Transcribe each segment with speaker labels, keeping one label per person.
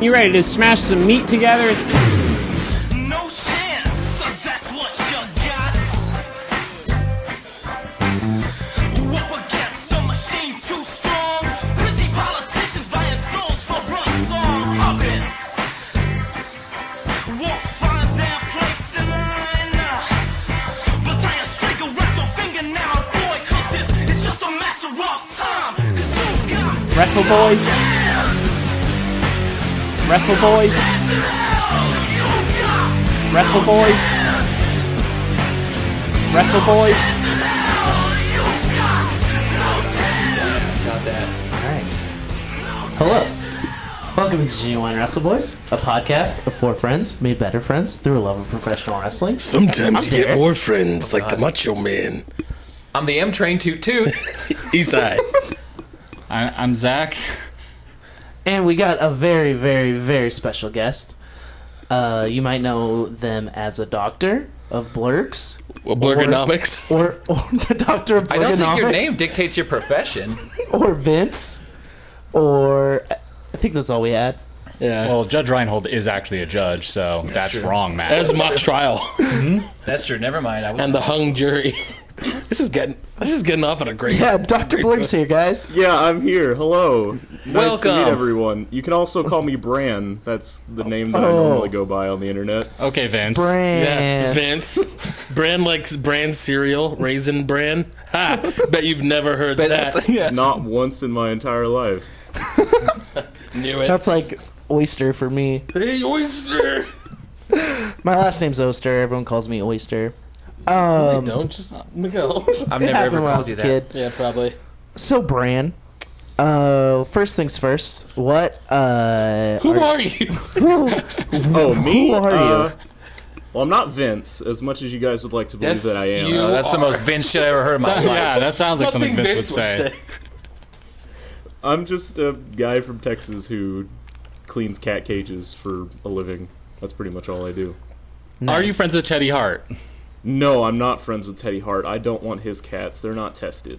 Speaker 1: You ready to smash some meat together?
Speaker 2: No chance, so that's what you got. You up against a machine too strong. Pretty politicians buying souls for one song puppets. Won't find their place in line. But I am straight around your finger now, boy, 'cause it's, it's just a matter of time. Cause you've got
Speaker 1: Wrestle boys. Wrestle boys. Wrestle boys. Wrestle boys.
Speaker 3: Not that.
Speaker 4: Alright. Hello. Welcome to Genuine Wrestle Boys, a podcast of four friends made better friends through a love of professional wrestling.
Speaker 5: Sometimes you
Speaker 3: there.
Speaker 5: get more friends, like the Macho Man.
Speaker 3: I'm the M train toot toot.
Speaker 5: Eastside.
Speaker 6: I, I'm Zach.
Speaker 4: And we got a very, very, very special guest. Uh, you might know them as a doctor of Blurks,
Speaker 5: Well, Blurgonomics.
Speaker 4: or, or the doctor of Blurgonomics,
Speaker 3: I don't think your name dictates your profession.
Speaker 4: or Vince, or I think that's all we had.
Speaker 5: Yeah.
Speaker 6: Uh, Well, Judge Reinhold is actually a judge, so that's,
Speaker 3: true.
Speaker 6: wrong, Matt.
Speaker 5: That was mock trial
Speaker 3: That's true. Never mind. I was,
Speaker 5: and the hung jury. This is getting this is getting off on a great.
Speaker 4: Yeah, Doctor Blurks here, guys.
Speaker 7: Yeah, I'm here. Hello. Nice to meet
Speaker 3: Welcome.
Speaker 7: everyone. You can also call me Bran. That's the name that I
Speaker 4: Oh.
Speaker 7: normally go by on the internet.
Speaker 6: okay, Vince.
Speaker 5: Yeah,
Speaker 4: Brand.
Speaker 5: Vince, brand likes brand cereal, raisin bran. Ha! Bet you've never heard
Speaker 3: but
Speaker 5: that.
Speaker 3: that's yeah.
Speaker 7: Not once in my entire life.
Speaker 5: Knew it.
Speaker 4: That's like oyster for me.
Speaker 5: hey, oyster.
Speaker 4: My last name's Oster. Everyone calls me Oyster.
Speaker 5: Don't just Miguel.
Speaker 3: I've
Speaker 4: It
Speaker 3: never
Speaker 4: happened
Speaker 3: ever
Speaker 4: when I
Speaker 3: called
Speaker 4: was
Speaker 3: you
Speaker 4: a
Speaker 3: that.
Speaker 4: kid.
Speaker 5: yeah, probably.
Speaker 4: So Bran, uh, first things first. What? Uh,
Speaker 5: Who are you?
Speaker 4: who,
Speaker 7: Oh, me?
Speaker 4: Who are you?
Speaker 7: Uh, well, I'm not Vince, as much as you guys would like to believe
Speaker 5: Yes,
Speaker 7: that I am.
Speaker 5: you-
Speaker 3: No, Uh, that's the
Speaker 5: are.
Speaker 3: most Vince shit I ever heard in my life.
Speaker 6: Yeah, that sounds like something Vince, would say.
Speaker 7: I'm just a guy from Texas who cleans cat cages for a living. That's pretty much all I do.
Speaker 6: Are you friends with Teddy Hart?
Speaker 7: No, I'm not friends with Teddy Hart. I don't want his cats. They're not tested.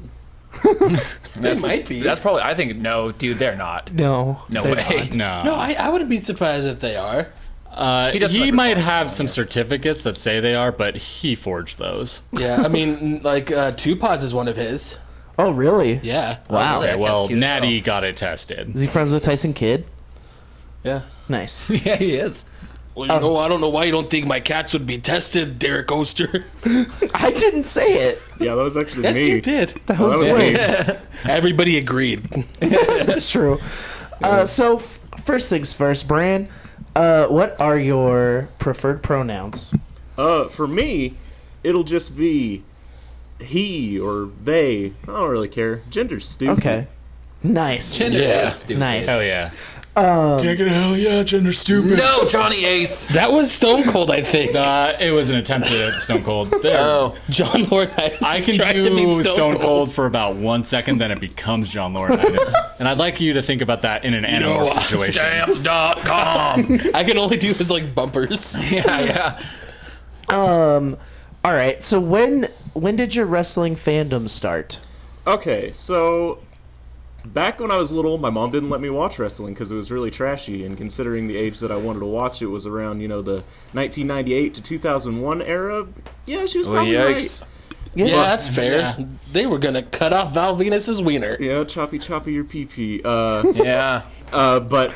Speaker 3: That's, might be. That's probably. I think no, dude, they're not.
Speaker 4: no.
Speaker 3: No
Speaker 4: they're
Speaker 3: way.
Speaker 6: No.
Speaker 5: No, I, I wouldn't be surprised if they are.
Speaker 6: uh, he
Speaker 3: doesn't like
Speaker 6: might
Speaker 3: responsible,
Speaker 6: have some certificates that say they are, but he forged those.
Speaker 5: Yeah, I mean, like uh, Two Pods is one of his.
Speaker 4: not. Oh really?
Speaker 5: Yeah.
Speaker 3: really?
Speaker 4: Wow.
Speaker 6: Okay,
Speaker 3: cat's
Speaker 6: well,
Speaker 3: cute as
Speaker 6: Natty got it tested.
Speaker 4: Is he friends with Tyson Kidd?
Speaker 5: Yeah.
Speaker 4: Nice.
Speaker 3: Yeah, he is.
Speaker 5: Well, you know, I don't know why you don't think my cats would be tested, Derek Oster.
Speaker 4: I didn't say it.
Speaker 7: Yeah, that was actually
Speaker 5: Yes,
Speaker 7: me.
Speaker 5: you did.
Speaker 4: That
Speaker 7: That
Speaker 4: was,
Speaker 7: was me.
Speaker 5: Everybody agreed.
Speaker 4: That's true. Uh, so f- first things first, Bran. Uh, what are your preferred pronouns?
Speaker 7: Uh, for me, it'll just be he or they. I don't really care. Gender's stupid.
Speaker 4: Okay. Nice.
Speaker 5: Yeah.
Speaker 3: That's stupid.
Speaker 4: Nice.
Speaker 6: Hell yeah.
Speaker 5: Can't get a hell yeah, gender stupid.
Speaker 3: No, Johnny Ace.
Speaker 5: That was Stone Cold, I think.
Speaker 6: Uh, it was an attempt at Stone Cold. There.
Speaker 3: Oh,
Speaker 5: John Laurinaitis.
Speaker 6: I can
Speaker 5: tried to
Speaker 6: do
Speaker 5: beat
Speaker 6: Stone, Cold. for about one second, then it becomes John Laurinaitis. and I'd like you to think about that in an animal
Speaker 5: No,
Speaker 6: situation.
Speaker 3: stamps.com.
Speaker 5: I can only do his like bumpers.
Speaker 3: yeah, yeah.
Speaker 4: Um. All right. So when when did your wrestling fandom start?
Speaker 7: Okay, so back when I was little, my mom didn't let me watch wrestling because it was really trashy, and considering the age that I wanted to watch, it was around you know the 1998 to 2001 era. Yeah, she was
Speaker 3: Well,
Speaker 7: probably
Speaker 3: yikes.
Speaker 7: right.
Speaker 5: Yeah, that's fair. They were gonna cut off Val Venus's wiener.
Speaker 7: Yeah, choppy choppy your pee pee. Uh,
Speaker 3: Yeah.
Speaker 7: uh, but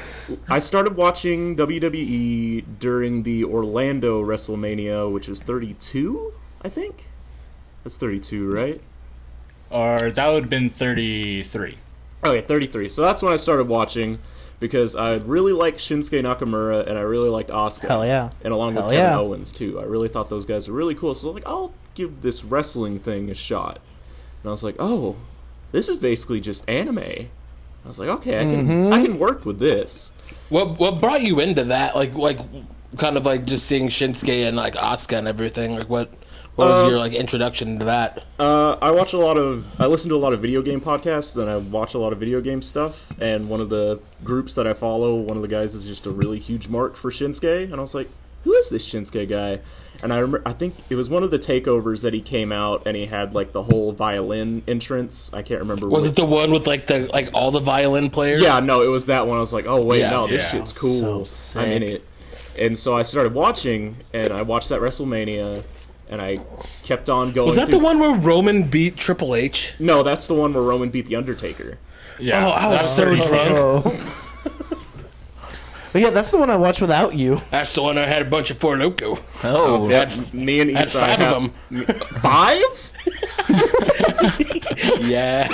Speaker 7: I started watching WWE during the Orlando WrestleMania, which is 32, I think. That's 32, right?
Speaker 6: or that would have been 33.
Speaker 7: Okay, 33. Oh, So that's when I started watching because I really liked Shinsuke Nakamura and I really liked Asuka.
Speaker 4: Hell yeah.
Speaker 7: And along with
Speaker 4: Hell
Speaker 7: Kevin
Speaker 4: yeah.
Speaker 7: Owens, too. I really thought those guys were really cool. So I was like, I'll give this wrestling thing a shot. And I was like, oh, this is basically just anime. I was like, okay, I can I
Speaker 4: Mm-hmm.
Speaker 7: can work with this.
Speaker 5: What what brought you into that? Like like kind of like just seeing Shinsuke and like Asuka and everything. Like what what was
Speaker 7: Uh,
Speaker 5: your like introduction to that?
Speaker 7: Uh, I watch a lot of, I listen to a lot of video game podcasts, and I watch a lot of video game stuff. And one of the groups that I follow, one of the guys is just a really huge mark for Shinsuke, and I was like, who is this Shinsuke guy? And I remember, I think it was one of the takeovers that he came out and he had like the whole violin entrance. I can't remember.
Speaker 5: Was
Speaker 7: which.
Speaker 5: it the one with like the like all the violin players?
Speaker 7: Yeah, no, it was that one. I was like, oh wait,
Speaker 5: Yeah.
Speaker 7: no, this
Speaker 6: Yeah.
Speaker 7: shit's cool.
Speaker 4: So
Speaker 7: I'm in
Speaker 4: sick.
Speaker 7: it. And so I started watching, and I watched that WrestleMania, and I kept on going.
Speaker 5: Was that the
Speaker 7: through-
Speaker 5: one where Roman beat Triple H?
Speaker 7: No, that's the one where Roman beat the Undertaker.
Speaker 6: Yeah.
Speaker 5: Oh, I was
Speaker 6: that's
Speaker 5: so
Speaker 6: pretty sick.
Speaker 5: drunk.
Speaker 4: But yeah, that's the one I watched without you.
Speaker 5: That's the one I had a bunch of Four Loco.
Speaker 3: Oh,
Speaker 5: Had-
Speaker 7: Me and
Speaker 5: had
Speaker 7: Eastside
Speaker 5: five
Speaker 7: have-
Speaker 5: of them.
Speaker 7: Five?
Speaker 5: Yeah.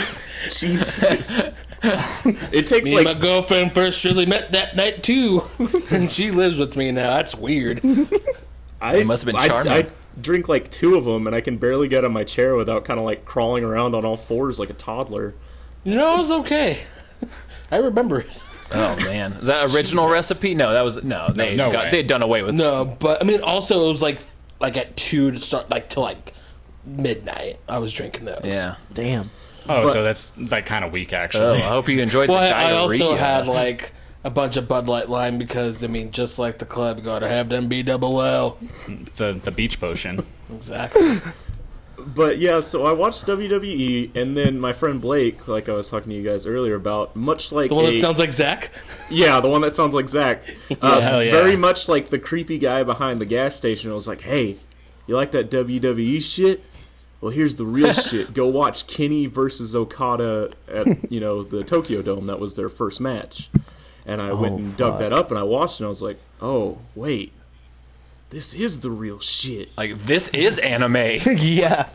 Speaker 7: Jesus. it takes
Speaker 5: Me
Speaker 7: like
Speaker 5: and my girlfriend first really met that night too, and she lives with me now. That's weird.
Speaker 7: I
Speaker 3: It must've been
Speaker 7: I-
Speaker 3: charming.
Speaker 7: I, drink like two of them, and I can barely get on my chair without kind of like crawling around on all fours like a toddler.
Speaker 5: You know, it was okay. I remember it.
Speaker 3: oh man, is that original recipe? No, that was no. They
Speaker 6: no way.
Speaker 3: got, they'd done away with. it.
Speaker 5: No, but I mean, also it was like like at two to start, like to like midnight. I was drinking those.
Speaker 3: Yeah.
Speaker 4: Damn.
Speaker 6: Oh, so that's like kind of weak actually.
Speaker 3: Oh, I hope you enjoyed
Speaker 5: Well,
Speaker 3: the
Speaker 5: I, I
Speaker 3: diarrhea.
Speaker 5: also had like a bunch of Bud Light Lime because I mean, just like the club, you gotta have them B double L.
Speaker 6: The the beach potion.
Speaker 5: Exactly.
Speaker 7: But yeah, so I watched WWE, and then my friend Blake, like I was talking to you guys earlier about, much like
Speaker 5: The one that
Speaker 7: a-
Speaker 5: sounds like Zach.
Speaker 7: yeah, the one that sounds like Zach, uh,
Speaker 6: hell yeah.
Speaker 7: very much like the creepy guy behind the gas station. I was like, hey, you like that WWE shit? Well, here's the real shit. Go watch Kenny versus Okada at you know the Tokyo Dome. That was their first match, and I
Speaker 6: Oh,
Speaker 7: went and dug that up and I watched it. and I was like, oh wait, this is the real shit.
Speaker 3: like this is anime.
Speaker 4: yeah.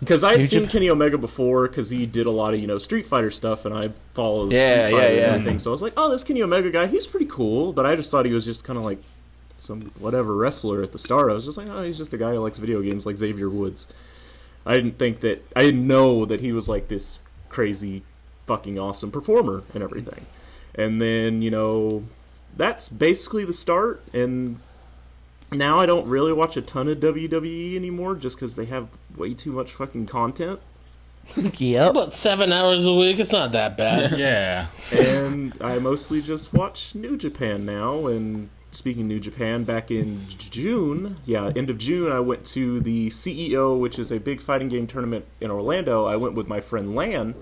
Speaker 7: Because I had seen Kenny Omega before, because he did a lot of you know Street Fighter stuff, and I follow
Speaker 3: Yeah,
Speaker 7: Street Fighter
Speaker 3: yeah, yeah.
Speaker 7: and everything. So I was like, oh, this Kenny Omega guy, he's pretty cool. But I just thought he was just kind of like some whatever wrestler at the start. I was just like, oh, he's just a guy who likes video games, like Xavier Woods. I didn't think that I didn't know that he was like this crazy, fucking awesome performer and everything. And then you know, that's basically the start. And now I don't really watch a ton of WWE anymore, just because they have way too much fucking content.
Speaker 4: Yep.
Speaker 5: About seven hours a week. It's not that bad.
Speaker 6: Yeah.
Speaker 7: and I mostly just watch New Japan now. And speaking of New Japan, back in J- June, yeah, end of June, I went to the CEO, which is a big fighting game tournament in Orlando. I went with my friend Lan,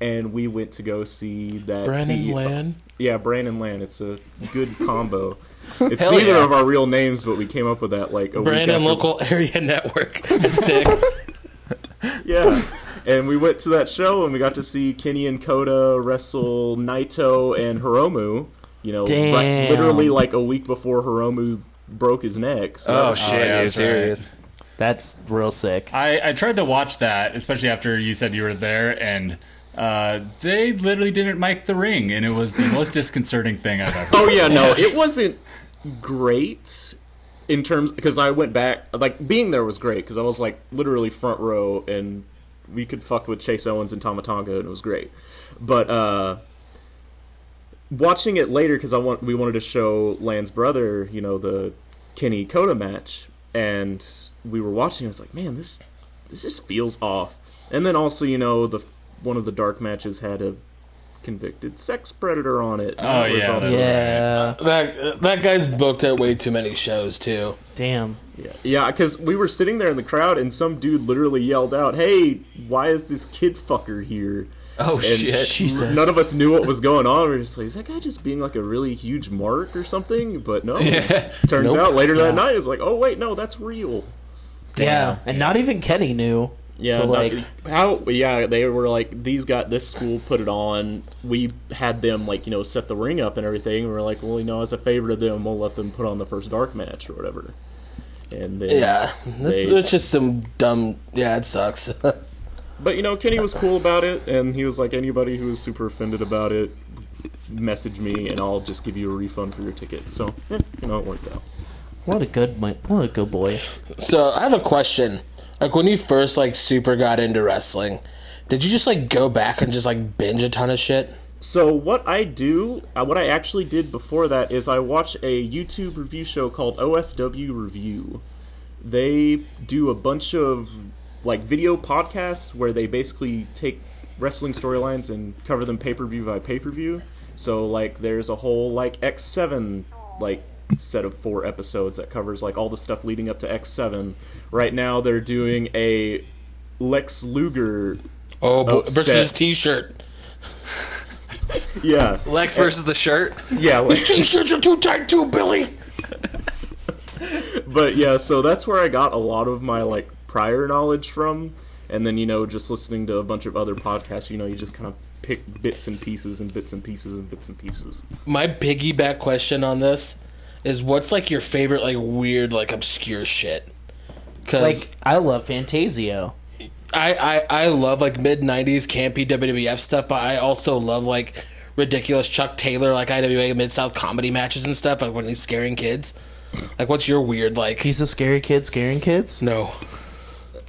Speaker 7: and we went to go see that.
Speaker 5: Brandon
Speaker 7: CEO.
Speaker 5: Land.
Speaker 7: Yeah, Brandon Lan. It's a good combo. It's
Speaker 3: Hell
Speaker 7: neither
Speaker 3: yeah.
Speaker 7: of our real names, but we came up with that like a week
Speaker 5: Brandon
Speaker 7: after
Speaker 5: Local Area Network. It's sick.
Speaker 7: Yeah. And we went to that show and we got to see Kenny and Kota wrestle Naito and Hiromu. You know,
Speaker 4: Damn.
Speaker 7: right- literally like a week before Hiromu broke his neck. So
Speaker 3: Oh
Speaker 7: that-
Speaker 3: shit,
Speaker 6: yeah,
Speaker 3: dude,
Speaker 6: that's
Speaker 3: serious.
Speaker 4: That's real sick.
Speaker 6: I, I tried to watch that, especially after you said you were there, and uh, they literally didn't mic the ring, and it was the most disconcerting thing I've ever.
Speaker 7: oh yeah, no, it wasn't great in terms because I went back. Like being there was great because I was like literally front row and we could fuck with Chase Owens and Tamatanga and it was great. But uh, watching it later because I want we wanted to show Land's brother, you know, the Kenny Kota match, and we were watching. I was like, man, this this just feels off. And then also, you know, the one of the dark matches had a convicted sex predator on it. and
Speaker 6: Oh,
Speaker 7: that was
Speaker 6: yeah,
Speaker 7: also-
Speaker 6: that's
Speaker 4: Yeah.
Speaker 5: That that guy's booked at way too many shows too.
Speaker 4: Damn.
Speaker 7: Yeah, because we were sitting there in the crowd, and some dude literally yelled out, "Hey, why is this kid fucker here?"
Speaker 3: Oh
Speaker 7: And
Speaker 3: shit.
Speaker 4: Jesus.
Speaker 7: none of us knew what was going on. We were just like, "Is that guy just being like a really huge mark or something?" But no. Turns out later that night, it's like, "Oh wait, no, that's real."
Speaker 4: Yeah. And not even Kenny knew.
Speaker 7: Yeah,
Speaker 4: So,
Speaker 7: no-
Speaker 4: like,
Speaker 7: how? Yeah, they were like, "These got this school put it on." We had them like you know set the ring up and everything. And we were like, "Well, you know, as a favor to them, we'll let them put on the first dark match or whatever." And then,
Speaker 5: Yeah, that's,
Speaker 7: They-
Speaker 5: that's just some dumb. Yeah, it sucks.
Speaker 7: But you know, Kenny was cool about it, and he was like, anybody who was super offended about it, message me, and I'll just give you a refund for your ticket. So, eh, you know, it worked out.
Speaker 4: what a good, mi- what a good boy.
Speaker 5: so I have a question. Like when you first like super got into wrestling, did you just like go back and just like binge a ton of shit?
Speaker 7: So what I do, uh, what I actually did before that is I watch a YouTube review show called OSW Review. They do a bunch of like video podcasts where they basically take wrestling storylines and cover them pay per view by pay per view. So like there's a whole like X7 like set of four episodes that covers like all the stuff leading up to X7. Right now they're doing a Lex Luger.
Speaker 5: Oh, but
Speaker 7: Oh,
Speaker 5: versus
Speaker 7: set.
Speaker 5: his T-shirt.
Speaker 7: Yeah,
Speaker 3: Lex versus the shirt.
Speaker 7: yeah, like
Speaker 5: T-shirts are too tight, too, Billy.
Speaker 7: but yeah, so that's where I got a lot of my like prior knowledge from, and then you know just listening to a bunch of other podcasts, you know you just kind of pick bits and pieces and bits and pieces and bits and pieces.
Speaker 5: My piggyback question on this is, what's like your favorite, like weird, like obscure shit? Because
Speaker 4: Like I love Fantasio.
Speaker 5: I, I I love like mid '90s campy WWF stuff, but I also love like ridiculous Chuck Taylor like IWA Mid South comedy matches and stuff, like when he's scaring kids. Like, what's your weird like?
Speaker 4: He's a scary kid scaring kids.
Speaker 5: no,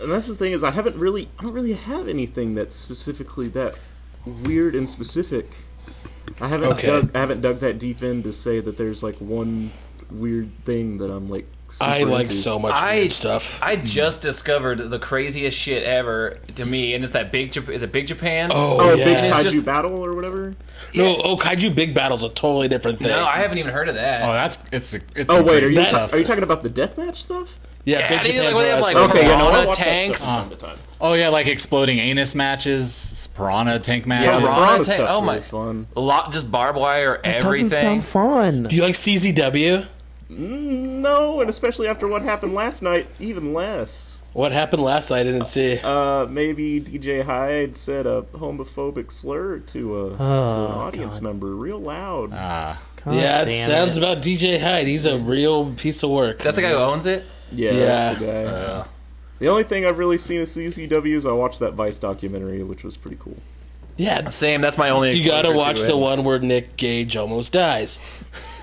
Speaker 7: And that's the thing is I haven't really I don't really have anything that's specifically that weird and specific. I haven't
Speaker 5: Okay.
Speaker 7: dug I haven't dug that deep in to say that there's like one weird thing that I'm like. super
Speaker 5: I like
Speaker 7: into.
Speaker 5: so much
Speaker 3: I-
Speaker 5: weird stuff.
Speaker 3: I just discovered the craziest shit ever to me, and it's that big. Jap- Is it Big Japan?
Speaker 5: oh,
Speaker 7: Oh,
Speaker 5: yeah.
Speaker 7: big
Speaker 3: And
Speaker 7: kaiju
Speaker 3: it's just-
Speaker 7: battle or whatever.
Speaker 5: No, oh, Kaiju Big Battle's a totally different thing.
Speaker 3: no, I haven't even heard of that.
Speaker 6: Oh, that's it's it's.
Speaker 7: Oh
Speaker 6: some
Speaker 7: wait,
Speaker 6: great
Speaker 7: are you
Speaker 5: That-
Speaker 7: ta- are you talking about the deathmatch stuff?
Speaker 5: yeah,
Speaker 3: Yeah,
Speaker 5: Big
Speaker 3: they-
Speaker 5: Japan
Speaker 3: like, when they
Speaker 5: Pro
Speaker 3: have,
Speaker 5: Wrestling.
Speaker 3: like,
Speaker 7: Okay, yeah, no,
Speaker 3: Piranha
Speaker 7: I watch
Speaker 3: tanks?
Speaker 7: That stuff from time to time.
Speaker 6: oh yeah, like exploding anus matches, piranha tank
Speaker 7: Yeah,
Speaker 6: matches.
Speaker 7: the
Speaker 3: Piranha
Speaker 7: piranha
Speaker 3: tank-
Speaker 7: stuff's
Speaker 3: oh my-
Speaker 7: really fun.
Speaker 3: A lot, just barbed wire,
Speaker 4: Doesn't
Speaker 3: everything.
Speaker 4: sound fun.
Speaker 5: Do you like CZW?
Speaker 7: No, and especially after what happened last night, even less.
Speaker 5: What happened last night? I didn't see.
Speaker 7: Uh, maybe DJ Hyde said a homophobic slur to a to an audience member real loud.
Speaker 6: Ah,
Speaker 4: God
Speaker 5: yeah, it
Speaker 4: damn
Speaker 5: sounds
Speaker 4: it.
Speaker 5: about DJ Hyde. He's a real piece of work.
Speaker 3: That's the guy who owns it.
Speaker 7: yeah, Uh, that's the guy. the only thing I've really seen of CCW is I watched that Vice documentary, which was pretty cool.
Speaker 5: yeah,
Speaker 3: Same. That's my only.
Speaker 5: you gotta
Speaker 3: exposure
Speaker 5: watch
Speaker 3: to
Speaker 5: the
Speaker 3: it.
Speaker 5: one where Nick Gage almost dies.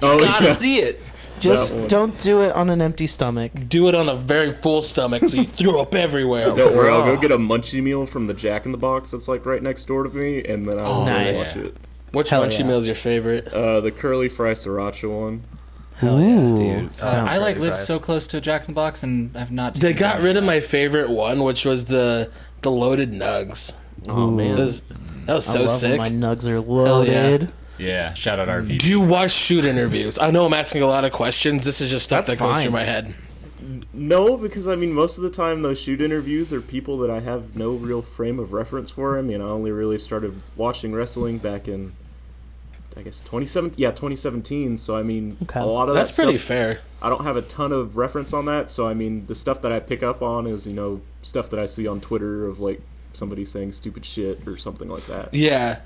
Speaker 7: Oh,
Speaker 3: Gotta see it.
Speaker 7: That
Speaker 4: Just
Speaker 7: one.
Speaker 4: don't do it on an empty stomach.
Speaker 5: Do it on a very full stomach so you throw up everywhere.
Speaker 7: Don't worry, I'll go
Speaker 3: Bruh.
Speaker 7: get a munchie meal from the Jack in the Box that's like right next door to me, and then I'll
Speaker 4: Oh, nice.
Speaker 7: watch it.
Speaker 5: Which
Speaker 4: Hell
Speaker 5: munchie
Speaker 4: yeah.
Speaker 5: meal is your favorite?
Speaker 7: Uh, the curly fry sriracha one.
Speaker 3: Dude, uh,
Speaker 6: I like live so close to a Jack in the Box, and I've not.
Speaker 5: They
Speaker 6: taken
Speaker 5: got
Speaker 6: advantage
Speaker 5: rid of my favorite one, which was the the loaded nugs.
Speaker 4: Oh man,
Speaker 5: That was, that was
Speaker 4: I
Speaker 5: so
Speaker 4: love when
Speaker 5: sick.
Speaker 4: my nugs are loaded.
Speaker 6: that. Yeah, shout out RV.
Speaker 5: Do you watch shoot interviews? I know I'm asking a lot of questions. This is just stuff
Speaker 4: That's
Speaker 5: that goes
Speaker 4: fine.
Speaker 5: through my head.
Speaker 7: No, because I mean, most of the time those shoot interviews are people that I have no real frame of reference for. I mean, I only really started watching wrestling back in, I guess, 2017. Yeah, 2017. So I mean,
Speaker 4: Okay.
Speaker 7: a lot of
Speaker 5: That's
Speaker 7: that
Speaker 5: pretty
Speaker 7: stuff,
Speaker 5: fair.
Speaker 7: I don't have a ton of reference on that. So I mean, the stuff that I pick up on is you know stuff that I see on Twitter of like somebody saying stupid shit or something like that.
Speaker 5: Yeah.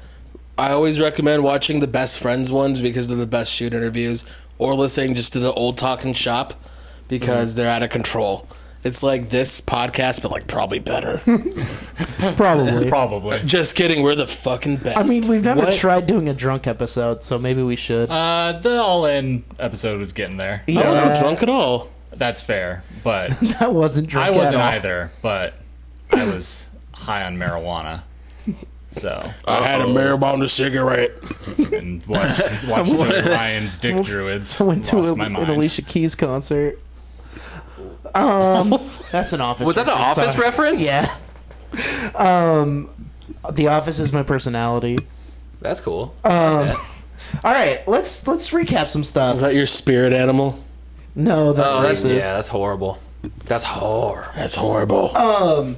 Speaker 5: I always recommend watching the best friends ones because they're the best shoot interviews or listening just to the old talking shop
Speaker 4: Mm-hmm.
Speaker 5: because they're out of control. It's like this podcast, but like probably better.
Speaker 4: Probably.
Speaker 6: Probably.
Speaker 5: just kidding. We're the fucking best.
Speaker 4: I mean, we've never
Speaker 5: What?
Speaker 4: tried doing a drunk episode, so maybe we should.
Speaker 6: Uh, the all in episode was getting there.
Speaker 5: I wasn't
Speaker 4: Yeah,
Speaker 5: drunk at all.
Speaker 6: That's fair, but
Speaker 4: I wasn't drunk.
Speaker 6: I
Speaker 4: at
Speaker 6: wasn't
Speaker 4: all.
Speaker 6: either. But I was high on marijuana, so
Speaker 4: Uh,
Speaker 5: I had a marijuana cigarette.
Speaker 6: and watched watched Joey Ryan's Dick Druids.
Speaker 4: I went to
Speaker 6: lost
Speaker 4: a,
Speaker 6: my
Speaker 4: an
Speaker 6: mind.
Speaker 4: Alicia Keys concert. Um, that's an office.
Speaker 3: Was that the
Speaker 4: reference,
Speaker 3: Office
Speaker 4: sorry.
Speaker 3: reference?
Speaker 4: Yeah. Um, the office is my personality.
Speaker 3: That's cool.
Speaker 4: All right, let's let's recap some
Speaker 5: Is
Speaker 4: stuff.
Speaker 5: that your spirit animal?
Speaker 4: No, that's
Speaker 3: oh, that's,
Speaker 4: racist.
Speaker 3: yeah, that's horrible. That's horror.
Speaker 5: That's horrible.
Speaker 4: Um,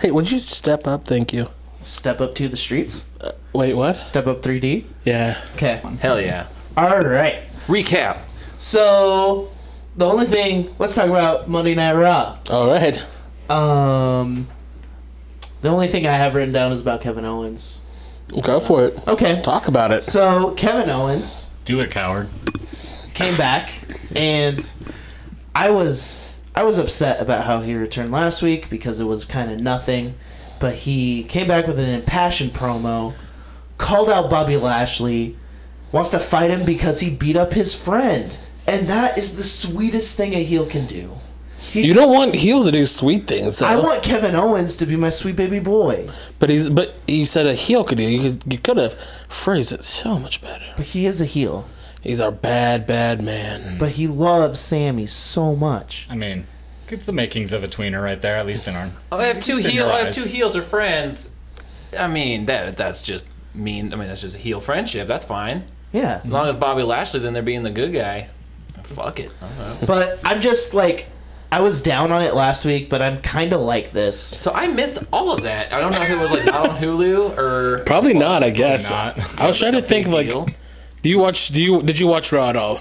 Speaker 5: hey, would you step up? Thank you.
Speaker 4: step up to the streets.
Speaker 5: Wait, what?
Speaker 4: Step up 3D.
Speaker 5: Yeah.
Speaker 4: Okay.
Speaker 3: Hell yeah.
Speaker 4: All right.
Speaker 3: Recap.
Speaker 4: So the only thing let's talk about Monday Night Raw.
Speaker 5: All right.
Speaker 4: Um, the only thing I have written down is about Kevin Owens.
Speaker 5: Go for it.
Speaker 4: Okay.
Speaker 5: Talk about it.
Speaker 4: So Kevin Owens
Speaker 6: Do it, coward.
Speaker 4: came back, and I was I was upset about how he returned last week because it was kind of nothing, but he came back with an impassioned promo, called out Bobby Lashley, wants to fight him because he beat up his friend, and that is the sweetest thing a heel can do. He-
Speaker 5: You don't want heels to do sweet things, though.
Speaker 4: I want Kevin Owens to be my sweet baby boy.
Speaker 5: but he's but you said a heel could do. You could, you could have phrased it so much better.
Speaker 4: But he is a heel.
Speaker 5: He's our bad, bad man.
Speaker 4: But he loves Sammy so much.
Speaker 6: I mean, it's the makings of a tweener right there, at least in our.
Speaker 4: Oh,
Speaker 3: I have Oh, two
Speaker 6: Just in
Speaker 3: heel.
Speaker 6: your
Speaker 3: I have
Speaker 6: eyes.
Speaker 3: two heels are friends. I mean that that's just mean. I mean that's just a heel friendship. That's fine.
Speaker 4: Yeah.
Speaker 3: As long as Bobby Lashley's in there being the good guy. Fuck it. I don't know.
Speaker 4: But I'm just like, I was down on it last week, but I'm kind of like this.
Speaker 3: So I missed all of that. I don't know if it was like not on Hulu or
Speaker 5: Probably not. I guess.
Speaker 6: not.
Speaker 5: I was trying to think. Like,
Speaker 3: deal.
Speaker 5: do you watch? Do you did you watch Raw at all?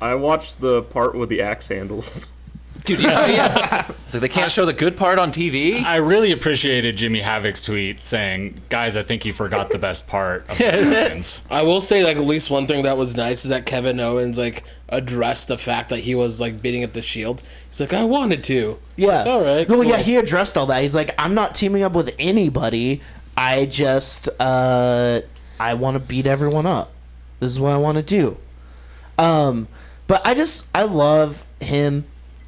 Speaker 7: I watched the part with the axe handles.
Speaker 3: Dude, yeah, yeah. It's like they can't show the good part on TV.
Speaker 6: I really appreciated Jimmy Havoc's tweet saying, "Guys, I think you forgot the best part." Of the Ravens."
Speaker 5: I will say, like, at least one thing that was nice is that Kevin Owens like addressed the fact that he was like beating up the Shield. He's like, I wanted to.
Speaker 4: Yeah.
Speaker 5: All right.
Speaker 4: Well, yeah,
Speaker 5: cool.
Speaker 4: he addressed all that. He's like, I'm not teaming up with anybody. I just, uh, I want to beat everyone up. This is what I want to do. Um, but I just, I love him.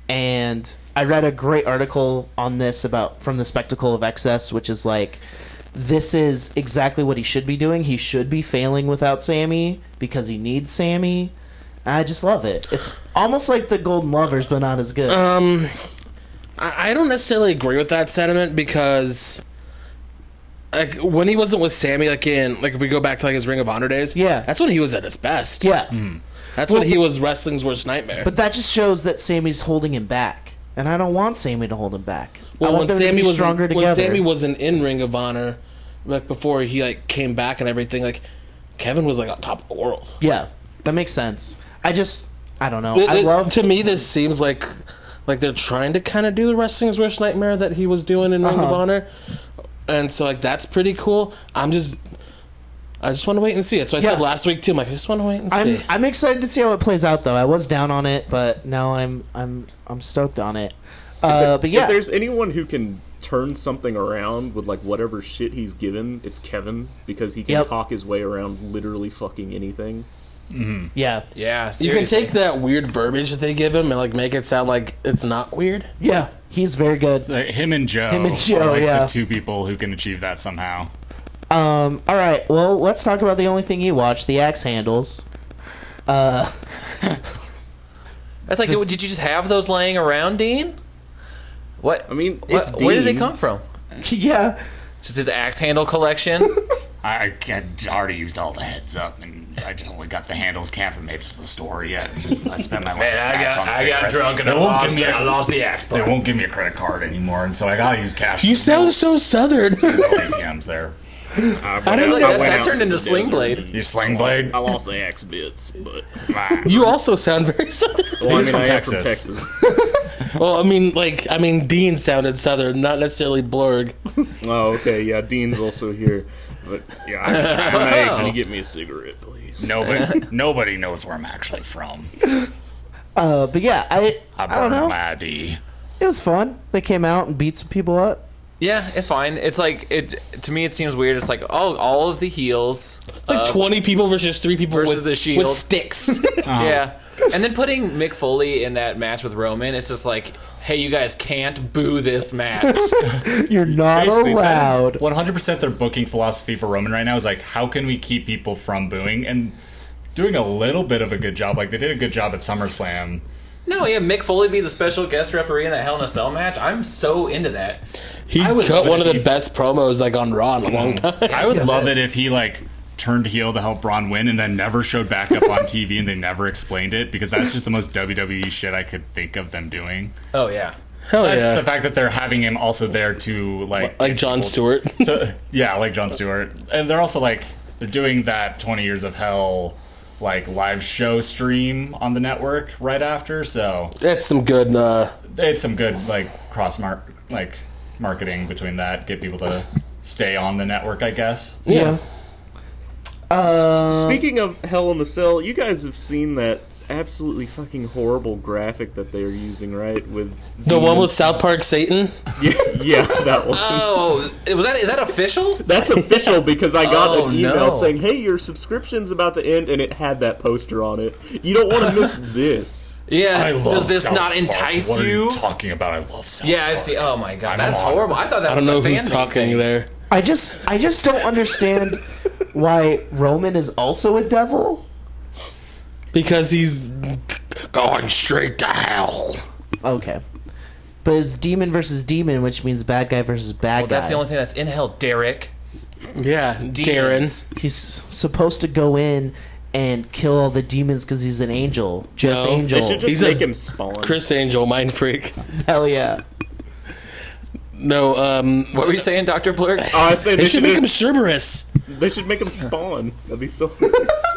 Speaker 4: And I read a great article on this about from the Spectacle of Excess, which is like, this is exactly what he should be doing. He should be failing without Sammy because he needs Sammy. I just love it. It's almost like the Golden Lovers, but not as good.
Speaker 5: Uh, I I don't necessarily agree with that sentiment because like when he wasn't with Sammy, like in like if we go back to like his Ring of Honor days,
Speaker 4: Yeah.
Speaker 5: that's when he was at his best.
Speaker 4: yeah.
Speaker 5: that's when he was wrestling's worst nightmare.
Speaker 4: But that just shows that Sammy's holding him back, and I don't want Sammy to hold him back. I
Speaker 5: well,
Speaker 4: want
Speaker 5: when
Speaker 4: them to
Speaker 5: Sammy
Speaker 4: be
Speaker 5: was
Speaker 4: stronger
Speaker 5: when
Speaker 4: together.
Speaker 5: Sammy wasn't in Ring of Honor, like before he like came back and everything, like Kevin was like on top of the world.
Speaker 4: yeah, that makes sense. I just, I don't know.
Speaker 5: It-
Speaker 4: I
Speaker 5: it-
Speaker 4: love
Speaker 5: to me, this seems like like they're trying to kind of do the wrestling's worst nightmare that he was doing in Ring of
Speaker 4: Uh-huh.
Speaker 5: Honor, and so like that's pretty cool. I'm just. I just want to wait and see. That's what I said
Speaker 4: Yeah.
Speaker 5: last week too. I'm like, I just want to wait and see.
Speaker 4: I'm I'm excited to see how it plays out, though. I was down on it, but now I'm I'm I'm stoked on it. Uh, but yeah,
Speaker 7: If there's anyone who can turn something around with like whatever shit he's given, it's Kevin because he can
Speaker 4: Yep.
Speaker 7: talk his way around literally fucking anything.
Speaker 4: yeah,
Speaker 3: yeah,
Speaker 5: you can
Speaker 3: seriously.
Speaker 5: take that weird verbiage that they give him and like make it sound like it's not weird.
Speaker 4: yeah. He's very good.
Speaker 6: Like, Uh, him and Joe,
Speaker 4: Him and Joe,
Speaker 6: are like
Speaker 4: yeah.
Speaker 6: the two people who can achieve that somehow.
Speaker 4: Um, all right. Well, let's talk about the only thing you watch, the axe handles. Uh,
Speaker 3: That's like, did did you just have those laying around, Dean? What?
Speaker 7: I mean, it's
Speaker 3: what, where did they
Speaker 7: Dean.
Speaker 3: come from?
Speaker 4: yeah.
Speaker 3: Just his axe handle collection.
Speaker 6: I, I had already used all the heads up, and I just only got the handles. Can't even make it to the store yet. It's Just, I spent my last cash on cigarettes. They won't give me a-
Speaker 3: the axe.
Speaker 6: They won't give me a credit card anymore, and so I gotta use cash.
Speaker 5: You sound so southern.
Speaker 6: No ATMs there.
Speaker 5: I
Speaker 3: That,
Speaker 5: didn't
Speaker 3: that,
Speaker 5: know.
Speaker 3: turned into Sling Blade.
Speaker 6: You sling blade.
Speaker 7: I lost the axe bits, but
Speaker 5: You also sound very southern.
Speaker 7: well, I
Speaker 6: He's
Speaker 7: mean,
Speaker 6: from
Speaker 7: I am from
Speaker 6: Texas.
Speaker 7: Texas.
Speaker 5: Well, I mean, like, I mean, Dean sounded southern, not necessarily Blurg.
Speaker 7: oh, okay, yeah, Dean's also here, but yeah, I'm just hey, can you get me a cigarette, please?
Speaker 6: Nobody, nobody knows where I'm actually from.
Speaker 4: Uh, but yeah, I
Speaker 6: I
Speaker 4: I don't
Speaker 6: burned
Speaker 4: know.
Speaker 6: my ID.
Speaker 4: It was fun. They came out and beat some people up.
Speaker 3: Yeah, it's fine. It's like it to me. It seems weird. It's like oh, all of the heels.
Speaker 5: Like twenty people versus three people
Speaker 3: versus
Speaker 5: with
Speaker 3: the Shield.
Speaker 5: with sticks.
Speaker 3: Yeah, and then putting Mick Foley in that match with Roman, it's just like, hey, you guys can't boo this match.
Speaker 4: You're not allowed.
Speaker 6: 100% their booking philosophy for Roman right now is like, how can we keep people from booing? And doing a little bit of a good job. Like, they did a good job at SummerSlam.
Speaker 3: no, yeah, Mick Foley be the special guest referee in that Hell in a Cell match. I'm so into that.
Speaker 5: he
Speaker 6: I would
Speaker 5: cut
Speaker 6: love
Speaker 5: one of
Speaker 6: it if
Speaker 5: the
Speaker 6: he-
Speaker 5: best promos like on Raw in a long time.
Speaker 6: I would love it if he, like, turned heel to help Braun win and then never showed back up on TV and they never explained it because that's just the most WWE shit I could think of them doing.
Speaker 3: Oh yeah,
Speaker 5: Hell
Speaker 6: That's
Speaker 5: yeah!
Speaker 6: the fact that they're having him also there to, like,
Speaker 5: like John Stewart.
Speaker 6: So yeah, like John Stewart, and they're also like they're doing that Twenty Years of Hell like live show stream on the network right after. So
Speaker 5: That's some good. Uh,
Speaker 6: they had some good like cross mark like marketing between that, get people to stay on the network, I guess.
Speaker 4: Yeah. Uh,
Speaker 7: Speaking of Hell in the Cell, you guys have seen that absolutely fucking horrible graphic that they are using, right? With
Speaker 5: the one with South Park Satan.
Speaker 7: yeah, yeah, that one.
Speaker 3: Oh, was that is that official?
Speaker 7: That's official because I got
Speaker 3: Oh,
Speaker 7: an email
Speaker 3: no.
Speaker 7: saying, "Hey, your subscription's about to end," and it had that poster on it. You don't want to miss this.
Speaker 3: Yeah. Does this
Speaker 6: South
Speaker 3: not
Speaker 6: Park.
Speaker 3: entice
Speaker 6: What are
Speaker 3: you?
Speaker 6: talking about I love South
Speaker 3: yeah, I've
Speaker 6: Park.
Speaker 3: seen. Oh my god,
Speaker 6: I'm
Speaker 3: that's
Speaker 6: on.
Speaker 3: horrible. I thought that.
Speaker 5: I don't
Speaker 3: was
Speaker 5: know
Speaker 3: a
Speaker 5: who's
Speaker 3: fan
Speaker 5: talking
Speaker 3: thing.
Speaker 5: there.
Speaker 4: I just I just don't understand why Roman is also a devil.
Speaker 5: Because he's going straight to hell.
Speaker 4: Okay. But it's demon versus demon, which means bad guy versus bad
Speaker 3: Well,
Speaker 4: guy.
Speaker 3: that's the only thing that's in hell, Derek.
Speaker 5: Yeah,
Speaker 3: Demons.
Speaker 5: Darren.
Speaker 4: He's supposed to go in and kill all the demons because he's an angel. Jeff
Speaker 5: No.
Speaker 4: Angel.
Speaker 5: They
Speaker 7: should just
Speaker 5: Oh. He's
Speaker 7: make
Speaker 5: a-
Speaker 7: him spawn.
Speaker 5: Chris Angel, mind freak.
Speaker 4: Hell yeah.
Speaker 5: No, um,
Speaker 3: What were you saying, Doctor Blurk?
Speaker 7: Oh, I say
Speaker 5: they should make him
Speaker 7: just-
Speaker 5: Cerberus.
Speaker 7: they should make him spawn. That'd be so.
Speaker 5: Uh,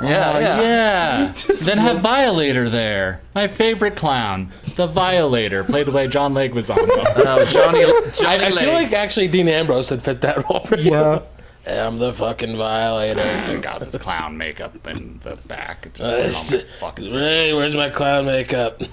Speaker 3: yeah, yeah.
Speaker 6: Yeah. then have Violator there. My favorite clown, the Violator, played by John Leguizamo.
Speaker 3: Oh, Johnny, Johnny
Speaker 5: I feel like
Speaker 3: Legs.
Speaker 5: actually Dean Ambrose had fit that role. Pretty
Speaker 4: Yeah.
Speaker 5: well. I'm the fucking violator.
Speaker 6: got this clown makeup in the back. It just
Speaker 5: It's-
Speaker 3: Uh,
Speaker 6: went on my fucking
Speaker 5: hey, where's my clown makeup?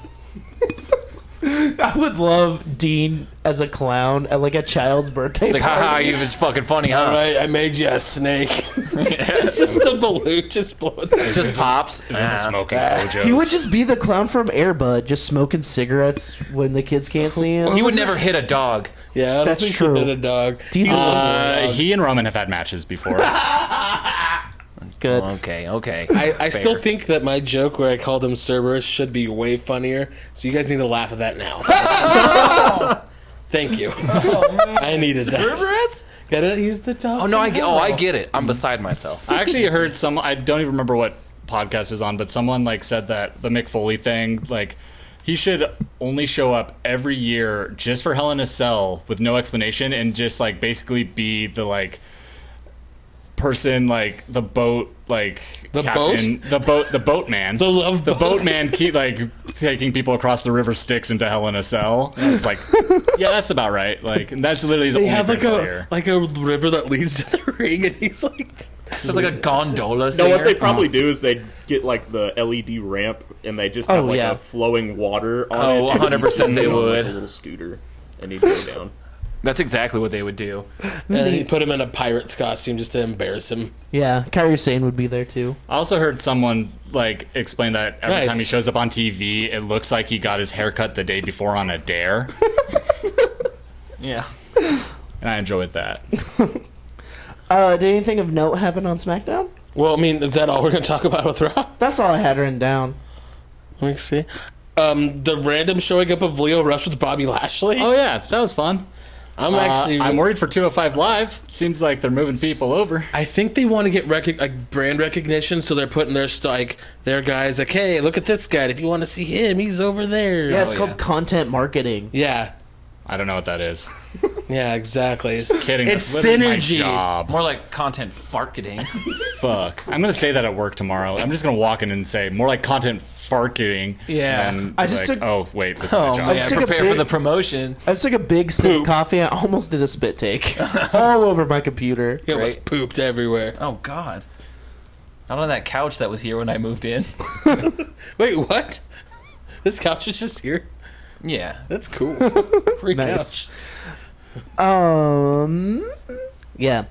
Speaker 4: I would love Dean as a clown at like a child's birthday.
Speaker 3: It's like,
Speaker 4: party.
Speaker 3: haha, you was fucking funny,
Speaker 5: All
Speaker 3: huh?
Speaker 5: right, I made you a snake. it's just a balloon just blowing.
Speaker 3: Just pops.
Speaker 6: This is smoking mojo.
Speaker 4: He would just be the clown from Airbud, just smoking cigarettes when the kids can't see him.
Speaker 3: He would never hit a dog.
Speaker 5: Yeah, I don't
Speaker 4: That's
Speaker 5: think
Speaker 4: true.
Speaker 5: he did a dog.
Speaker 4: Dean
Speaker 6: Uh, he and Roman have had matches before.
Speaker 4: was good.
Speaker 3: Okay, okay.
Speaker 5: I, I still
Speaker 6: Fair.
Speaker 5: think that my joke where I called him Cerberus should be way funnier. So you guys need to laugh at that now. Thank you. I needed that.
Speaker 3: Oh, Cerberus?
Speaker 5: Get it? He's the dog.
Speaker 3: Oh no, I get. Oh, I get it. I'm beside myself.
Speaker 6: I actually heard some. I don't even remember what podcast it was on, but someone like said that the Mick Foley thing, like he should only show up every year just for Hell in a Cell with no explanation and just like basically be the like person like the boat like
Speaker 5: The
Speaker 6: boat the boat the boat man
Speaker 5: The love
Speaker 6: the
Speaker 5: boat.
Speaker 6: boatman keep like taking people across the river Styx into Hell in a Cell it's like yeah that's about right like and that's literally his
Speaker 5: They
Speaker 6: only
Speaker 5: have like
Speaker 6: person
Speaker 5: a
Speaker 6: here
Speaker 5: like a river that leads to the ring, and he's like,
Speaker 3: It's just like a gondola
Speaker 7: No,
Speaker 3: singer.
Speaker 7: what they probably do is they get like the LED ramp and they just have
Speaker 4: Oh,
Speaker 7: like
Speaker 4: yeah.
Speaker 7: a flowing water on
Speaker 3: Oh,
Speaker 7: it.
Speaker 3: 100%
Speaker 7: and you
Speaker 3: they
Speaker 7: sit on, like,
Speaker 3: would.
Speaker 7: a little scooter and you go down.
Speaker 3: That's exactly what they would do.
Speaker 5: and he put him in a pirate's costume just to embarrass him.
Speaker 4: Yeah, Kyrie Sane would be there too.
Speaker 6: I also heard someone like explain that every
Speaker 5: Nice.
Speaker 6: time he shows up on TV, it looks like he got his haircut the day before on a dare,
Speaker 3: Yeah.
Speaker 6: and I enjoyed that.
Speaker 4: Uh, did anything of note happen on SmackDown?
Speaker 5: Well, I mean, is that all we're gonna talk about with Raw?
Speaker 4: That's all I had written down.
Speaker 5: Let me see. Um, the random showing up of Leo Rush with Bobby Lashley.
Speaker 6: Oh yeah, that was fun.
Speaker 5: I'm
Speaker 6: Uh,
Speaker 5: actually.
Speaker 6: I'm worried for 205 Live. Seems like they're moving people over.
Speaker 5: I think they want to get rec- like brand recognition, so they're putting their st- like their guys like, hey, look at this guy. If you want to see him, he's over there. Oh,
Speaker 4: Yeah, it's
Speaker 3: yeah.
Speaker 4: called content marketing.
Speaker 5: yeah,
Speaker 6: I don't know what that is.
Speaker 5: yeah, exactly. It's,
Speaker 6: Kidding.
Speaker 5: It's
Speaker 6: that's literally My
Speaker 5: synergy.
Speaker 6: job.
Speaker 3: More like content farketing.
Speaker 6: Fuck. I'm gonna say that at work tomorrow. I'm just gonna walk in and say more like content farketing.
Speaker 5: Yeah.
Speaker 6: And
Speaker 4: I
Speaker 6: I
Speaker 4: just
Speaker 6: just like,
Speaker 4: took-
Speaker 6: oh wait, this is
Speaker 5: Oh,
Speaker 6: my job.
Speaker 4: I
Speaker 3: yeah,
Speaker 4: just took a
Speaker 3: prepare
Speaker 4: big-
Speaker 3: for the promotion.
Speaker 4: I just took a big sip of coffee. I almost did a spit take all over my computer.
Speaker 5: it was
Speaker 3: Right.
Speaker 5: pooped everywhere.
Speaker 3: Oh God. Not on that couch that was here when I moved in.
Speaker 5: Wait, what? This couch is just here.
Speaker 3: Yeah.
Speaker 5: That's cool. Free
Speaker 4: Nice.
Speaker 5: couch.
Speaker 4: Um, yeah.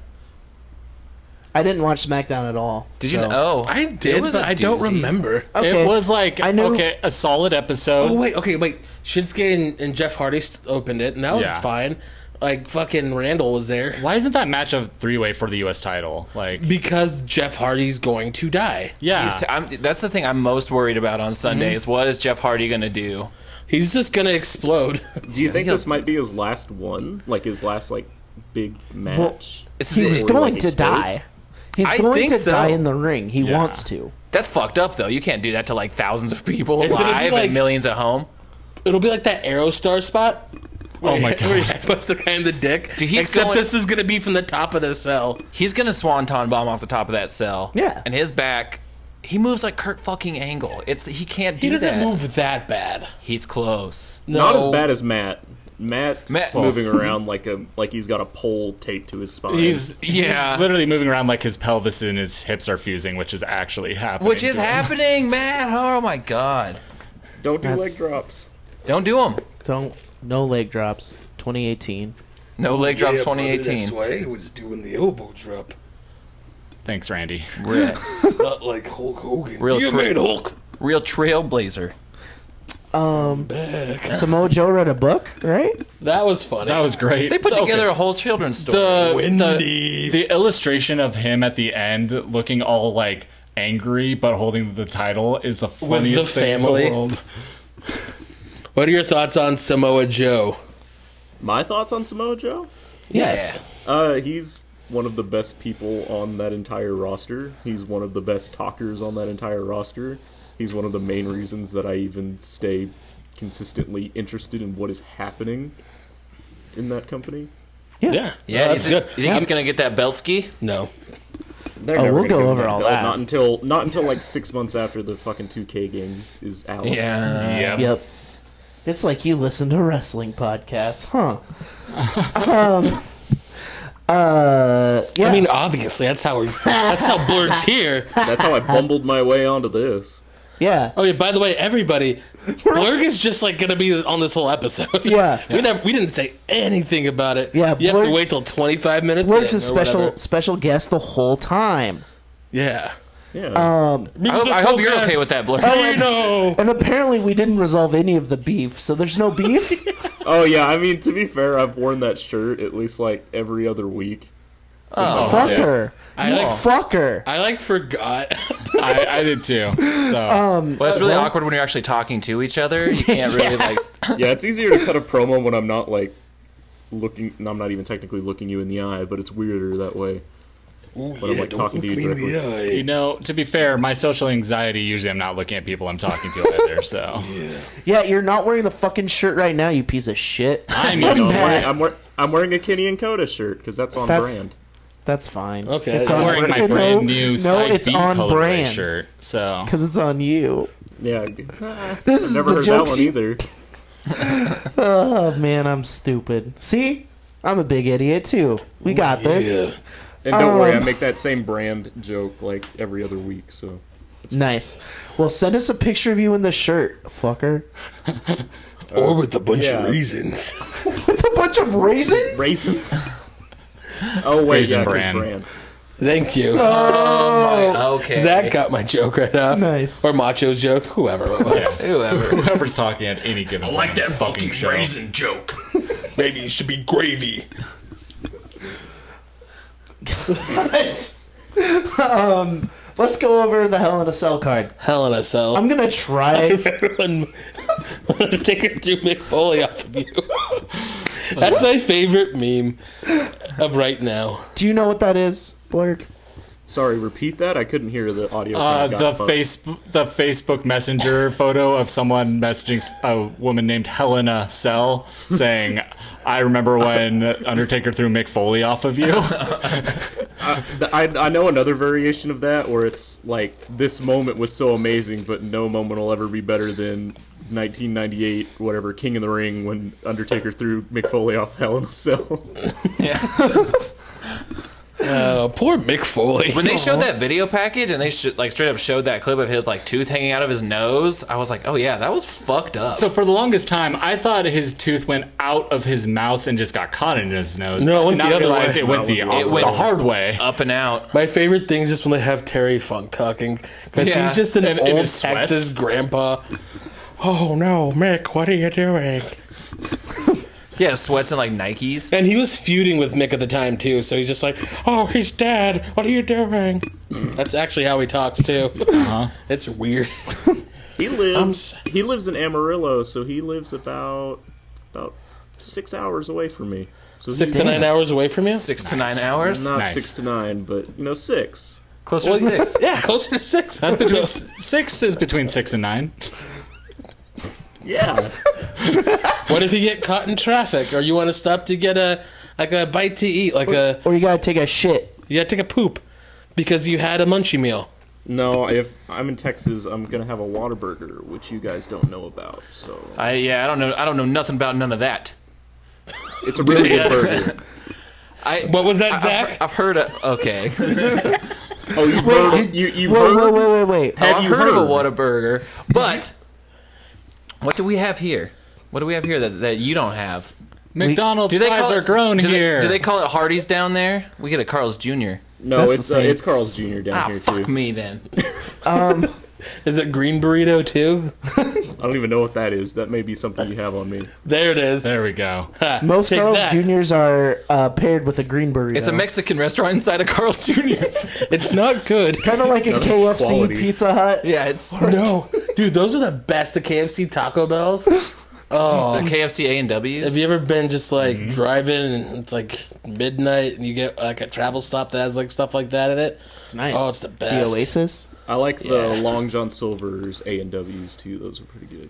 Speaker 4: I didn't watch SmackDown at all.
Speaker 3: Did you?
Speaker 4: so-
Speaker 3: Know? Oh,
Speaker 5: I did,
Speaker 3: It was
Speaker 5: but
Speaker 3: a
Speaker 5: I don't
Speaker 3: doozy.
Speaker 5: remember.
Speaker 4: Okay.
Speaker 6: It was like
Speaker 4: I know-
Speaker 6: okay, a solid episode.
Speaker 5: Oh wait, okay, wait. Shinsuke and, and Jeff Hardy st- opened it, and that was
Speaker 6: Yeah.
Speaker 5: fine. Like fucking Randall was there
Speaker 6: Why isn't that match a three way for the U.S. title? Like,
Speaker 5: because Jeff Hardy's going to die.
Speaker 6: yeah.
Speaker 3: He's- I'm, that's the thing I'm most worried about on Sunday is what is Jeff Hardy gonna do?
Speaker 5: Mm-hmm. He's just gonna explode.
Speaker 7: Do you think this might be his last one? Like his last like big match?
Speaker 3: It's
Speaker 4: He's
Speaker 3: the-
Speaker 4: going
Speaker 7: like,
Speaker 4: to die. He's
Speaker 3: I
Speaker 4: going
Speaker 3: think
Speaker 4: to
Speaker 3: so.
Speaker 4: die in the ring. He
Speaker 6: Yeah.
Speaker 4: wants to.
Speaker 3: that's fucked up though. You can't do that to like thousands of people
Speaker 5: It's gonna be
Speaker 3: live
Speaker 5: like-
Speaker 3: and millions at home.
Speaker 5: It'll be like that Aerostar spot.
Speaker 6: oh my
Speaker 5: Where
Speaker 6: god.
Speaker 5: he puts the guy in the dick.
Speaker 3: Dude, he's
Speaker 5: Except
Speaker 3: going-
Speaker 5: this is gonna be from the top of the cell.
Speaker 3: He's gonna swanton bomb off the top of that cell.
Speaker 4: Yeah.
Speaker 3: And his back, he moves like Kurt fucking Angle. It's he can't do
Speaker 5: He doesn't
Speaker 3: that.
Speaker 5: move that bad.
Speaker 3: He's close.
Speaker 5: No.
Speaker 7: Not as bad as Matt. Matt's
Speaker 3: Matt-
Speaker 7: moving around like a like he's got a pole taped to his spine.
Speaker 6: He's
Speaker 3: Yeah.
Speaker 6: he's literally moving around like his pelvis and his hips are fusing, which is actually happening.
Speaker 3: Which is
Speaker 6: to him.
Speaker 3: happening, Matt. Oh my god.
Speaker 7: Don't do
Speaker 4: That's-
Speaker 7: leg drops.
Speaker 3: Don't do him.
Speaker 4: Don't no leg drops. 2018.
Speaker 3: No leg drops
Speaker 8: Yeah, probably
Speaker 3: 2018.
Speaker 8: That's why he was doing the elbow drop,
Speaker 6: Thanks, Randy.
Speaker 3: Real,
Speaker 8: not like Hulk Hogan.
Speaker 3: Real
Speaker 8: yeah,
Speaker 3: tri-
Speaker 8: man, Hulk.
Speaker 3: real trailblazer.
Speaker 4: Um, Samoa Joe read a book, right?
Speaker 5: That was funny.
Speaker 6: That was great.
Speaker 3: They put
Speaker 5: Okay.
Speaker 3: together a whole children's story.
Speaker 6: the,
Speaker 5: Wendy.
Speaker 6: the the illustration of him at the end looking all like angry but holding the title is the
Speaker 5: With the
Speaker 6: funniest thing
Speaker 5: family.
Speaker 6: in the world.
Speaker 5: What are your thoughts on Samoa Joe?
Speaker 7: My thoughts on Samoa Joe?
Speaker 5: Yes.
Speaker 7: Uh, he's one of the best people on that entire roster. He's one of the best talkers on that entire roster. He's one of the main reasons that I even stay consistently interested in what is happening in that company.
Speaker 5: Yeah,
Speaker 3: Yeah,
Speaker 5: that's
Speaker 3: you thi-
Speaker 5: good.
Speaker 3: You think he's gonna get that Beltsky?
Speaker 5: No,
Speaker 7: They're
Speaker 4: Oh,
Speaker 7: never
Speaker 4: we'll
Speaker 7: gonna
Speaker 4: go
Speaker 7: give
Speaker 4: over
Speaker 7: him
Speaker 4: all
Speaker 7: belt,
Speaker 4: that.
Speaker 7: Not until not until like six months after the fucking 2K game is out.
Speaker 3: Yeah.
Speaker 6: Yeah.
Speaker 4: Yep. It's like you listen to wrestling podcasts, huh? um, uh, yeah.
Speaker 5: I mean obviously that's how we that's how Blurred's here.
Speaker 7: That's how I bumbled my way onto this.
Speaker 4: yeah.
Speaker 5: Oh yeah, by the way, everybody, Blurg is just like gonna be on this whole episode.
Speaker 4: Yeah.
Speaker 5: we never we didn't say anything about it.
Speaker 4: Yeah,
Speaker 5: you have to
Speaker 4: Blurg's-
Speaker 5: wait till twenty five minutes.
Speaker 4: Luke's
Speaker 5: in
Speaker 4: a
Speaker 5: or
Speaker 4: special
Speaker 5: whatever.
Speaker 4: special guest the whole time.
Speaker 5: Yeah,
Speaker 7: Yeah.
Speaker 4: Um,
Speaker 3: I hope, I hope you're okay with that, Blur.
Speaker 5: You know,
Speaker 4: and apparently we didn't resolve any of the beef, so there's no beef.
Speaker 7: oh yeah, I mean to be fair, I've worn that shirt at least like every other week.
Speaker 4: fucker,
Speaker 5: I
Speaker 4: you
Speaker 5: like-
Speaker 4: fucker.
Speaker 5: I like forgot.
Speaker 6: I, I did too. So
Speaker 3: Well, it's really awkward when you're actually talking to each other. You can't really like.
Speaker 7: Yeah, it's easier to cut a promo when I'm not like looking. no, I'm not even technically looking you in the eye, but it's weirder that way.
Speaker 8: Ooh,
Speaker 7: But I'm, like, talking to you
Speaker 8: look me in
Speaker 6: you know, to be fair, my social anxiety usually I'm not looking at people I'm talking to either. So
Speaker 4: yeah, you're not wearing the fucking shirt right now, you piece of shit.
Speaker 6: I
Speaker 7: You know,
Speaker 6: mean,
Speaker 7: I'm, wearing,
Speaker 4: bad.
Speaker 7: I'm, wear- I'm wearing a Kenny and Coda shirt because that's on
Speaker 4: That's-
Speaker 7: brand.
Speaker 4: That's fine.
Speaker 5: Okay,
Speaker 4: it's
Speaker 5: I'm
Speaker 4: on
Speaker 6: wearing my
Speaker 4: no,
Speaker 6: brand new
Speaker 4: no,
Speaker 6: side
Speaker 4: it's
Speaker 6: B
Speaker 4: on
Speaker 6: colorway
Speaker 4: brand
Speaker 6: shirt. So
Speaker 4: because it's on you.
Speaker 7: Yeah,
Speaker 4: This is
Speaker 7: never
Speaker 4: the
Speaker 7: heard that
Speaker 4: jokes
Speaker 7: one
Speaker 4: you-
Speaker 7: either.
Speaker 4: Oh man, I'm stupid. See, I'm a big idiot too. We got this.
Speaker 7: And don't worry, I
Speaker 4: Um,
Speaker 7: make that same brand joke like every other week. So
Speaker 4: Nice. Well, send us a picture of you in the shirt, fucker.
Speaker 8: or with a bunch
Speaker 7: yeah.
Speaker 8: of reasons.
Speaker 4: With a bunch of raisins.
Speaker 7: raisins. oh wait,
Speaker 6: Raisin
Speaker 7: yeah, 'cause
Speaker 6: Bran.
Speaker 7: brand.
Speaker 5: Thank you.
Speaker 3: Okay.
Speaker 5: Zach got my joke right off.
Speaker 4: Oh. Nice.
Speaker 5: Or Macho's joke, whoever it was.
Speaker 3: Whoever.
Speaker 6: whoever's talking at any given I
Speaker 8: Like that fucking
Speaker 6: show.
Speaker 8: raisin joke. Maybe it should be gravy.
Speaker 4: um, let's go over the Hell in a Cell card.
Speaker 5: Hell in a cell.
Speaker 4: I'm gonna try.
Speaker 5: Everyone, Undertaker threw Mick Foley off of you. That's my favorite meme of right now.
Speaker 4: Do you know what that is, Blurg?
Speaker 7: Sorry, repeat that. I couldn't hear the audio.
Speaker 6: Uh,
Speaker 7: kinda got
Speaker 6: the
Speaker 7: fucked.
Speaker 6: face, the Facebook Messenger photo of someone messaging s- a woman named Helena Cell saying, "I remember when Undertaker threw Mick Foley off of you."
Speaker 7: Th- I, I know another variation of that where it's like this moment was so amazing, but no moment will ever be better than 1998, whatever King of the Ring when Undertaker threw Mick Foley off Hell in a Cell.
Speaker 5: Uh, poor Mick Foley.
Speaker 3: When they showed that video package and they sh- like straight up showed that clip of his like tooth hanging out of his nose, I was like, oh yeah, that was fucked up.
Speaker 6: so for the longest time, I thought his tooth went out of his mouth and just got caught in his nose.
Speaker 5: No, it went
Speaker 6: Now
Speaker 5: the
Speaker 6: I
Speaker 5: other
Speaker 6: realized
Speaker 5: way.
Speaker 6: It went the,
Speaker 3: It went-
Speaker 6: the hard way.
Speaker 3: up and out.
Speaker 5: My favorite thing is just when they have Terry Funk talking because
Speaker 3: Yeah.
Speaker 5: he's just an
Speaker 6: And in
Speaker 5: old
Speaker 6: his sweats.
Speaker 5: Texas grandpa. Oh no, Mick, what are you doing?
Speaker 3: Yeah, sweats and like Nikes.
Speaker 5: And he was feuding with Mick at the time too, so he's just like, "Oh, he's dead. What are you doing?" That's actually how he talks too. It's weird.
Speaker 7: He
Speaker 5: I'm
Speaker 7: lives
Speaker 5: s-
Speaker 7: he lives in Amarillo, so he lives about about six hours away from me. So
Speaker 5: Six
Speaker 7: he's
Speaker 5: to nine hours away from you.
Speaker 3: Six to nine hours.
Speaker 7: Not
Speaker 6: Nice.
Speaker 7: six to nine, but you know six.
Speaker 3: Closer to six.
Speaker 5: Yeah, closer to six.
Speaker 6: That's between s- six is between six and nine.
Speaker 7: Yeah,
Speaker 5: What if you get caught in traffic, or you want to stop to get a like a bite to eat, like a
Speaker 4: Or you gotta take a shit.
Speaker 5: you gotta take a poop because you had a munchie meal?
Speaker 7: no. If I'm in Texas, I'm gonna have a Whataburger, which you guys don't know about. So
Speaker 3: I yeah, I don't know. I don't know nothing about none of that.
Speaker 7: it's a really good burger.
Speaker 3: I
Speaker 5: What was that,
Speaker 3: I- I've-
Speaker 5: Zach?
Speaker 3: I've, heard. Of, okay,
Speaker 7: Oh, you heard? You, you
Speaker 4: Wait, wait,
Speaker 7: heard?
Speaker 4: wait, wait, wait.
Speaker 3: I've
Speaker 7: you
Speaker 3: heard, of a
Speaker 7: heard?
Speaker 3: Whataburger, but what do we have here? What do we have here that, that you don't have?
Speaker 6: McDonald's
Speaker 3: Do they
Speaker 6: fries
Speaker 3: call
Speaker 6: are
Speaker 3: it-
Speaker 6: grown
Speaker 3: do they-
Speaker 6: here.
Speaker 3: do they call it Hardee's down there? We get a Carl's Jr.
Speaker 7: No,
Speaker 4: That's the
Speaker 7: it's uh,
Speaker 4: same.
Speaker 7: it's Carl's Jr. down
Speaker 3: Ah,
Speaker 7: here
Speaker 3: fuck
Speaker 7: too.
Speaker 3: me then.
Speaker 5: Is it green burrito too?
Speaker 7: I don't even know what that is. That may be something you have on me.
Speaker 5: There it is.
Speaker 6: there we go.
Speaker 5: Ha,
Speaker 4: Most
Speaker 5: take
Speaker 4: Carl's
Speaker 5: that.
Speaker 4: Juniors are uh, paired with a green burrito.
Speaker 3: It's a Mexican restaurant inside of Carl's Jr.'s.
Speaker 5: It's not good.
Speaker 4: kind of like a
Speaker 7: that's
Speaker 4: KFC
Speaker 7: quality.
Speaker 4: Pizza Hut.
Speaker 3: yeah, it's
Speaker 5: No, dude, those are the best. The KFC Taco Bells. Oh,
Speaker 3: The KFC A and W's.
Speaker 5: Have you ever been just like driving and it's like midnight and you get like a travel stop that has like stuff like that in it?
Speaker 4: Nice.
Speaker 5: Oh, it's the best.
Speaker 4: The Oasis.
Speaker 7: I like the Long John Silver's A and W's too. Those are pretty good.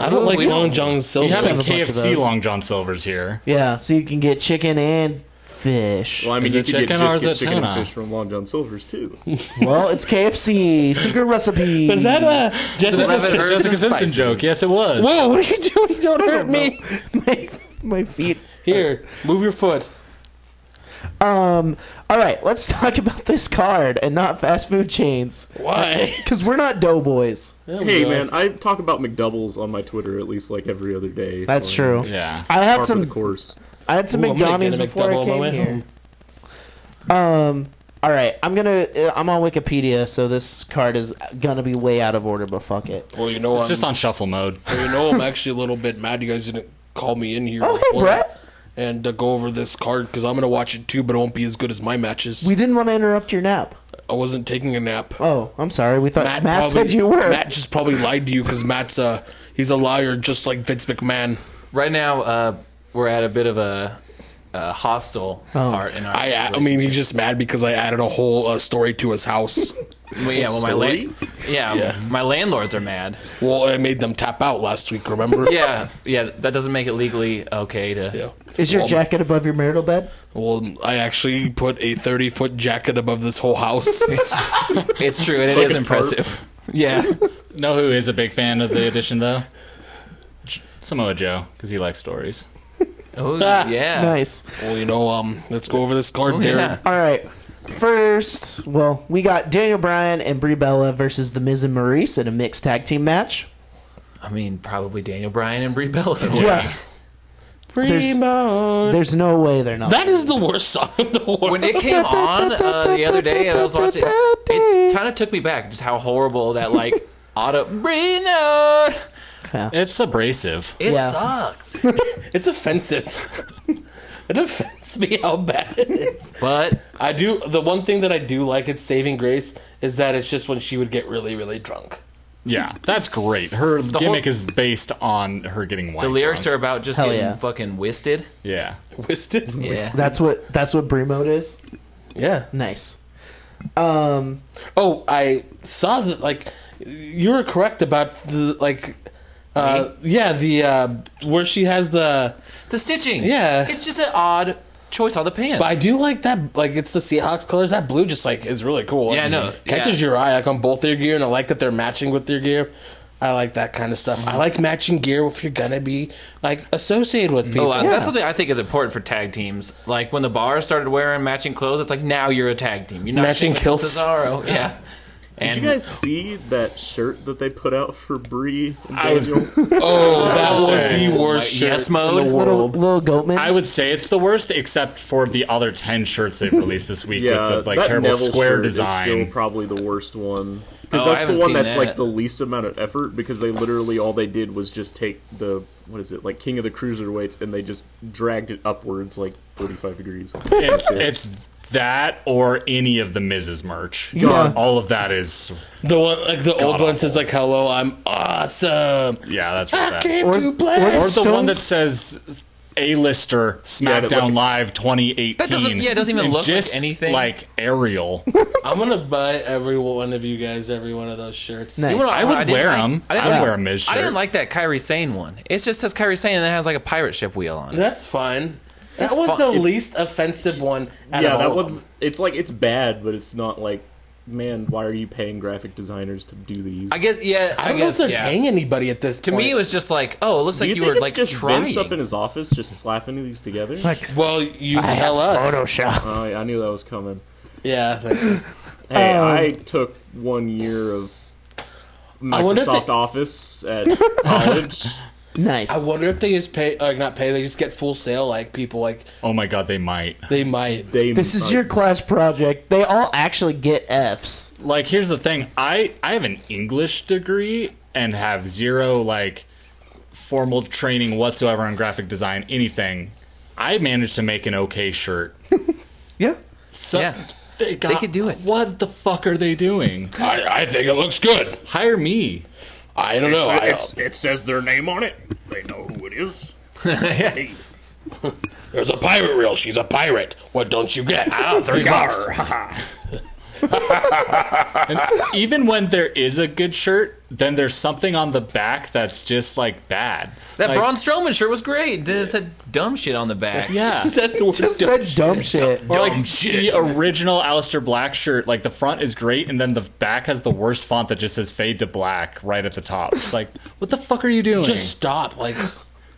Speaker 5: I don't
Speaker 3: Ooh,
Speaker 5: like
Speaker 3: we
Speaker 5: Long
Speaker 3: don't-
Speaker 5: John
Speaker 6: We
Speaker 5: Silver's.
Speaker 6: have a
Speaker 4: have a bunch of
Speaker 6: KFC
Speaker 4: those.
Speaker 6: Long John Silver's here.
Speaker 4: Yeah, so you can get chicken and fish.
Speaker 7: Well, I mean,
Speaker 6: Is
Speaker 7: you
Speaker 6: it
Speaker 7: could get,
Speaker 6: chicken or
Speaker 7: just
Speaker 6: is
Speaker 7: get
Speaker 6: it
Speaker 7: chicken and
Speaker 6: tuna?
Speaker 7: fish from Long John Silver's too.
Speaker 4: Well, it's KFC secret recipe.
Speaker 5: Is that a Jessica?
Speaker 3: Eleven herbs
Speaker 5: Jessica
Speaker 3: and
Speaker 5: Simpson?
Speaker 3: spices.
Speaker 6: Joke. Yes, it was.
Speaker 5: Whoa! oh, What are you doing? Don't hurt me.
Speaker 4: my, my feet?
Speaker 5: Here, move your foot.
Speaker 4: Um. All right, let's talk about this card and not fast food chains
Speaker 5: Why?
Speaker 4: because we're not doughboys.
Speaker 5: There we
Speaker 7: hey
Speaker 5: go.
Speaker 7: man, I talk about McDoubles on my Twitter at least like every other day.
Speaker 4: That's
Speaker 7: so
Speaker 4: true.
Speaker 6: Yeah.
Speaker 4: I
Speaker 7: Par
Speaker 4: had
Speaker 7: for the
Speaker 4: some.
Speaker 7: course.
Speaker 4: I had some
Speaker 5: Ooh, I'm gonna
Speaker 4: McDonald's
Speaker 5: get a
Speaker 4: before
Speaker 5: McDouble
Speaker 4: I
Speaker 5: on my
Speaker 4: came
Speaker 5: way
Speaker 4: here. Um. All right, I'm gonna. uh, I'm on Wikipedia, so this card is gonna be way out of order, but fuck it.
Speaker 5: Well, you know, I'm,
Speaker 6: It's just on shuffle mode.
Speaker 5: well, you know, I'm actually a little bit mad. You guys didn't call me in here.
Speaker 4: Oh, hey,
Speaker 5: Well,
Speaker 4: Brett.
Speaker 5: And to go over this card because I'm gonna watch it too, but it won't be as good as my matches.
Speaker 4: We didn't want to interrupt your nap.
Speaker 5: I wasn't taking a nap.
Speaker 4: Oh, I'm sorry. We thought Matt,
Speaker 5: probably-
Speaker 4: said you were.
Speaker 5: Matt just probably lied to you because Matt's a he's a liar, just like Vince McMahon.
Speaker 3: right now, uh, we're at a bit of a, a hostile part in our.
Speaker 5: I I mean he's just mad because I added a whole uh, story to his house.
Speaker 3: Well, yeah, well, my
Speaker 7: Story?
Speaker 3: la- yeah, my landlords are mad.
Speaker 5: well, I made them tap out last week. Remember?
Speaker 3: Yeah, yeah, that doesn't make it legally okay to.
Speaker 5: Yeah.
Speaker 4: Is your
Speaker 5: Well,
Speaker 4: jacket above your marital bed?
Speaker 5: Well, I actually put a thirty foot jacket above this whole house.
Speaker 3: It's, it's true, and it's
Speaker 7: like a tarp.
Speaker 3: impressive.
Speaker 5: yeah.
Speaker 6: Know who is a big fan of the edition though? J- Samoa Joe, because he likes stories.
Speaker 3: Oh yeah,
Speaker 4: Nice.
Speaker 5: Well, you know, um, let's go over this card,
Speaker 3: Oh,
Speaker 5: Derek.
Speaker 3: yeah.
Speaker 4: All right. First, well, we got Daniel Bryan and Brie Bella versus The Miz and Maurice in a mixed tag team match.
Speaker 3: I mean, probably Daniel Bryan and Brie Bella.
Speaker 4: Yeah.
Speaker 5: Primo.
Speaker 4: There's no way they're not.
Speaker 5: That is the worst song in the world.
Speaker 3: When it came on uh, the other day, and I was watching, it, it kind of took me back just how horrible that like auto Brina.
Speaker 6: It's abrasive.
Speaker 3: It
Speaker 4: Yeah.
Speaker 3: sucks,
Speaker 5: it's offensive. it offends me how bad it is.
Speaker 3: but
Speaker 5: I do the one thing that I do like it's saving grace is that it's just when she would get really really drunk.
Speaker 6: Yeah, that's great. Her gimmick
Speaker 3: whole-
Speaker 6: is based on her getting wine.
Speaker 3: the lyrics are
Speaker 6: drunk.
Speaker 3: about just
Speaker 4: Hell
Speaker 3: getting
Speaker 4: yeah.
Speaker 3: fucking whisted.
Speaker 6: Yeah.
Speaker 5: Twisted.
Speaker 3: Yeah.
Speaker 4: That's what that's what Brie mode is.
Speaker 5: Yeah.
Speaker 4: Nice. Um,
Speaker 5: Oh, I saw that. Like, you were correct about the like. Uh, yeah, the uh, where she has the.
Speaker 3: The stitching.
Speaker 5: Yeah.
Speaker 3: It's just an odd choice on the pants.
Speaker 5: But I do like that. Like, it's the Seahawks colors. That blue just like is really cool.
Speaker 3: Yeah, I know.
Speaker 5: Catches
Speaker 3: Yeah.
Speaker 5: your eye like on both their gear, and I like that they're matching with their gear. I like that kind of stuff. I like matching gear if you're gonna be like associated with people.
Speaker 3: Oh, I- That's something I think is important for tag teams. Like when the bar started wearing matching clothes, it's like now you're a tag team. You're not
Speaker 5: Matching
Speaker 3: Sheamus
Speaker 5: kilts.
Speaker 3: and Cesaro. Yeah. And
Speaker 7: Did you guys see that shirt that they put out for Brie? And
Speaker 6: I was-
Speaker 7: Daniel?
Speaker 5: Oh, that
Speaker 6: gonna
Speaker 5: was
Speaker 6: say,
Speaker 5: the worst
Speaker 3: like,
Speaker 5: shirt
Speaker 3: yes
Speaker 5: in
Speaker 3: mode?
Speaker 5: the
Speaker 4: little
Speaker 5: world.
Speaker 4: little Goatman.
Speaker 6: I would say it's the worst, except for the other ten shirts they've released this week
Speaker 7: Yeah,
Speaker 6: with the like
Speaker 7: that
Speaker 6: terrible
Speaker 7: Neville
Speaker 6: square
Speaker 7: shirt is
Speaker 6: design.
Speaker 7: still probably the worst one because
Speaker 3: Oh, I
Speaker 7: that's
Speaker 3: haven't
Speaker 7: the one
Speaker 3: seen
Speaker 7: that's
Speaker 3: that.
Speaker 7: like the least amount of effort because they literally all they did was just take the what is it like King of the Cruiserweights and they just dragged it upwards like 45 degrees.
Speaker 6: It's, it's that or any of the Mrs. merch.
Speaker 4: Yeah.
Speaker 6: All of that is.
Speaker 5: The one, like the old one says like, "Hello, I'm awesome."
Speaker 6: Yeah, that's
Speaker 5: I
Speaker 6: what that.
Speaker 5: came
Speaker 4: Or-
Speaker 5: to
Speaker 4: or
Speaker 5: play.
Speaker 6: Or the
Speaker 4: Stone-
Speaker 6: one that says A-lister
Speaker 7: Yeah,
Speaker 6: SmackDown
Speaker 7: that look-
Speaker 6: Live 2018.
Speaker 3: That doesn't- yeah, it doesn't even
Speaker 6: And
Speaker 3: look like
Speaker 6: just
Speaker 3: anything.
Speaker 6: Like aerial.
Speaker 5: I'm gonna buy every one of you guys every one of those shirts.
Speaker 4: Nice.
Speaker 5: Do you wanna-
Speaker 6: I would
Speaker 3: didn't
Speaker 6: wear
Speaker 3: like-
Speaker 6: 'em.
Speaker 3: I didn't
Speaker 6: I'd
Speaker 3: like-
Speaker 6: wear a Miz
Speaker 3: I didn't
Speaker 6: shirt.
Speaker 3: like that Kyrie Sane one. It just says Kyrie Sane and it has like a pirate ship wheel on it.
Speaker 5: that's fine. That was
Speaker 3: fine.
Speaker 5: the least offensive one. Out
Speaker 7: yeah,
Speaker 5: of all
Speaker 7: that
Speaker 5: of
Speaker 7: one's
Speaker 5: them.
Speaker 7: it's like it's bad, but it's not like man, why are you paying graphic designers to do these?
Speaker 3: I guess. Yeah.
Speaker 5: I
Speaker 3: I,
Speaker 5: don't know if
Speaker 3: guess.
Speaker 5: they're
Speaker 3: yeah.
Speaker 5: paying anybody at this.
Speaker 3: To me, it was just like, oh, it looks
Speaker 7: do
Speaker 3: like
Speaker 7: you,
Speaker 3: you,
Speaker 7: think
Speaker 3: were
Speaker 7: it's
Speaker 3: like
Speaker 7: just
Speaker 3: trying.
Speaker 7: Vince up in his office just slapping these together?
Speaker 5: well. You tell us.
Speaker 4: Photoshop.
Speaker 7: Oh, yeah, I knew that was coming.
Speaker 5: Yeah. like-
Speaker 7: Hey,
Speaker 4: Um,
Speaker 7: I took one year of
Speaker 5: wonder if
Speaker 7: Microsoft
Speaker 5: they-
Speaker 7: Office at college.
Speaker 4: Nice.
Speaker 5: I wonder if they just pay, like not pay. They just get full sale. Like people, like
Speaker 6: Oh my god, they might.
Speaker 5: they might.
Speaker 7: They,
Speaker 4: this is your class project. They all actually get Fs.
Speaker 6: Like here's the thing. I I have an English degree and have zero like formal training whatsoever on graphic design anything. I managed to make an okay shirt.
Speaker 4: Yeah.
Speaker 6: So
Speaker 3: Yeah.
Speaker 6: They, got,
Speaker 3: could do it.
Speaker 6: What the fuck are they doing?
Speaker 8: I, I think it looks good.
Speaker 6: Hire me.
Speaker 5: I don't know. I,
Speaker 7: it says their name on it.
Speaker 9: They know who it is. Hey,
Speaker 8: There's a pirate reel. She's a pirate. What don't you get? Ah, three bucks.
Speaker 6: Even when there is a good shirt, then there's something on the back that's just like bad.
Speaker 3: That
Speaker 6: like,
Speaker 3: Braun Strowman shirt was great. Then it said dumb shit on the back.
Speaker 6: Yeah.
Speaker 8: That's the worst.
Speaker 4: Just that dumb shit.
Speaker 3: Or
Speaker 8: dumb
Speaker 3: like,
Speaker 8: shit.
Speaker 6: The original Alistair Black shirt, like the front is great, and then the back has the worst font that just says fade to black right at the top. It's like, what the fuck are you doing?
Speaker 5: Just stop. Like,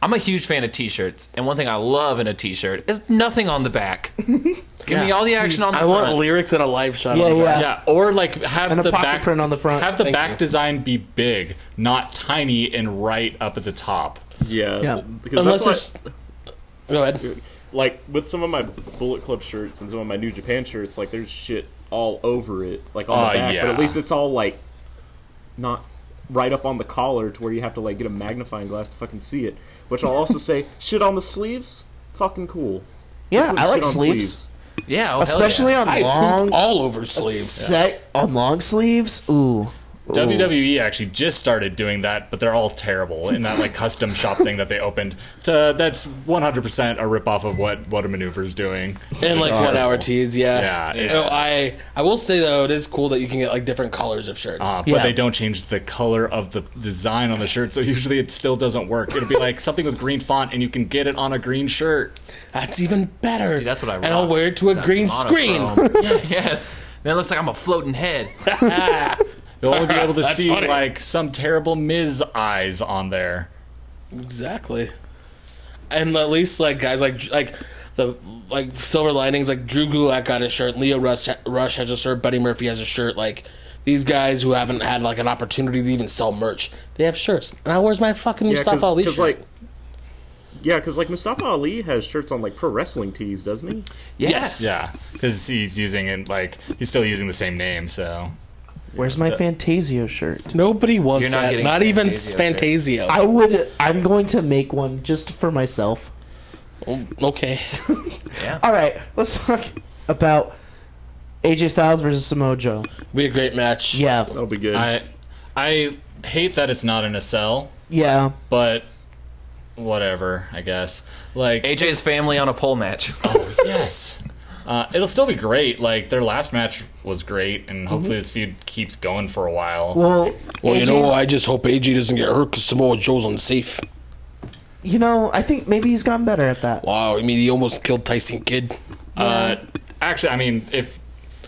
Speaker 3: I'm a huge fan of t-shirts, and one thing I love in a t-shirt is nothing on the back. Give me all the action on the
Speaker 5: I
Speaker 3: front.
Speaker 5: want lyrics and a live shot.
Speaker 4: Yeah,
Speaker 5: on the back.
Speaker 4: yeah.
Speaker 6: yeah, or like have
Speaker 4: And a
Speaker 6: the
Speaker 4: pocket
Speaker 6: back
Speaker 4: print on the front.
Speaker 6: Have the
Speaker 5: Thank
Speaker 6: back
Speaker 5: you.
Speaker 6: design be big, not tiny and right up at the top.
Speaker 7: Yeah,
Speaker 4: Yeah.
Speaker 7: because
Speaker 5: Unless
Speaker 7: that's
Speaker 5: it's.
Speaker 7: why,
Speaker 5: Go ahead.
Speaker 7: like with some of my Bullet Club shirts and some of my New Japan shirts, like there's shit all over it, like on
Speaker 6: Oh,
Speaker 7: the back. But
Speaker 6: yeah.
Speaker 7: at least it's all like not right up on the collar to where you have to like get a magnifying glass to fucking see it. Which I'll also say, shit on the sleeves, fucking cool.
Speaker 4: Yeah,
Speaker 7: Put
Speaker 4: I
Speaker 7: shit
Speaker 4: like
Speaker 7: on
Speaker 4: sleeves,
Speaker 3: yeah, oh, hell
Speaker 4: especially
Speaker 3: yeah.
Speaker 4: on
Speaker 5: I
Speaker 4: long
Speaker 5: poop all over sleeves.
Speaker 4: set on long sleeves. Ooh,
Speaker 6: WWE E actually just started doing that, but they're all terrible in that like custom shop thing that they opened. To, that's 100% a ripoff of what what a maneuver's doing.
Speaker 5: And like one hour tees, yeah.
Speaker 6: Yeah,
Speaker 5: You
Speaker 6: it's-
Speaker 5: know, I I will say though, it is cool that you can get like different colors of shirts.
Speaker 6: Uh, but
Speaker 4: Yeah.
Speaker 6: they don't change the color of the design on the shirt, so usually it still doesn't work. It'll be like something with green font, and you can get it on a green shirt.
Speaker 5: that's even better.
Speaker 3: Dude, that's what I
Speaker 5: And I'll
Speaker 3: rock.
Speaker 5: wear it to a green
Speaker 3: Monochrome.
Speaker 5: screen.
Speaker 3: yes. yes. Then it looks like I'm a floating head.
Speaker 6: You'll only be able to
Speaker 5: That's
Speaker 6: see
Speaker 5: funny.
Speaker 6: like some terrible Miz eyes on there.
Speaker 5: exactly. And at least like guys like like the like silver linings like Drew Gulak got a shirt, Leo Rush Rush has a shirt, Buddy Murphy has a shirt. Like these guys who haven't had like an opportunity to even sell merch, they have shirts. And I wears my fucking
Speaker 7: Yeah,
Speaker 5: Mustafa Ali shirt.
Speaker 7: like. Yeah, because like Mustafa Ali has shirts on like pro wrestling tees, doesn't he?
Speaker 5: yes.
Speaker 6: Yeah, because he's using it like he's still using the same name. So
Speaker 4: where's my Fantasio shirt?
Speaker 5: Nobody wants
Speaker 3: You're not
Speaker 5: that.
Speaker 3: getting
Speaker 5: Not even
Speaker 3: Fantasio
Speaker 5: Fantasio.
Speaker 4: I would. I'm going to make one just for myself.
Speaker 5: okay.
Speaker 4: All right, let's talk about AJ Styles versus Samoa Joe.
Speaker 5: Be a great match.
Speaker 4: Yeah,
Speaker 7: That'll be good.
Speaker 6: I I hate that it's not in a cell,
Speaker 4: yeah.
Speaker 6: but whatever. I guess like
Speaker 3: AJ's family on a pole match.
Speaker 6: Oh, yes. Uh, it'll still be great. Like their last match was great, and hopefully this feud keeps going for a while.
Speaker 4: Mm-hmm. Well,
Speaker 8: Well, you
Speaker 4: AJ's
Speaker 8: know, I just hope AJ doesn't get hurt because Samoa Joe's unsafe.
Speaker 4: you know, I think maybe he's gotten better at that.
Speaker 8: Wow, I mean, he almost killed Tyson Kidd.
Speaker 6: Uh, actually, I mean, if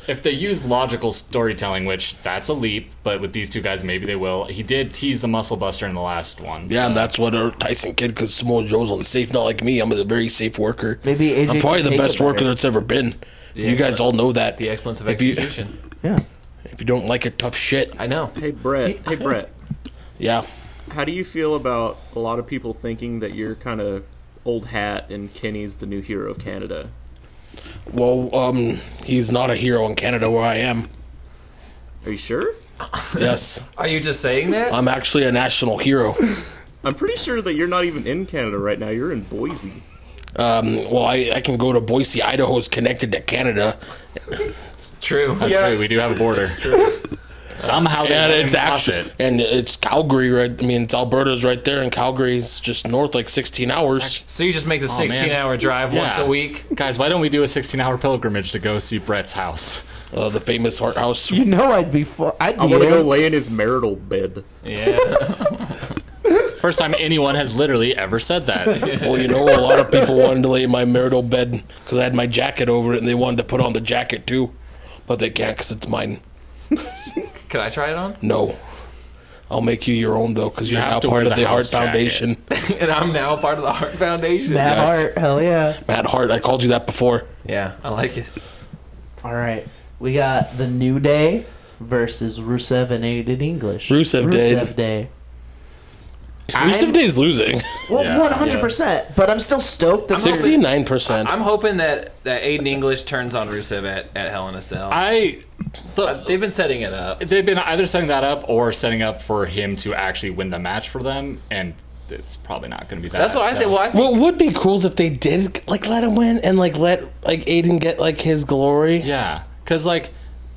Speaker 6: if they use logical storytelling, which that's a leap, but with these two guys, maybe they will. He did tease the Muscle Buster in the last one. so-
Speaker 8: Yeah, and that's what hurt Tyson Kidd because Samoa Joe's unsafe. Not like me. I'm a very safe worker.
Speaker 4: Maybe AJ
Speaker 8: I'm probably
Speaker 4: can
Speaker 8: the
Speaker 4: take
Speaker 8: best
Speaker 4: it
Speaker 8: worker
Speaker 4: better.
Speaker 8: that's ever been. you guys all know that.
Speaker 3: The excellence of
Speaker 8: If you-
Speaker 3: execution.
Speaker 4: Yeah,
Speaker 8: If you don't like it, tough shit.
Speaker 3: I know.
Speaker 7: hey Brett. Hey Brett.
Speaker 8: Yeah.
Speaker 7: How do you feel about a lot of people thinking that you're kind of old hat and Kenny's the new hero of Canada?
Speaker 8: Well, um, he's not a hero in Canada where I am.
Speaker 7: Are you sure?
Speaker 8: Yes,
Speaker 3: Are you just saying that?
Speaker 8: I'm actually a national hero.
Speaker 7: I'm pretty sure that you're not even in Canada right now. You're in Boise.
Speaker 8: Um, well, I, I can go to Boise, Idaho is connected to Canada,
Speaker 3: True.
Speaker 6: That's true, We do have a border. Somehow they
Speaker 8: and
Speaker 6: let
Speaker 8: it's
Speaker 6: him cross
Speaker 8: actually and it's Calgary. Right, I mean, it's Alberta's right there, and Calgary's just north, like 16 hours.
Speaker 3: So you just make the
Speaker 5: Oh,
Speaker 3: 16
Speaker 6: man.
Speaker 3: hour drive
Speaker 6: Yeah.
Speaker 3: once a week?
Speaker 6: Guys, why don't we do a 16-hour pilgrimage to go see Brett's house?
Speaker 8: Uh, the famous Hart House.
Speaker 4: you know, I'd be. Fu- I'd
Speaker 7: I
Speaker 4: be.
Speaker 7: want to
Speaker 4: in.
Speaker 7: go lay in his marital bed.
Speaker 3: Yeah.
Speaker 6: First time anyone has literally ever said that.
Speaker 8: Well, you know, a lot of people wanted to lay in my marital bed because I had my jacket over it, and they wanted to put on the jacket too, but they can't because it's mine.
Speaker 3: Can I try it on?
Speaker 8: No, I'll make you your own though because you're
Speaker 6: have
Speaker 8: now
Speaker 6: to
Speaker 8: part
Speaker 6: wear
Speaker 8: of
Speaker 6: the
Speaker 8: the Hart
Speaker 6: house jacket.
Speaker 8: Foundation.
Speaker 3: And I'm now part of the Heart Foundation.
Speaker 4: Matt
Speaker 8: Yes.
Speaker 4: Hart, hell yeah.
Speaker 8: Matt Hart, I called you that before.
Speaker 3: Yeah, I like it.
Speaker 4: All right, we got the New Day versus Rusev and Aiden English.
Speaker 8: Rusev Day.
Speaker 4: Rusev Day.
Speaker 8: Rusev Day's losing
Speaker 4: Well,
Speaker 6: Yeah,
Speaker 4: one hundred percent. But I'm still stoked that they're-
Speaker 8: 69 percent.
Speaker 3: I'm hoping that, that Aiden English turns on Rusev at, at Hell in a Cell.
Speaker 6: I
Speaker 3: They've been setting it up.
Speaker 6: they've been either setting that up or setting up for him to actually win the match for them, and it's probably not going to be that.
Speaker 3: That's what I
Speaker 6: so-
Speaker 3: think. Well, I think
Speaker 8: What would be cool is if they did like let him win and like let like Aiden get like his glory.
Speaker 6: Yeah, because like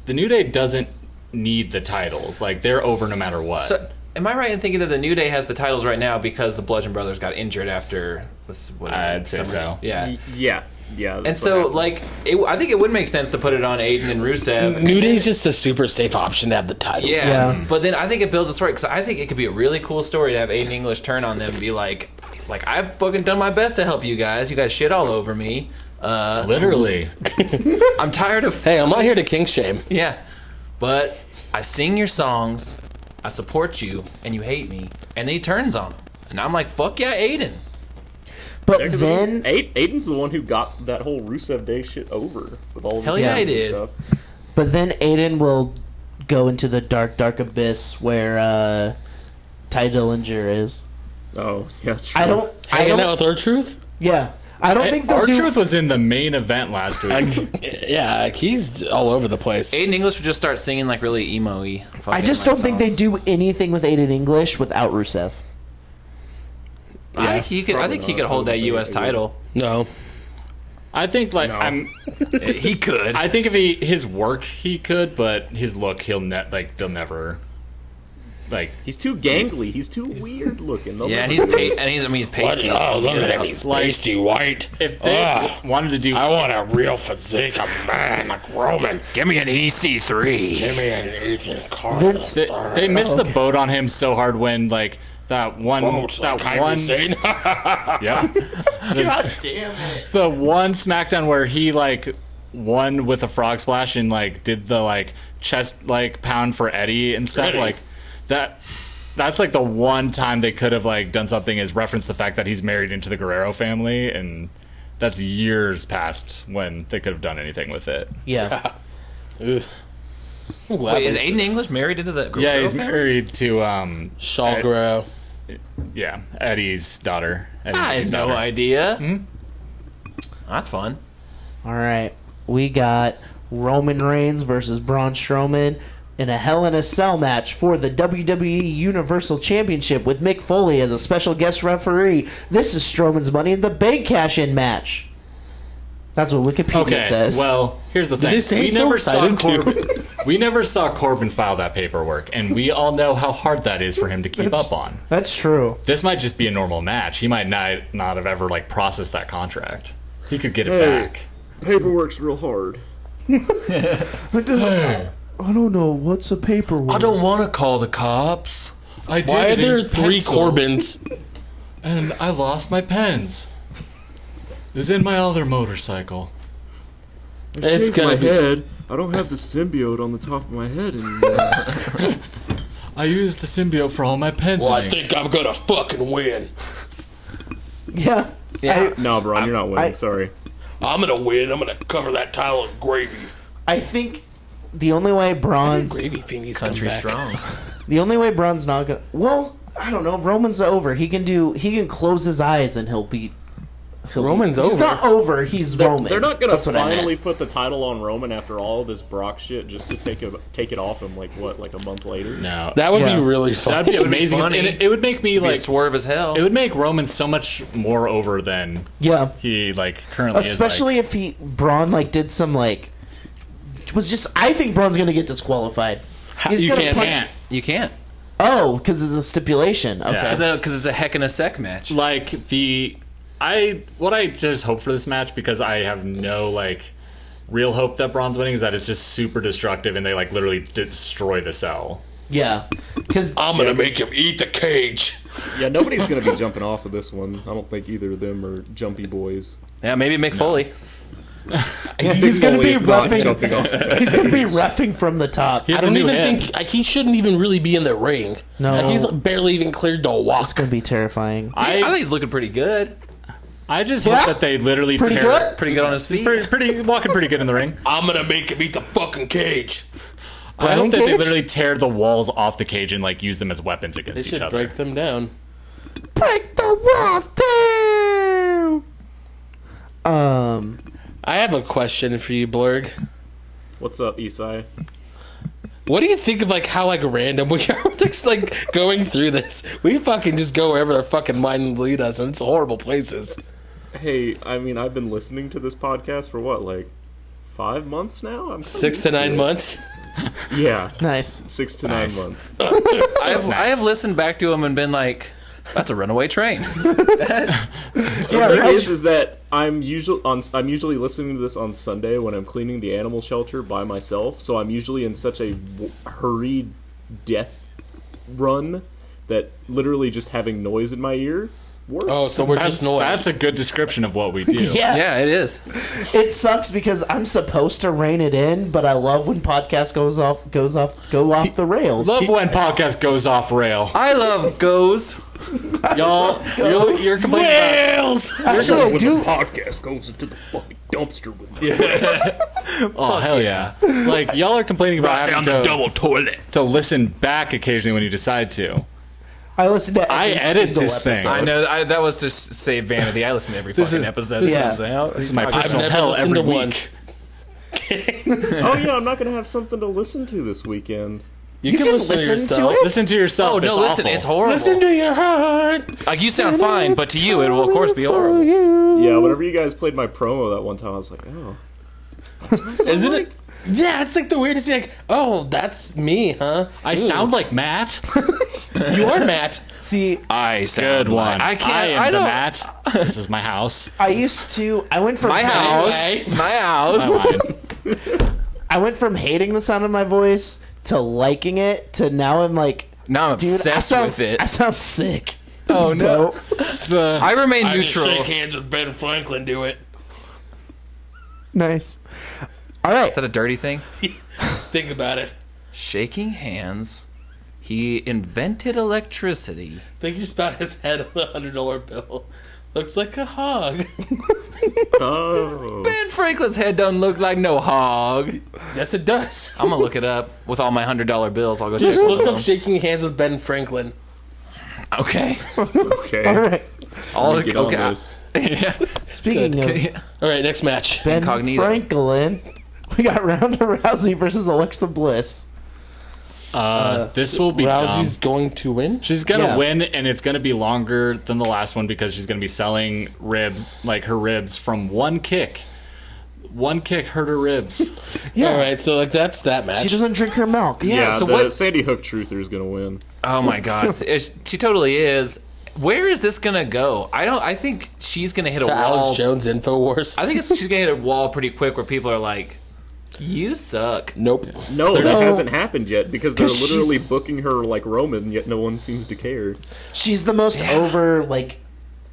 Speaker 6: the New Day doesn't need the titles; like they're over no matter what.
Speaker 3: So, Am I right in thinking that the New Day has the titles right now because the Bludgeon Brothers got injured after this? What,
Speaker 6: I'd say so.
Speaker 3: Yeah.
Speaker 7: Yeah, yeah.
Speaker 3: And so, like, it, I think it would make sense to put it on Aiden and Rusev.
Speaker 5: New Day's just a super safe option to have the titles.
Speaker 3: Yeah.
Speaker 4: Yeah.
Speaker 3: But then I think it builds a story because I think it could be a really cool story to have Aiden English turn on them and be like, like I've fucking done my best to help you guys. You guys shit all over me. Uh,
Speaker 6: Literally.
Speaker 3: I'm tired of
Speaker 5: Hey, I'm not here to king shame.
Speaker 3: yeah, but I sing your songs, I support you, and you hate me. And then he turns on him, and I'm like, fuck yeah, Aiden.
Speaker 4: But then
Speaker 7: Aiden, Aiden's the one who got that whole Rusev Day shit over with all of
Speaker 3: Hell
Speaker 7: his
Speaker 3: yeah, I
Speaker 7: family
Speaker 3: did.
Speaker 7: stuff.
Speaker 4: But then Aiden will go into the dark, dark abyss where uh, Ty Dillinger is.
Speaker 7: Oh yeah, true.
Speaker 4: I don't. I
Speaker 5: Hanging out
Speaker 4: don't.
Speaker 5: with our truth?
Speaker 4: Yeah, I don't think they'll
Speaker 6: Our
Speaker 4: do.
Speaker 6: truth was in the main event last week.
Speaker 5: Yeah, like, he's all over the place.
Speaker 3: Aiden English would just start singing like really emo y.
Speaker 4: I just don't think they do anything with Aiden English without Rusev.
Speaker 3: I think he could. I think he could hold that U.S. title.
Speaker 5: No.
Speaker 6: I think like I'm.
Speaker 3: He could.
Speaker 6: I think if he his work he could, but his look he'll net like they'll never. Like
Speaker 7: He's too gangly. He's too weird looking. They'll
Speaker 3: yeah, and he's
Speaker 7: never do it.
Speaker 3: pa- and he's I mean he's pasty.
Speaker 8: Oh, look at him. He's pasty white.
Speaker 6: if they
Speaker 8: Ugh.
Speaker 6: wanted to do,
Speaker 8: I want a real physique, a man like Roman.
Speaker 3: Give me an E EC3.
Speaker 8: Give me an Ethan Carter.
Speaker 4: Vince-
Speaker 6: they, they missed the boat on him so hard when like that one
Speaker 8: Quotes like
Speaker 6: that
Speaker 8: Kyrie
Speaker 6: one
Speaker 8: Sane.
Speaker 6: yeah
Speaker 4: Damn it!
Speaker 6: the one SmackDown where he like won with a frog splash and like did the like chest like pound for Eddie and stuff
Speaker 8: Eddie.
Speaker 6: like that. That's like the one time they could have like done something is reference the fact that he's married into the Guerrero family, and that's years past when they could have done anything with it.
Speaker 4: Yeah,
Speaker 5: Ugh.
Speaker 3: Wait, is Aiden English married into the?
Speaker 6: Yeah, he's
Speaker 3: Okay.
Speaker 6: married to um,
Speaker 5: Shaw Guerrero.
Speaker 6: yeah, Eddie's daughter. Eddie
Speaker 8: Ah,
Speaker 3: I had
Speaker 6: Eddie's
Speaker 3: no
Speaker 6: daughter.
Speaker 3: idea. That's fun.
Speaker 4: all right. We got Roman Reigns versus Braun Strowman in a Hell in a Cell match for the WWE Universal Championship with Mick Foley as a special guest referee. This is Strowman's Money in the Bank cash-in match. That's what Wikipedia
Speaker 6: Okay,
Speaker 4: says.
Speaker 6: well, here's the thing.
Speaker 5: they say
Speaker 6: we
Speaker 5: it so
Speaker 6: never saw
Speaker 5: excited, too?
Speaker 6: Corbin. we never saw Corbin file that paperwork, and we all know how hard that is for him to keep up on.
Speaker 4: That's true.
Speaker 6: This might just be a normal match. He might not not have ever like processed that contract. He could get it
Speaker 7: Hey.
Speaker 6: back.
Speaker 7: Paperwork's real hard.
Speaker 4: I don't, I don't know what's a paperwork. I
Speaker 5: want to call the cops.
Speaker 6: I did
Speaker 5: Why are there three Corbins?
Speaker 6: and I lost my pens. It was in my other motorcycle.
Speaker 7: I
Speaker 5: It's
Speaker 7: shaved
Speaker 5: gonna
Speaker 7: my
Speaker 5: be-
Speaker 7: head. I don't have the symbiote on the top of my head anymore.
Speaker 6: I used the symbiote for all my pens.
Speaker 5: Well, I think I'm gonna fucking win.
Speaker 4: yeah.
Speaker 3: Yeah.
Speaker 7: no, Bron, you're not winning.
Speaker 4: I-
Speaker 7: sorry.
Speaker 5: I'm gonna win. I'm gonna cover that tile in gravy.
Speaker 4: I think the only way Braun's
Speaker 5: Gravy fingies
Speaker 3: Country strong.
Speaker 4: the only way Braun's not gonna well, I don't know. Roman's over. He can do. He can close his eyes and he'll beat. He'll
Speaker 5: Roman's
Speaker 4: beat. He's
Speaker 5: over.
Speaker 4: not over. He's Roman.
Speaker 7: They're not gonna
Speaker 4: That's what I meant.
Speaker 7: finally put the title on Roman after all this Brock shit just to take it take it off him like what like a month later.
Speaker 6: no. That
Speaker 5: That would
Speaker 4: Yeah.
Speaker 5: be really fun.
Speaker 6: would be amazing.
Speaker 3: funny.
Speaker 6: and it, it would make me
Speaker 3: Like
Speaker 6: like
Speaker 3: swerve as hell.
Speaker 6: It would make Roman so much more over than
Speaker 4: Yeah.
Speaker 6: he like currently
Speaker 4: Especially
Speaker 6: is.
Speaker 4: if he Braun like did some like was just. I think Braun's gonna get disqualified. He's
Speaker 5: you
Speaker 4: gonna
Speaker 5: can't-
Speaker 4: punch-
Speaker 6: Especially
Speaker 3: you can't
Speaker 4: Oh, because it's a stipulation. Okay.
Speaker 6: Yeah.
Speaker 3: because it's a heck in a sec match.
Speaker 6: like the I what I just hope for this match because I have no like real hope that Braun's winning is that it's just super destructive and they like literally destroy the cell.
Speaker 4: Yeah. Because
Speaker 7: Oh.
Speaker 5: I'm gonna make him eat the cage.
Speaker 7: Yeah, nobody's gonna be jumping off of this one. I don't think either of them are jumpy boys.
Speaker 3: Yeah, maybe Mick Foley.
Speaker 4: he's gonna be
Speaker 7: Foley's not
Speaker 4: roughing.
Speaker 7: jumping off.
Speaker 4: He's gonna be roughing from the top.
Speaker 5: I
Speaker 6: It's a
Speaker 5: don't
Speaker 6: new
Speaker 5: even
Speaker 6: hit.
Speaker 5: think like, he shouldn't even really be in the ring.
Speaker 4: No.
Speaker 5: Like, he's barely even cleared to
Speaker 4: It's
Speaker 5: walk.
Speaker 4: gonna be terrifying.
Speaker 3: I, think
Speaker 6: I
Speaker 3: he's looking pretty good.
Speaker 6: I just hope
Speaker 4: Yeah.
Speaker 6: that they literally
Speaker 4: Pretty
Speaker 6: tear
Speaker 4: good?
Speaker 3: Pretty good on his feet.
Speaker 6: pretty, pretty walking pretty good in the ring.
Speaker 5: I'm gonna make him eat the fucking cage.
Speaker 6: I hope that they
Speaker 4: cage?
Speaker 6: literally tear the walls off the cage and like use them as weapons against each other.
Speaker 5: them down.
Speaker 4: break the wall down. Um,
Speaker 5: I have a question for you, Blurg.
Speaker 7: What's up, Isai?
Speaker 5: What do you think of like how like random we are with this like going through this? We fucking just go wherever their fucking minds lead us, and it's horrible places.
Speaker 7: Hey, I mean, I've been listening to this podcast for what, like five months now. I'm kinda
Speaker 5: Six to
Speaker 7: used
Speaker 5: nine
Speaker 7: it.
Speaker 5: months.
Speaker 7: Yeah,
Speaker 4: Nice.
Speaker 7: six to
Speaker 6: Nice.
Speaker 7: nine months.
Speaker 3: I have, I have listened back to him and been like, that's a runaway train.
Speaker 7: The thing is, is that I'm usually on. I'm usually listening to this on Sunday when I'm cleaning the animal shelter by myself. So I'm usually in such a w- hurried death run that literally just having noise in my ear works.
Speaker 5: Oh, so we're
Speaker 6: That's,
Speaker 5: just noise.
Speaker 6: that's a good description of what we do.
Speaker 4: Yeah.
Speaker 3: yeah, it is.
Speaker 4: It sucks because I'm supposed to rein it in, but I love when podcast goes off goes off go off the rails.
Speaker 6: Love when podcast goes off rail,
Speaker 3: I love goes.
Speaker 6: y'all. You're, you're complaining about
Speaker 4: Actually,
Speaker 3: Oh,
Speaker 4: I
Speaker 9: when
Speaker 4: do
Speaker 9: the podcast goes into the fucking dumpster with me.
Speaker 6: oh hell yeah. Like y'all are complaining about having to,
Speaker 3: toilet.
Speaker 6: to listen back occasionally when you decide to.
Speaker 4: I listen to
Speaker 6: I
Speaker 4: every
Speaker 6: edit
Speaker 4: single
Speaker 6: this thing.
Speaker 4: episode.
Speaker 3: I know I, that was to s- save vanity. I listen to every fucking
Speaker 6: is-
Speaker 3: episode.
Speaker 4: yeah.
Speaker 3: how-
Speaker 6: This is my
Speaker 3: I've
Speaker 6: personal
Speaker 3: never-
Speaker 6: hell
Speaker 5: listened
Speaker 6: every
Speaker 5: to
Speaker 6: week.
Speaker 5: one.
Speaker 7: oh yeah, I'm not gonna have something to listen to this weekend.
Speaker 5: You, can, listen, to yourself.
Speaker 4: it.
Speaker 6: Listen to yourself.
Speaker 3: Oh no!
Speaker 6: it's
Speaker 3: listen,
Speaker 6: awful.
Speaker 3: it's horrible.
Speaker 5: Listen to your heart.
Speaker 3: like you sound fine, but to you, it will of course be horrible.
Speaker 7: Yeah, whenever you guys played my promo that one time, I was like, oh,
Speaker 5: Isn't it? Yeah, it's like the weirdest thing. Like, oh, that's me, huh?
Speaker 6: I sound like Matt.
Speaker 5: you are Matt.
Speaker 4: See,
Speaker 3: I sound
Speaker 6: Good one.
Speaker 3: I can't. I,
Speaker 6: am the
Speaker 3: don't.
Speaker 6: Matt. This is my house.
Speaker 4: I used to. I went from
Speaker 3: My house. My house.
Speaker 6: Mine.
Speaker 4: I went from hating the sound of my voice to liking it to now I'm like,
Speaker 3: Now I'm
Speaker 4: dude, I
Speaker 3: obsessed
Speaker 4: sound,
Speaker 3: with it.
Speaker 4: I sound sick.
Speaker 3: oh no!
Speaker 4: Dope.
Speaker 6: It's the
Speaker 3: I remain
Speaker 5: I just
Speaker 3: neutral.
Speaker 5: shake hands with Ben Franklin. Do it.
Speaker 4: nice. All right.
Speaker 3: Is that a dirty thing?
Speaker 5: Think about it.
Speaker 3: Shaking hands. He invented electricity.
Speaker 5: Think just about his head on the hundred dollar bill. Looks like a hog.
Speaker 7: oh,
Speaker 3: Ben Franklin's head doesn't look like no hog.
Speaker 5: Yes, it does.
Speaker 3: I'm gonna look it up with all my hundred dollar bills. I'll go check.
Speaker 5: Just
Speaker 3: one
Speaker 5: look
Speaker 3: of
Speaker 5: up shaking hands with Ben Franklin.
Speaker 3: them. Okay.
Speaker 7: okay.
Speaker 3: All
Speaker 7: Get on
Speaker 3: okay.
Speaker 7: this.
Speaker 3: yeah.
Speaker 4: Speaking of
Speaker 5: All right, next match.
Speaker 4: Ben
Speaker 3: Incognito.
Speaker 4: Franklin, we got Ronda Rousey versus Alexa Bliss.
Speaker 6: uh, this will be dumb.
Speaker 5: Rousey's going to win.
Speaker 6: She's gonna
Speaker 4: Yeah.
Speaker 6: win, and it's gonna be longer than the last one because she's gonna be selling ribs, like her ribs, from one kick. One kick hurt her ribs.
Speaker 4: Yeah.
Speaker 5: All right, so like that's that match.
Speaker 4: She doesn't drink her milk.
Speaker 3: yeah.
Speaker 7: Yeah,
Speaker 3: So
Speaker 7: the
Speaker 3: what?
Speaker 7: Sandy Hook truther is gonna win.
Speaker 3: Oh my God. It's- she totally is. Where is this gonna go? I don't. I think she's gonna hit a
Speaker 5: to
Speaker 3: wall.
Speaker 5: Alex Jones Infowars.
Speaker 3: I think it's, she's gonna hit a wall pretty quick where people are like, "You suck."
Speaker 5: nope.
Speaker 7: No, that
Speaker 4: no-
Speaker 7: hasn't happened yet because they're
Speaker 4: 'Cause she's-
Speaker 7: literally booking her like Roman, yet no one seems to care.
Speaker 4: She's the most over like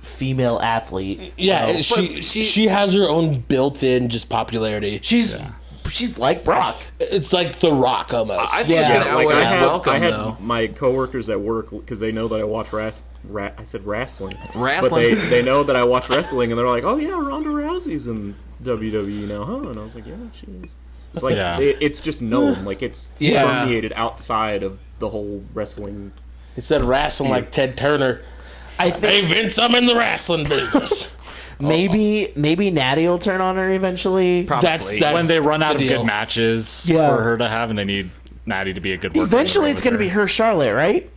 Speaker 4: female athlete.
Speaker 5: Yeah,
Speaker 3: But
Speaker 5: she,
Speaker 3: she-
Speaker 5: she she has her own built-in just popularity.
Speaker 4: She's she's like Brock.
Speaker 5: It's like The Rock almost.
Speaker 3: I think it's
Speaker 4: Yeah,
Speaker 3: gonna
Speaker 7: Like,
Speaker 3: outweigh
Speaker 7: I
Speaker 3: its
Speaker 7: had,
Speaker 3: welcome
Speaker 7: I had
Speaker 3: though.
Speaker 7: my coworkers at work because they know that I watch ras- ra- I said wrestling. But
Speaker 3: Wrestling.
Speaker 7: they, they know that I watch wrestling, and they're like, "Oh yeah, Ronda Rousey's in WWE now, huh?" And I was like, "Yeah, she is." It's like
Speaker 6: Yeah.
Speaker 7: it, it's just known, like it's
Speaker 3: Yeah.
Speaker 7: permeated outside of the whole wrestling.
Speaker 5: He said wrestling like Ted Turner.
Speaker 4: I think
Speaker 5: Hey Vince, I'm in the wrestling business.
Speaker 4: maybe maybe Natty will turn on her eventually.
Speaker 3: Oh. Probably.
Speaker 5: that's that's
Speaker 6: when they run out
Speaker 5: the
Speaker 6: of
Speaker 5: deal.
Speaker 6: good matches
Speaker 4: Yeah.
Speaker 6: for her to have, and they need Natty to be a good worker. in the
Speaker 4: Eventually,
Speaker 6: ring
Speaker 4: it's
Speaker 6: with
Speaker 4: going to be her Charlotte, right?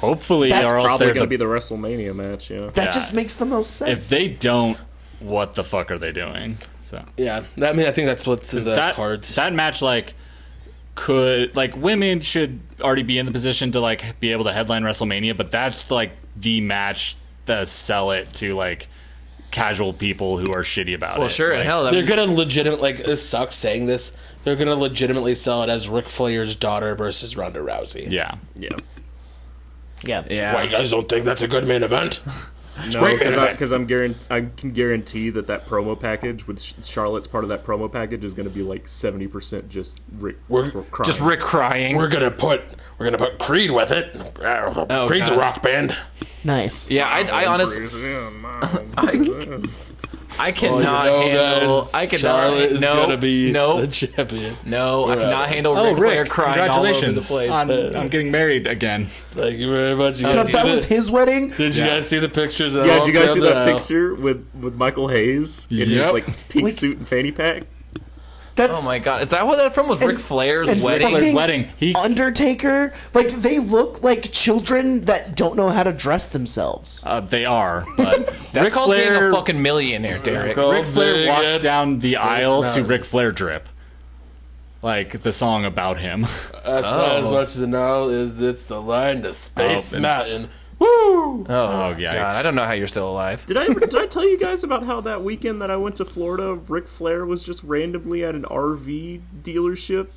Speaker 6: Hopefully,
Speaker 4: That's
Speaker 6: or else
Speaker 7: Probably
Speaker 6: they're
Speaker 7: going
Speaker 6: the,
Speaker 7: to be the WrestleMania match, yeah.
Speaker 4: That
Speaker 6: Yeah.
Speaker 4: just makes the most sense.
Speaker 6: If they don't, what the fuck are they doing? So
Speaker 5: Yeah, I mean, I think that's what's in the
Speaker 6: that
Speaker 5: cards.
Speaker 6: that match, like, could like women should already be in the position to like be able to headline WrestleMania, but that's like the match to sell it to like casual people who are shitty about it.
Speaker 3: well, sure in
Speaker 6: Like,
Speaker 3: hell. That
Speaker 5: They're gonna legitimate like this sucks saying this. They're gonna legitimately sell it as Ric Flair's daughter versus Ronda Rousey.
Speaker 6: Yeah.
Speaker 4: yeah.
Speaker 3: yeah.
Speaker 5: Why you guys don't think that's a good main event?
Speaker 7: No, because I'm guarant- I can guarantee that that promo package with Sh- Charlotte's part of that promo package is going to be like seventy percent just Rick,
Speaker 5: We're-
Speaker 7: crying.
Speaker 3: Just Rick crying.
Speaker 5: We're gonna put we're gonna put Creed with it. Creed's
Speaker 3: God.
Speaker 5: a rock band.
Speaker 4: Nice.
Speaker 3: yeah. I, I honestly,
Speaker 9: Breeze in my breeze.
Speaker 3: I cannot handle. I cannot.
Speaker 5: Charlotte is
Speaker 3: no,
Speaker 5: gonna be
Speaker 3: no,
Speaker 5: the champion.
Speaker 3: no. I cannot handle
Speaker 6: Oh,
Speaker 3: Ric Flair
Speaker 6: Rick!
Speaker 3: crying all over the
Speaker 6: Congratulations
Speaker 3: place.
Speaker 6: on, on getting married again.
Speaker 5: Thank you very much. You guys
Speaker 4: Because
Speaker 5: see
Speaker 4: that
Speaker 5: the-
Speaker 4: was his wedding.
Speaker 5: did you
Speaker 6: Yeah.
Speaker 5: guys see the pictures?
Speaker 7: yeah, did you guys see that
Speaker 5: picture?
Speaker 7: picture with with Michael Hayes in his
Speaker 6: Yep.
Speaker 7: like pink suit and fanny pack?
Speaker 4: That's
Speaker 3: Oh my god, is that what that from was? Ric Flair's
Speaker 4: and
Speaker 3: wedding.
Speaker 4: fucking
Speaker 6: wedding. He-
Speaker 4: Undertaker. Like they look like children that don't know how to dress themselves.
Speaker 6: Uh, they are, but
Speaker 3: That's
Speaker 6: Ric
Speaker 3: called being
Speaker 6: Flair-
Speaker 3: a fucking millionaire, Derek.
Speaker 6: Ric, Flair
Speaker 5: big
Speaker 6: walked
Speaker 5: and
Speaker 6: down the aisle to
Speaker 5: Mountain.
Speaker 6: Ric Flair drip, like the song about him.
Speaker 5: That's not as much as I know is it's the line to Space
Speaker 6: Oh, man.
Speaker 5: Mountain.
Speaker 3: Oh,
Speaker 6: yikes.
Speaker 3: yeah. I don't know how you're still alive.
Speaker 7: Did I did I tell you guys about how that weekend that I went to Florida, Ric Flair was just randomly at an RV dealership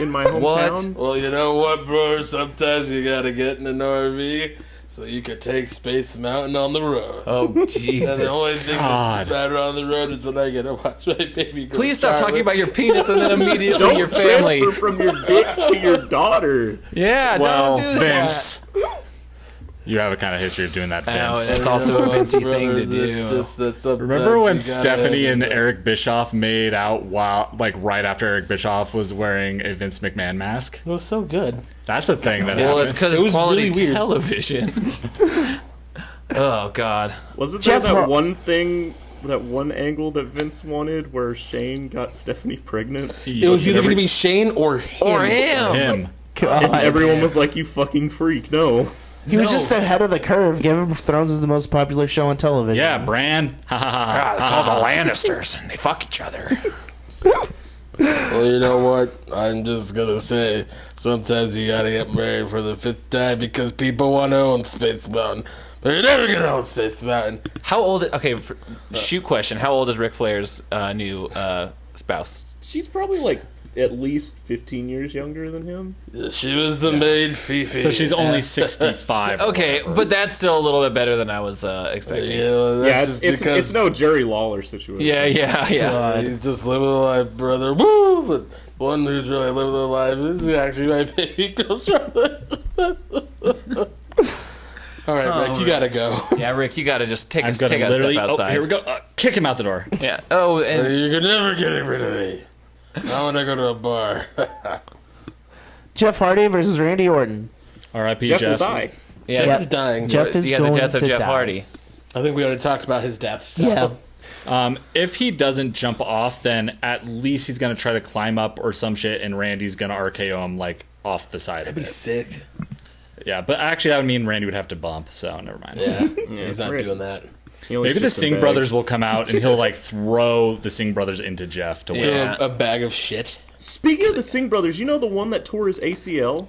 Speaker 7: in my
Speaker 3: What?
Speaker 7: hometown?
Speaker 5: Well, you know what, bro? Sometimes you gotta get in an RV so you can take Space Mountain on the road.
Speaker 3: Oh
Speaker 5: and the
Speaker 3: Jesus.
Speaker 5: only thing
Speaker 6: God.
Speaker 5: that's better on the road is when I get to watch my baby girl.
Speaker 3: Please stop talking
Speaker 5: Charlotte.
Speaker 3: about your penis and then immediately
Speaker 7: Don't
Speaker 3: your family.
Speaker 7: transfer from your dick to your daughter.
Speaker 3: Yeah,
Speaker 6: well,
Speaker 3: don't do that.
Speaker 6: Vince, you have a kind of history of doing that,
Speaker 3: Oh,
Speaker 6: Vince.
Speaker 3: that's also a Vincey
Speaker 5: Brothers,
Speaker 3: thing to
Speaker 5: it's
Speaker 3: do.
Speaker 5: just that sometimes
Speaker 6: Remember when
Speaker 5: you gotta-
Speaker 6: Stephanie and Eric Bischoff made out while, like, right after Eric Bischoff was wearing a Vince McMahon mask?
Speaker 1: It was so good.
Speaker 6: That's a thing that
Speaker 3: Well,
Speaker 6: happened.
Speaker 3: it's because
Speaker 1: It
Speaker 3: it's
Speaker 1: was
Speaker 3: quality
Speaker 1: really weird.
Speaker 3: television. oh God.
Speaker 7: Wasn't there
Speaker 4: Jeff
Speaker 7: that
Speaker 4: Ro-
Speaker 7: one thing, that one angle that Vince wanted where Shane got Stephanie pregnant?
Speaker 6: He-
Speaker 8: It was
Speaker 6: he
Speaker 8: either
Speaker 6: never-
Speaker 8: going to be Shane or him.
Speaker 3: Or him.
Speaker 6: him.
Speaker 4: God.
Speaker 7: Everyone was like, "You fucking freak!" No,
Speaker 4: he was just ahead of the curve. Game of Thrones is the most popular show on television.
Speaker 6: Yeah, Bran. Ha ha ha.
Speaker 3: Ah, they're called the Lannisters, and they fuck each other.
Speaker 5: Well, you know what? I'm just gonna say sometimes you gotta get married for the fifth time because people want to own Space Mountain, but you're never gonna own Space Mountain.
Speaker 3: How old? Okay, for, shoot question. How old is Ric Flair's uh, new uh, spouse?
Speaker 7: she's probably like at least fifteen years younger than him.
Speaker 5: She was the maid Fifi.
Speaker 6: So she's only 65.
Speaker 3: Okay, but that's still a little bit better than I was uh, expecting.
Speaker 5: Yeah, well, that's
Speaker 7: Yeah, it's
Speaker 5: just
Speaker 7: it's,
Speaker 5: because
Speaker 7: it's no Jerry Lawler situation.
Speaker 3: Yeah, yeah, yeah.
Speaker 5: uh, he's just living a life, brother. Woo! But one who's really living a life is actually my baby girl, Charlotte. All right, Rick, you gotta go.
Speaker 3: Yeah, Rick, you got to just take a,
Speaker 6: I'm going
Speaker 3: take
Speaker 6: to
Speaker 3: a step
Speaker 6: literally. Oh,
Speaker 3: outside.
Speaker 6: here we go. Uh, kick him out the door.
Speaker 3: Yeah. Oh, and
Speaker 5: You're never getting rid of me. I want to go to a bar.
Speaker 4: Jeff Hardy versus Randy Orton.
Speaker 6: R.I.P.
Speaker 7: Jeff,
Speaker 6: Jeff.
Speaker 7: will die.
Speaker 3: yeah,
Speaker 5: Jeff's dying.
Speaker 4: Jeff is
Speaker 3: yeah, the
Speaker 4: going
Speaker 3: death of
Speaker 4: to
Speaker 3: Jeff
Speaker 4: die.
Speaker 3: Hardy.
Speaker 5: I think we already talked about his death. So.
Speaker 4: Yeah.
Speaker 6: Um, if he doesn't jump off, then at least he's going to try to climb up or some shit, and Randy's going to RKO him, like, off the side of
Speaker 5: Be
Speaker 6: it.
Speaker 5: sick.
Speaker 6: Yeah, but actually, that would mean Randy would have to bump, so never mind.
Speaker 5: Yeah, he's not
Speaker 7: Rick.
Speaker 5: doing that.
Speaker 7: He always
Speaker 6: Maybe the
Speaker 7: shits in
Speaker 6: Singh
Speaker 7: bags.
Speaker 6: brothers will come out and he'll like throw the Singh brothers into Jeff to win.
Speaker 3: Yeah.
Speaker 5: A, a bag of shit.
Speaker 7: Speaking of the Singh brothers, you know the one that tore his ACL?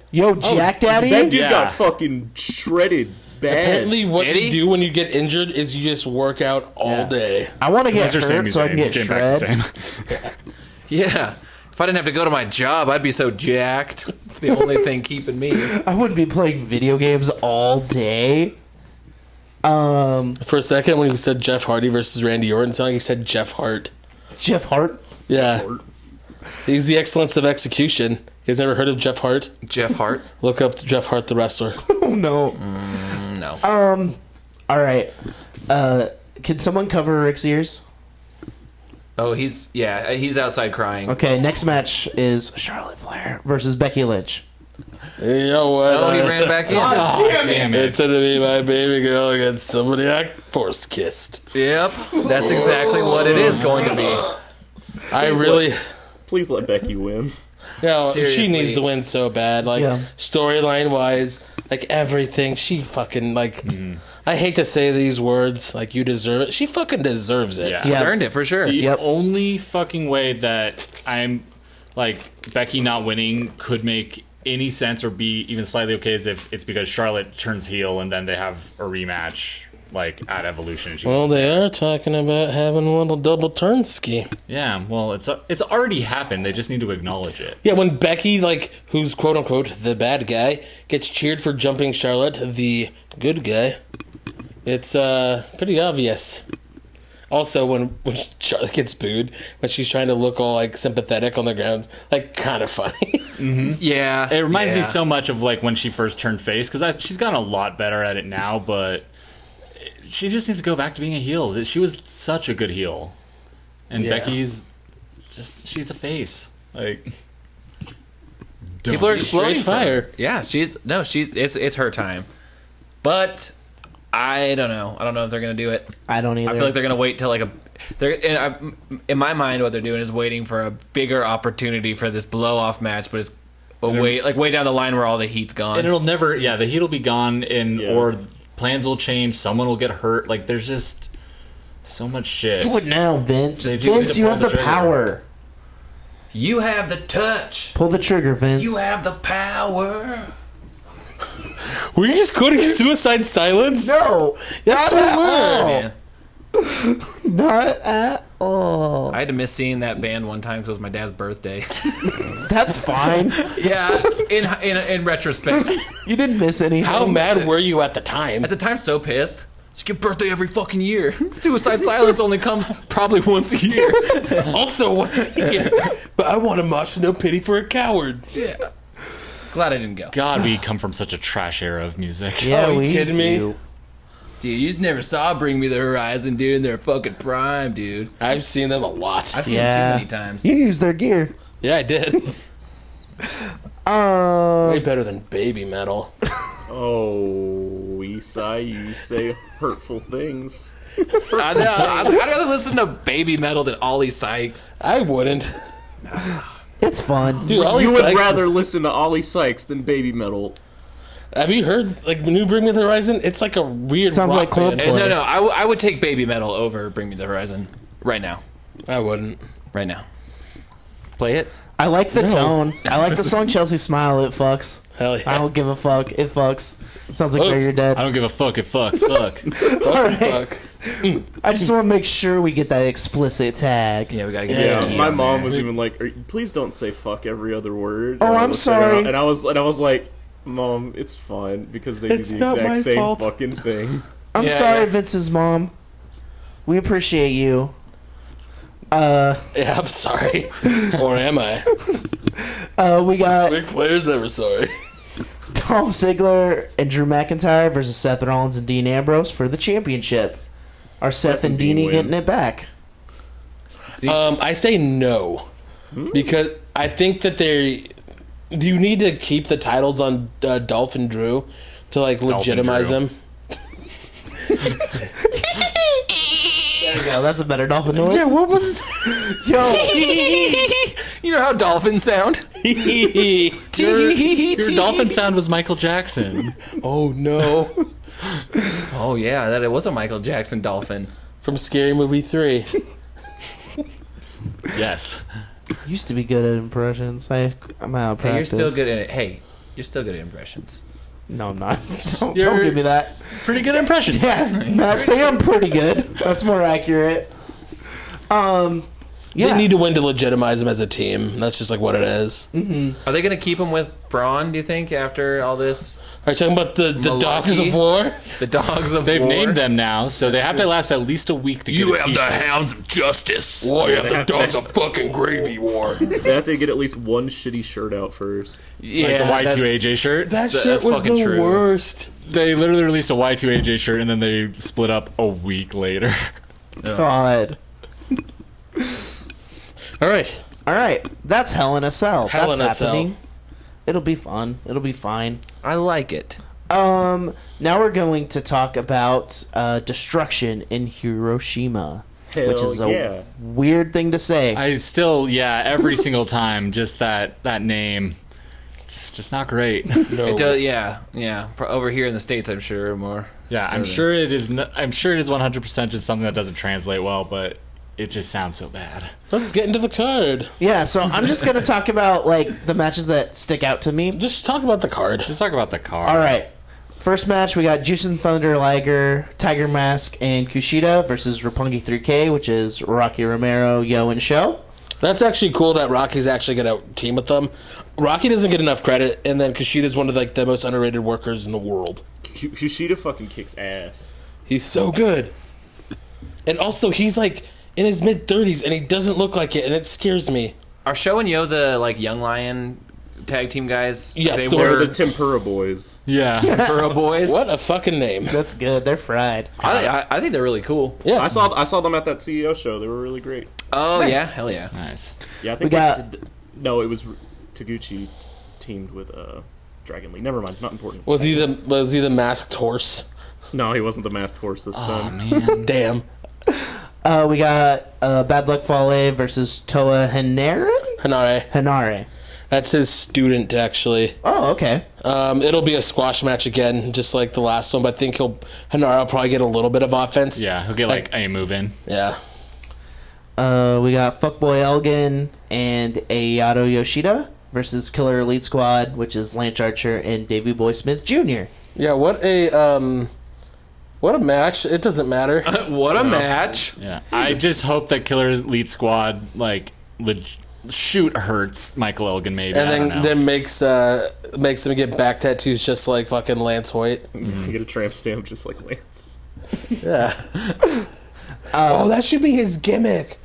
Speaker 6: Oh,
Speaker 4: Yo, Jack Daddy.
Speaker 7: That dude
Speaker 6: Yeah.
Speaker 7: got fucking shredded bad.
Speaker 5: Apparently, what
Speaker 3: Did
Speaker 5: you
Speaker 3: he?
Speaker 5: do when you get injured is you just work out all
Speaker 4: Yeah.
Speaker 5: day.
Speaker 4: I want to get
Speaker 6: Those are Sami
Speaker 4: hurt so I can
Speaker 6: Zayn.
Speaker 4: get
Speaker 6: Came back the
Speaker 4: shred.
Speaker 6: same.
Speaker 3: Yeah. If I didn't have to go to my job, I'd be so jacked. It's the only thing keeping me.
Speaker 4: I wouldn't be playing video games all day. Um,
Speaker 5: For a second, when he said Jeff Hardy versus Randy Orton, it sounded like he said Jeff Hart.
Speaker 4: Jeff Hart.
Speaker 5: Yeah. He's the excellence of execution. You guys never heard of Jeff Hart?
Speaker 3: Jeff Hart?
Speaker 5: Look up Jeff Hart the wrestler.
Speaker 4: Oh no.
Speaker 6: Mm,
Speaker 4: Um,
Speaker 3: No.
Speaker 4: All right. Uh, can someone cover Rick's ears?
Speaker 3: Oh, he's yeah, he's outside crying.
Speaker 4: Okay. Next match is Charlotte Flair versus Becky Lynch.
Speaker 5: You know what?
Speaker 3: Oh, he
Speaker 5: I-
Speaker 3: ran back in.
Speaker 5: Oh.
Speaker 6: Damn it.
Speaker 5: It's gonna be my baby girl against somebody I force kissed.
Speaker 3: Yep, that's exactly what it is going to be.
Speaker 5: I really.
Speaker 7: Please let Becky win.
Speaker 5: No,
Speaker 3: Seriously.
Speaker 5: she needs to win so bad. Like
Speaker 4: Yeah.
Speaker 5: storyline wise, like everything. She fucking like. I hate to say these words. Like you deserve it. She fucking deserves it.
Speaker 6: Yeah.
Speaker 3: He's
Speaker 4: Yeah.
Speaker 3: earned it for sure.
Speaker 6: The
Speaker 4: Yep.
Speaker 6: only fucking way that I'm like Becky not winning could make any sense or be even slightly okay is if it's because Charlotte turns heel and then they have a rematch like at Evolution. She
Speaker 5: Well, they are talking about having a little double turn ski.
Speaker 6: yeah, well, it's it's already happened. They just need to acknowledge it.
Speaker 5: Yeah, when Becky, like who's quote unquote the bad guy, gets cheered for jumping Charlotte, the good guy. It's uh pretty obvious. Also, when when Charlotte gets booed, when she's trying to look all like sympathetic on the ground, like kind of funny.
Speaker 3: Yeah,
Speaker 6: It reminds me
Speaker 3: yeah.
Speaker 6: so much of like when she first turned face because she's gotten a lot better at it now, but she just needs to go back to being a heel. She was such a good heel, and
Speaker 5: Yeah.
Speaker 6: Becky's just she's a face. Like
Speaker 3: People are
Speaker 6: Don't.
Speaker 3: exploding
Speaker 5: Straight
Speaker 3: for her.
Speaker 5: fire.
Speaker 3: Yeah, she's no, she's it's it's her time. But I don't know. I don't know if they're gonna do it.
Speaker 4: I don't either.
Speaker 3: I feel like they're gonna wait till like a. They're and I, in my mind, what they're doing is waiting for a bigger opportunity for this blow off match, but it's a way like way down the line where all the heat's
Speaker 6: and
Speaker 3: gone.
Speaker 6: it'll never yeah the heat will be gone and
Speaker 7: Yeah.
Speaker 6: or plans will change someone will get hurt like there's just so much shit
Speaker 4: Do it now, Vince.
Speaker 6: They do need
Speaker 4: Vince,
Speaker 6: to
Speaker 4: you
Speaker 6: pull
Speaker 4: have
Speaker 6: the
Speaker 4: the
Speaker 6: trigger.
Speaker 4: power.
Speaker 3: You have the touch.
Speaker 4: Pull the trigger, Vince.
Speaker 3: You have the power.
Speaker 5: Were you just quoting Suicide Silence?
Speaker 4: no,
Speaker 5: Yes,
Speaker 4: not at
Speaker 5: you were.
Speaker 4: all.
Speaker 3: Man,
Speaker 4: Not at all.
Speaker 3: I had to miss seeing that band one time because it was my dad's birthday.
Speaker 4: That's fine.
Speaker 3: yeah, in, in in retrospect,
Speaker 4: You didn't miss any.
Speaker 5: How mad were you at the time?
Speaker 3: at the time, so pissed. It's your birthday every fucking year. Suicide Silence only comes probably once a year.
Speaker 5: also, what? yeah, but I want to march no pity for a coward.
Speaker 3: yeah. Glad I didn't go.
Speaker 6: god we come from such a trash era of music
Speaker 4: Yeah,
Speaker 5: Are you
Speaker 4: we
Speaker 5: kidding me?
Speaker 4: do.
Speaker 3: Dude, you just never saw Bring Me the Horizon, dude, in their fucking prime, dude.
Speaker 5: I've seen them a lot.
Speaker 3: I've seen
Speaker 4: Yeah.
Speaker 3: them too many times.
Speaker 4: You use their gear.
Speaker 5: yeah, I did.
Speaker 4: Um,
Speaker 5: Way better than baby metal.
Speaker 7: Oh, Isai, you say hurtful things.
Speaker 3: I know. I was like, I'd rather listen to baby metal than Ollie Sykes.
Speaker 5: I wouldn't.
Speaker 4: it's fun.
Speaker 5: Dude, Ollie
Speaker 7: you would
Speaker 5: Sykes-
Speaker 7: rather listen to Ollie Sykes than baby metal.
Speaker 5: Have you heard like the new Bring Me the Horizon? It's like a weird.
Speaker 4: Sounds
Speaker 5: rock
Speaker 4: like
Speaker 5: band.
Speaker 4: Coldplay.
Speaker 3: And no, no, I, w- I would take baby metal over Bring Me the Horizon right now.
Speaker 5: I wouldn't.
Speaker 3: Right now. Play it.
Speaker 4: I like the tone. I like the song Chelsea Smile. It fucks.
Speaker 5: Hell yeah.
Speaker 4: I don't give a fuck. It fucks. Sounds like
Speaker 5: Fucks.
Speaker 4: Bury Your Dead.
Speaker 6: i don't give a fuck it fucks fuck
Speaker 4: All right.
Speaker 5: Fuck.
Speaker 4: I just want to make sure we get that explicit tag.
Speaker 3: Yeah, we gotta get uh,
Speaker 5: Yeah.
Speaker 3: it.
Speaker 7: Uh, my mom was even like, Are, "Please don't say fuck every other word."
Speaker 4: Oh,
Speaker 7: And I
Speaker 4: I'm
Speaker 7: looked at her,
Speaker 4: sorry.
Speaker 7: And I was and I was like, "Mom, it's fine because they
Speaker 5: It's
Speaker 7: do the
Speaker 5: not
Speaker 7: exact
Speaker 5: my
Speaker 7: same
Speaker 5: fault."
Speaker 7: fucking thing."
Speaker 4: I'm
Speaker 5: Yeah,
Speaker 4: sorry,
Speaker 5: yeah.
Speaker 4: Vince's mom. We appreciate you. Uh,
Speaker 5: Yeah, I'm sorry. or am I?
Speaker 4: uh, we got
Speaker 5: Ric Flair's never sorry.
Speaker 4: Dolph Ziggler and Drew McIntyre versus Seth Rollins and Dean Ambrose for the championship. Are Seth, and
Speaker 7: Dean
Speaker 4: Deanie
Speaker 7: win.
Speaker 4: getting it back?
Speaker 5: Um, I say no because I think that they. Do you need to keep the titles on uh, Dolph and Drew to like legitimize
Speaker 6: Drew.
Speaker 5: them?
Speaker 4: There we go. That's a better dolphin noise.
Speaker 5: Yeah, what was?
Speaker 4: Yo,
Speaker 3: You know how dolphins sound?
Speaker 5: your,
Speaker 6: your dolphin sound was michael jackson
Speaker 5: Oh no!
Speaker 3: Oh, yeah, that it was a Michael Jackson dolphin.
Speaker 5: From Scary Movie Three.
Speaker 6: yes
Speaker 4: used to be good at impressions. I, I'm out of practice.
Speaker 3: Hey, you're still good at it. Hey, you're still good at impressions.
Speaker 4: No, I'm not. Don't, don't
Speaker 6: You're-
Speaker 4: give me that.
Speaker 6: pretty good impressions
Speaker 4: Yeah, not say I'm pretty good. That's more accurate. Um, yeah.
Speaker 5: They need to win to legitimize them as a team. That's just like what it is.
Speaker 3: Are they gonna keep him with Braun, do you think, after all this?
Speaker 5: Are you talking about the the
Speaker 3: Malarkey?
Speaker 5: Dogs of War?
Speaker 3: The dogs of
Speaker 6: they've
Speaker 3: war?
Speaker 6: named them now so they have to last at least a week to get a t-shirt.
Speaker 3: hounds of justice.
Speaker 5: War, yeah, the Dogs of fucking Gravy War.
Speaker 7: they have to get at least one shitty shirt out first.
Speaker 3: Yeah,
Speaker 6: like
Speaker 3: that's-
Speaker 6: the Y2AJ shirt.
Speaker 5: That
Speaker 3: So
Speaker 5: shit
Speaker 3: that's
Speaker 5: was
Speaker 3: fucking
Speaker 5: the
Speaker 3: true.
Speaker 5: worst.
Speaker 6: They literally released a Y2AJ shirt and then they split up a week later.
Speaker 4: God.
Speaker 5: All right,
Speaker 4: All right, that's Hell in a Cell.
Speaker 5: Hell
Speaker 4: that's
Speaker 5: in a Cell.
Speaker 4: happening. It'll be fun. It'll be fine.
Speaker 3: I like it.
Speaker 4: Um, now we're going to talk about uh, destruction in Hiroshima, which
Speaker 7: Hell
Speaker 4: is a
Speaker 7: yeah.
Speaker 4: weird thing to say.
Speaker 6: I still, yeah, every single time, just that that name. It's just not great.
Speaker 3: It does, yeah, yeah. Pro- Over here in the states, I'm sure more.
Speaker 6: Yeah, I'm sure it is. n I'm sure it is 100% just something that doesn't translate well, but it just sounds so bad.
Speaker 5: let's get into the card.
Speaker 4: yeah, so I'm just gonna talk about like the matches that stick out to me.
Speaker 5: Just talk about the card.
Speaker 6: Let's talk about the car.
Speaker 4: All right. First match, we got Juice and Thunder Liger, Tiger Mask, and Kushida versus Rapungi 3K, which is Rocky Romero, Yo, and Show.
Speaker 5: That's actually cool that Rocky's actually gonna team with them. Rocky doesn't get enough credit, and then Kushida's one of like the most underrated workers in the world.
Speaker 7: K- Kushida fucking kicks ass.
Speaker 5: He's so good, and also he's like in his mid thirties, and he doesn't look like it, and it scares me.
Speaker 3: Are Show and Yo the like young lion tag team guys?
Speaker 5: Yes,
Speaker 3: they
Speaker 5: the-
Speaker 7: They're
Speaker 3: were
Speaker 7: the Tempura boys.
Speaker 6: Yeah.
Speaker 3: Tempura boys.
Speaker 5: What a fucking name!
Speaker 4: That's good. They're fried.
Speaker 3: I, I, I think they're really cool.
Speaker 5: Yeah,
Speaker 7: I saw I saw them at that CEO show. They were really great.
Speaker 3: Oh yeah, hell yeah.
Speaker 6: nice.
Speaker 7: Yeah, I think
Speaker 4: We
Speaker 7: we
Speaker 4: got-
Speaker 7: did, no, it was Taguchi teamed with uh, Dragon Lee. Never mind, not important.
Speaker 5: Was he the was he the masked horse?
Speaker 7: No, he wasn't the masked horse this time.
Speaker 5: Damn.
Speaker 4: Uh, we got uh, Bad Luck Fale versus Toa Henare.
Speaker 5: Hanare.
Speaker 4: Henare.
Speaker 5: That's his student, actually.
Speaker 4: Oh, okay.
Speaker 5: Um, it'll be a squash match again, just like the last one. But I think he'll Hanare will probably get a little bit of offense.
Speaker 6: Yeah, he'll get like a move in.
Speaker 5: yeah.
Speaker 4: Uh, we got Fuckboy Elgin and Ayato Yoshida versus Killer Elite Squad, which is Lance Archer and Davey Boy Smith Jr.
Speaker 5: Yeah, what a um, what a match! It doesn't matter.
Speaker 3: what a match.
Speaker 6: Yeah, I just hope that Killer Elite Squad like leg- shoot hurts Michael Elgin maybe.
Speaker 5: and
Speaker 6: I don't
Speaker 5: then
Speaker 6: know.
Speaker 5: then makes uh makes him get back tattoos just like fucking Lance Hoyt.
Speaker 7: You get a tramp stamp just like Lance.
Speaker 5: Yeah. oh, that should be his gimmick.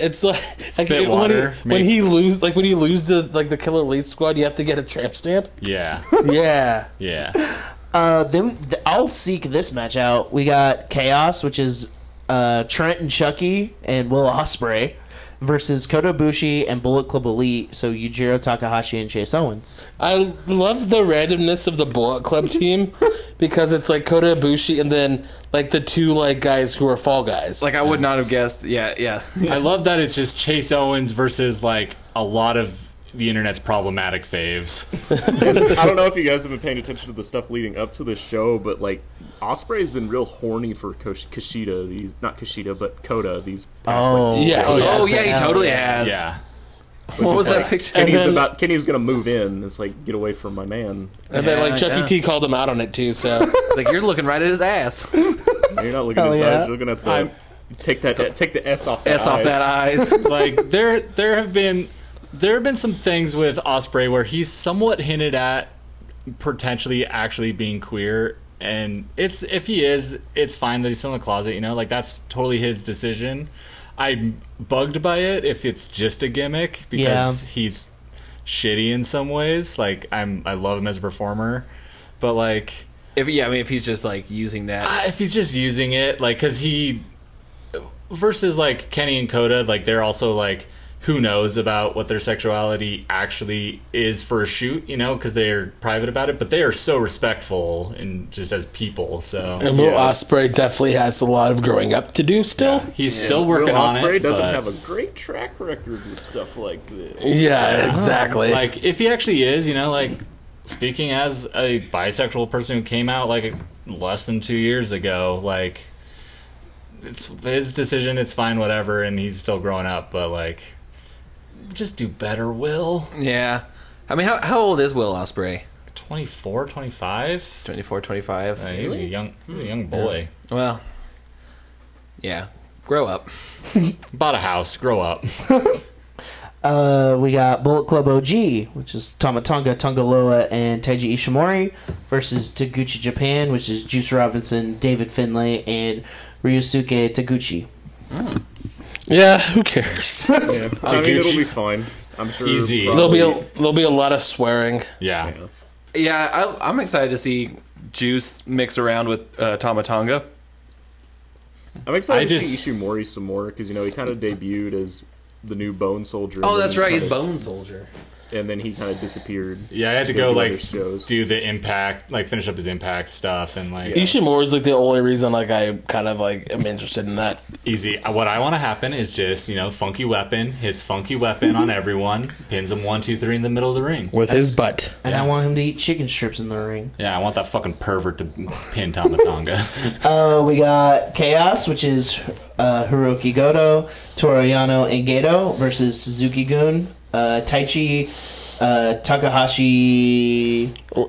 Speaker 5: It's like, like
Speaker 6: Spit
Speaker 5: it- when,
Speaker 6: water,
Speaker 5: he, when
Speaker 6: make-
Speaker 5: he lose like when he lose to like the killer elite squad, you have to get a tramp stamp.
Speaker 6: yeah,
Speaker 5: Yeah.
Speaker 6: yeah.
Speaker 4: Uh, then th- I'll seek this match out. We got Chaos, which is uh, Trent and Chucky and Will Osprey, versus Kota Ibushi and Bullet Club Elite. So Yujiro Takahashi and Chase Owens.
Speaker 5: I love the randomness of the Bullet Club team because it's like Kota Ibushi and then like the two like guys who are fall guys.
Speaker 3: Like I would not have guessed. Yeah, yeah.
Speaker 6: I love that it's just Chase Owens versus like a lot of the internet's problematic faves.
Speaker 7: I don't know if you guys have been paying attention to the stuff leading up to this show, but like Osprey's been real horny for Kosh- Kushida. These not Kushida, but Coda. These past
Speaker 4: Oh.
Speaker 7: like, few
Speaker 5: yeah.
Speaker 7: shows.
Speaker 5: Oh, yeah.
Speaker 3: Oh yeah, he totally has.
Speaker 6: Yeah,
Speaker 3: What was that
Speaker 7: like-
Speaker 3: picture?
Speaker 7: Kenny's
Speaker 5: then-
Speaker 7: about Kenny's gonna move in. It's like get away from my man.
Speaker 5: and then like
Speaker 3: Yeah,
Speaker 5: Chucky
Speaker 3: yeah.
Speaker 5: T called him out on it too, so
Speaker 3: It's like you're looking right at his ass.
Speaker 7: You're not looking at his
Speaker 4: yeah.
Speaker 7: eyes. You're looking at the
Speaker 6: I'm-
Speaker 7: take that take the S off the
Speaker 3: S off that eyes.
Speaker 6: like there there have been there have been some things with Osprey where he's somewhat hinted at potentially actually being queer. And it's if he is, it's fine that he's still in the closet. You know, like that's totally his decision. I'm bugged by it if it's just a gimmick because
Speaker 4: Yeah.
Speaker 6: he's shitty in some ways. Like I'm, I love him as a performer, but like
Speaker 3: If yeah, I mean if he's just like using that.
Speaker 6: uh, if he's just using it like because he versus like kenny and coda like they're also like who knows about what their sexuality actually is for a shoot you know because they're private about it but they are so respectful and just as people so
Speaker 5: and Will Osprey definitely has a lot of growing up to do still.
Speaker 6: he's still working
Speaker 7: Will
Speaker 6: on
Speaker 7: Ospreay
Speaker 6: it
Speaker 7: doesn't
Speaker 6: but,
Speaker 7: have a great track record with stuff like this.
Speaker 5: Yeah, exactly.
Speaker 6: like if he actually is you know like speaking as a bisexual person who came out like less than two years ago like it's his decision it's fine whatever and he's still growing up but like just do better will
Speaker 3: Yeah. I mean how how old is Will Osprey?
Speaker 6: 24 25
Speaker 3: 24, 25.
Speaker 6: Uh, he's a young he's a young boy
Speaker 3: Well. Yeah. Grow up.
Speaker 6: bought a house grow up
Speaker 4: Uh, we got Bullet Club OG, which is Tomatonga, Tongaloa, and Taiji Ishimori, versus Taguchi Japan, which is Juice Robinson, David Finlay, and Ryusuke Taguchi.
Speaker 5: yeah, who cares?
Speaker 7: I mean, it'll
Speaker 6: Taguchi.
Speaker 7: be fine. I'm sure.
Speaker 6: Easy.
Speaker 5: there'll be a,
Speaker 7: probably-
Speaker 5: there'll be a lot of swearing.
Speaker 6: yeah
Speaker 3: Yeah, I, I'm excited to see Juice mix around with uh, Tomatonga.
Speaker 7: I'm excited
Speaker 6: I
Speaker 7: to
Speaker 6: just-
Speaker 7: see Ishimori some more because you know he kind of debuted as the new Bone Soldier.
Speaker 3: Oh,
Speaker 7: and
Speaker 3: that's
Speaker 7: then
Speaker 3: right. He's
Speaker 7: kinda-
Speaker 3: Bone Soldier.
Speaker 7: And then he kind of disappeared.
Speaker 6: yeah i had to go
Speaker 7: Go do
Speaker 6: like
Speaker 7: other shows.
Speaker 6: do the impact like finish up his impact stuff and like
Speaker 5: Ishimori is like the only reason like I kind of like am interested in that.
Speaker 6: Easy. Uh, What I want to happen is just, you know, funky weapon hits funky weapon on
Speaker 5: Mm-hmm.
Speaker 6: everyone, pins them one, two, three in the middle of the ring.
Speaker 5: With his butt.
Speaker 4: And I want him to eat chicken strips in the ring.
Speaker 6: Yeah, I want that fucking pervert to pin Tomatonga.
Speaker 4: Uh, we got Chaos, which is uh, Hiroki Goto, Toriyano, and Gato versus Suzuki Gun, uh, Taichi, uh, Takahashi.
Speaker 5: Uh,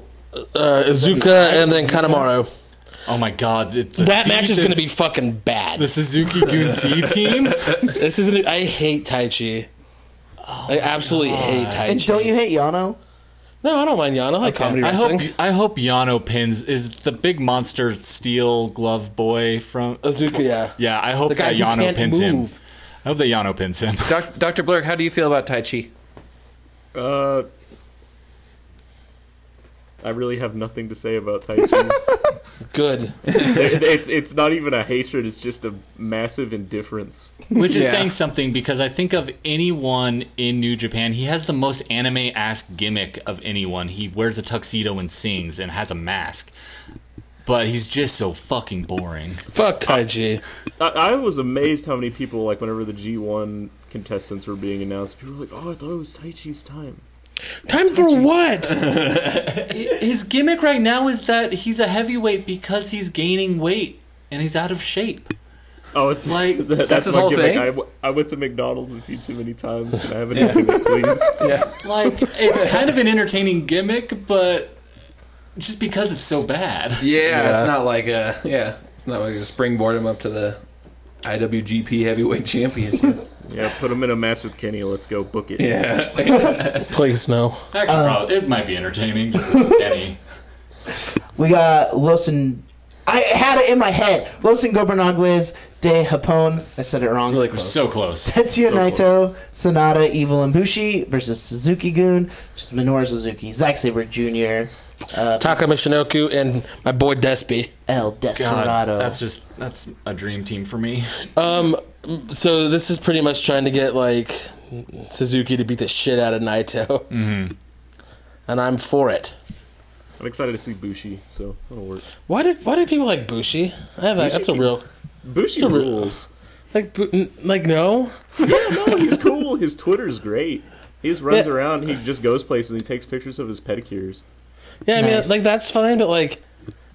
Speaker 5: Izuka and then Kanemaru.
Speaker 6: oh my god. The, the
Speaker 5: That
Speaker 6: C-
Speaker 5: match is going to
Speaker 6: the-
Speaker 5: be fucking bad.
Speaker 6: the Suzuki Goon C team.
Speaker 5: This isn't. I hate Tai Chi. I absolutely hate Tai
Speaker 4: And
Speaker 5: Chi.
Speaker 4: don't you hate Yano?
Speaker 5: no, I don't mind Yana. I like comedy
Speaker 6: I
Speaker 5: wrestling.
Speaker 6: hope I hope Yano pins is the big monster steel glove boy from uh,
Speaker 5: Azuka, yeah.
Speaker 6: Yeah, I hope
Speaker 5: The guy
Speaker 6: that
Speaker 5: who
Speaker 6: Yano
Speaker 5: can't
Speaker 6: pins
Speaker 5: move.
Speaker 6: him. I hope that Yano pins him.
Speaker 3: Doc, Dr. Blurk, how do you feel about Tai Chi?
Speaker 7: Uh, I really have nothing to say about Taichi.
Speaker 5: Good.
Speaker 7: It- it's it's not even a hatred. It's just a massive indifference.
Speaker 6: Which is
Speaker 3: Yeah.
Speaker 6: saying something because I think of anyone in New Japan, he has the most anime ass gimmick of anyone. He wears a tuxedo and sings and has a mask. but he's just so fucking boring.
Speaker 5: Fuck Tai Chi.
Speaker 7: I, I was amazed how many people like whenever the G1 contestants were being announced, people were like, "Oh, I thought it was Tai Chi's time."
Speaker 5: Time for what?
Speaker 6: His gimmick right now is that he's a heavyweight because he's gaining weight and he's out of shape.
Speaker 7: Oh, it's
Speaker 6: Like-
Speaker 7: that-
Speaker 3: That's his
Speaker 7: my
Speaker 3: whole
Speaker 7: gimmick.
Speaker 3: thing?
Speaker 7: I, w- I went to McDonald's a few too many times. Can I have a new gimmick, please?
Speaker 6: Like it's kind of an entertaining gimmick, but just because it's so bad.
Speaker 3: Yeah,
Speaker 5: Yeah.
Speaker 3: it's not like a yeah, it's not like a springboard him up to the IWGP Heavyweight Championship.
Speaker 7: Yeah, put him in a match with Kenny. Let's go book it.
Speaker 3: yeah,
Speaker 5: Please no.
Speaker 6: Actually,
Speaker 3: Uh,
Speaker 6: probably, it might be entertaining. Just as any.
Speaker 4: We got Losin. I had it in my head. Losin Gobernagles de Japón. I said it wrong.
Speaker 3: really close.
Speaker 6: So close.
Speaker 4: Tetsuya
Speaker 6: So close.
Speaker 4: Naito, Sonata, Evil and Bushi versus Suzuki Goon, which is Minoru Suzuki, Zack Sabre Jr., uh,
Speaker 5: Taka Michinoku and my boy Despy.
Speaker 4: El
Speaker 6: God,
Speaker 4: Desperado.
Speaker 6: that's just that's a dream team for me.
Speaker 5: Um, so this is pretty much trying to get like Suzuki to beat the shit out of Naito, mm-hmm. and I'm for it.
Speaker 7: I'm excited to see Bushi, so that'll work.
Speaker 5: Why did why do people like Bushi? I have that's a real
Speaker 7: Bushi
Speaker 5: a re-
Speaker 7: rules.
Speaker 5: like Bu- n- like no.
Speaker 7: no, he's cool. His Twitter's great. He just runs
Speaker 5: Yeah.
Speaker 7: around. He just goes places. and He takes pictures of his pedicures.
Speaker 5: Yeah, I
Speaker 4: Nice.
Speaker 5: mean like that's fine, but like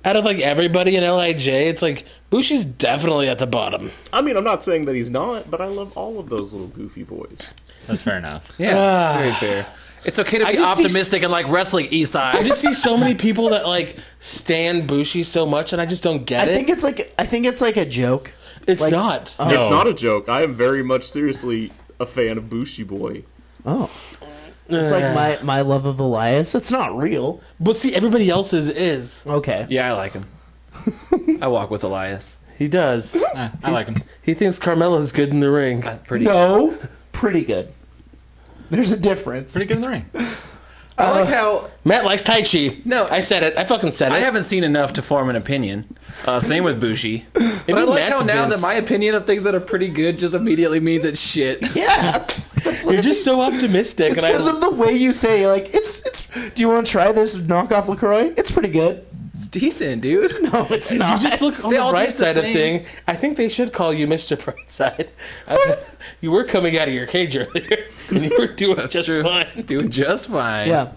Speaker 5: out of like everybody in Lij, it's like Bushi's definitely at the bottom.
Speaker 7: I mean, I'm not saying that he's not, but I love all of those little goofy boys.
Speaker 6: That's fair enough.
Speaker 3: yeah,
Speaker 5: Ah.
Speaker 3: very fair. It's okay to be
Speaker 5: just see-
Speaker 3: optimistic and like wrestling Eastside.
Speaker 5: I just see so many people that like stand Bushi so much, and I just don't get
Speaker 4: I
Speaker 5: it.
Speaker 4: think it's like I think it's like a joke.
Speaker 5: it's
Speaker 4: like-
Speaker 5: not.
Speaker 4: Oh.
Speaker 7: It's not a joke. I am very much seriously a fan of Bushi Boy.
Speaker 4: Oh. It's like my, my love of Elias. It's not real.
Speaker 5: But see, everybody else's is.
Speaker 4: Okay.
Speaker 3: yeah, I like him. I walk with Elias.
Speaker 5: He does.
Speaker 6: Eh, I like him.
Speaker 5: He thinks Carmella's good in the ring.
Speaker 3: Pretty.
Speaker 4: No. Pretty good. There's a difference.
Speaker 6: Pretty good in the ring.
Speaker 3: I like how
Speaker 5: Matt likes Tai Chi.
Speaker 3: No.
Speaker 5: I said it. I fucking said it.
Speaker 3: I haven't seen enough to form an opinion. Uh, same with Bushi. But I like
Speaker 5: Matt's
Speaker 3: how now
Speaker 5: Vince.
Speaker 3: that my opinion of things that are pretty good just immediately means it's shit.
Speaker 4: Yeah. That's what
Speaker 5: You're
Speaker 4: I
Speaker 5: just
Speaker 4: mean.
Speaker 5: so optimistic,
Speaker 4: It's
Speaker 5: and I
Speaker 4: because of the way you say like it's it's do you want to try this knockoff LaCroix? It's pretty good.
Speaker 3: It's decent, dude.
Speaker 4: No, it's not.
Speaker 5: you just look on
Speaker 3: They
Speaker 5: the
Speaker 3: all
Speaker 5: bright
Speaker 3: taste the
Speaker 5: side of
Speaker 3: same.
Speaker 5: thing. I think they should call you Mr. Brightside. I, you were coming out of your cage earlier, and you were doing
Speaker 3: That's
Speaker 5: just
Speaker 3: true.
Speaker 5: fine.
Speaker 3: Doing just fine.
Speaker 4: Yeah.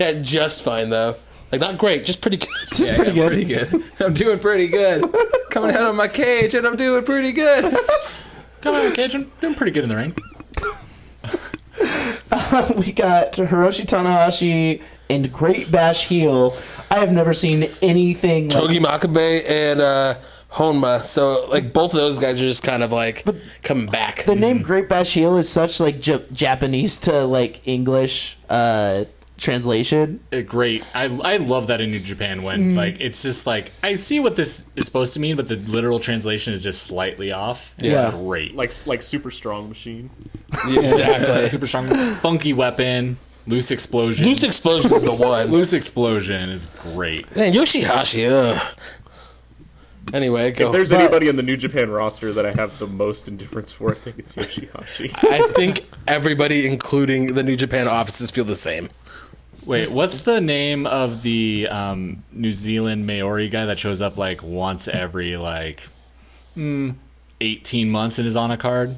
Speaker 5: Yeah, just fine though. Like not great, just pretty good.
Speaker 3: Yeah,
Speaker 4: pretty
Speaker 3: yeah,
Speaker 4: good.
Speaker 3: pretty good. I'm doing pretty good. Coming out of my cage and I'm doing pretty good.
Speaker 6: Come on, Cage. I'm doing pretty good in the ring.
Speaker 4: we got Hiroshi Tanahashi and Great Bash Heel. I have never seen anything like
Speaker 5: Togi Makabe and uh, Honma. So like both of those guys are just kind of like coming back.
Speaker 4: the name Great Bash Heel is such like J- Japanese to like English uh translation.
Speaker 6: Uh, great. I, I love that in New Japan when like it's just like I see what this is supposed to mean, but the literal translation is just slightly off. It's
Speaker 4: Yeah.
Speaker 6: great. Like
Speaker 7: Like like super strong machine.
Speaker 5: exactly.
Speaker 6: super strong, funky weapon, loose explosion.
Speaker 5: Loose explosion is the one.
Speaker 6: Loose explosion is great.
Speaker 5: Man, Yoshihashi. Ugh. Anyway, go.
Speaker 7: If there's anybody in the New Japan roster that I have the most indifference for, I think it's Yoshihashi.
Speaker 5: I think everybody, including the New Japan offices, feel the same.
Speaker 6: Wait, what's the name of the um, New Zealand Maori guy that shows up like once every like mm, eighteen months and is on a card?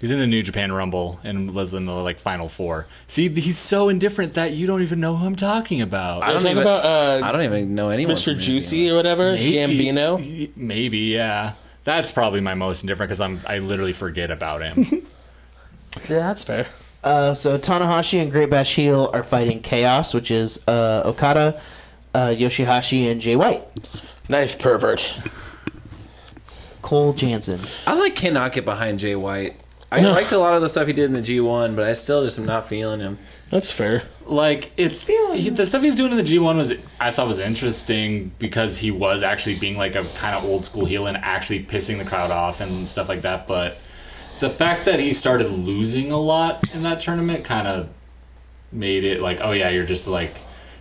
Speaker 6: He's in the New Japan Rumble and was in the like final four. See, he's so indifferent that you don't even know who I'm talking about.
Speaker 3: I
Speaker 5: I
Speaker 3: don't
Speaker 5: don't
Speaker 3: even-
Speaker 5: about uh,
Speaker 3: I don't even know anyone.
Speaker 5: Mr.
Speaker 3: from New
Speaker 5: Juicy
Speaker 3: Zealand.
Speaker 5: or whatever Gambino.
Speaker 6: y- Maybe, yeah. That's probably my most indifferent because I'm I literally forget about him.
Speaker 4: That's
Speaker 5: Fair.
Speaker 4: uh so Tanahashi and Great Bash Heel are fighting Chaos, which is uh Okada, uh Yoshihashi and Jay White.
Speaker 5: Knife pervert.
Speaker 4: Cole Jansen.
Speaker 3: I like cannot get behind Jay White. I liked a lot of the stuff he did in the G1, but I still just am not feeling him.
Speaker 5: That's fair.
Speaker 6: like it's he, the stuff he's doing in the G1 was I thought was interesting because he was actually being like a kind of old school heel and actually pissing the crowd off and stuff like that. But the fact that he started losing a lot in that tournament kind of made it like, oh yeah, you're just like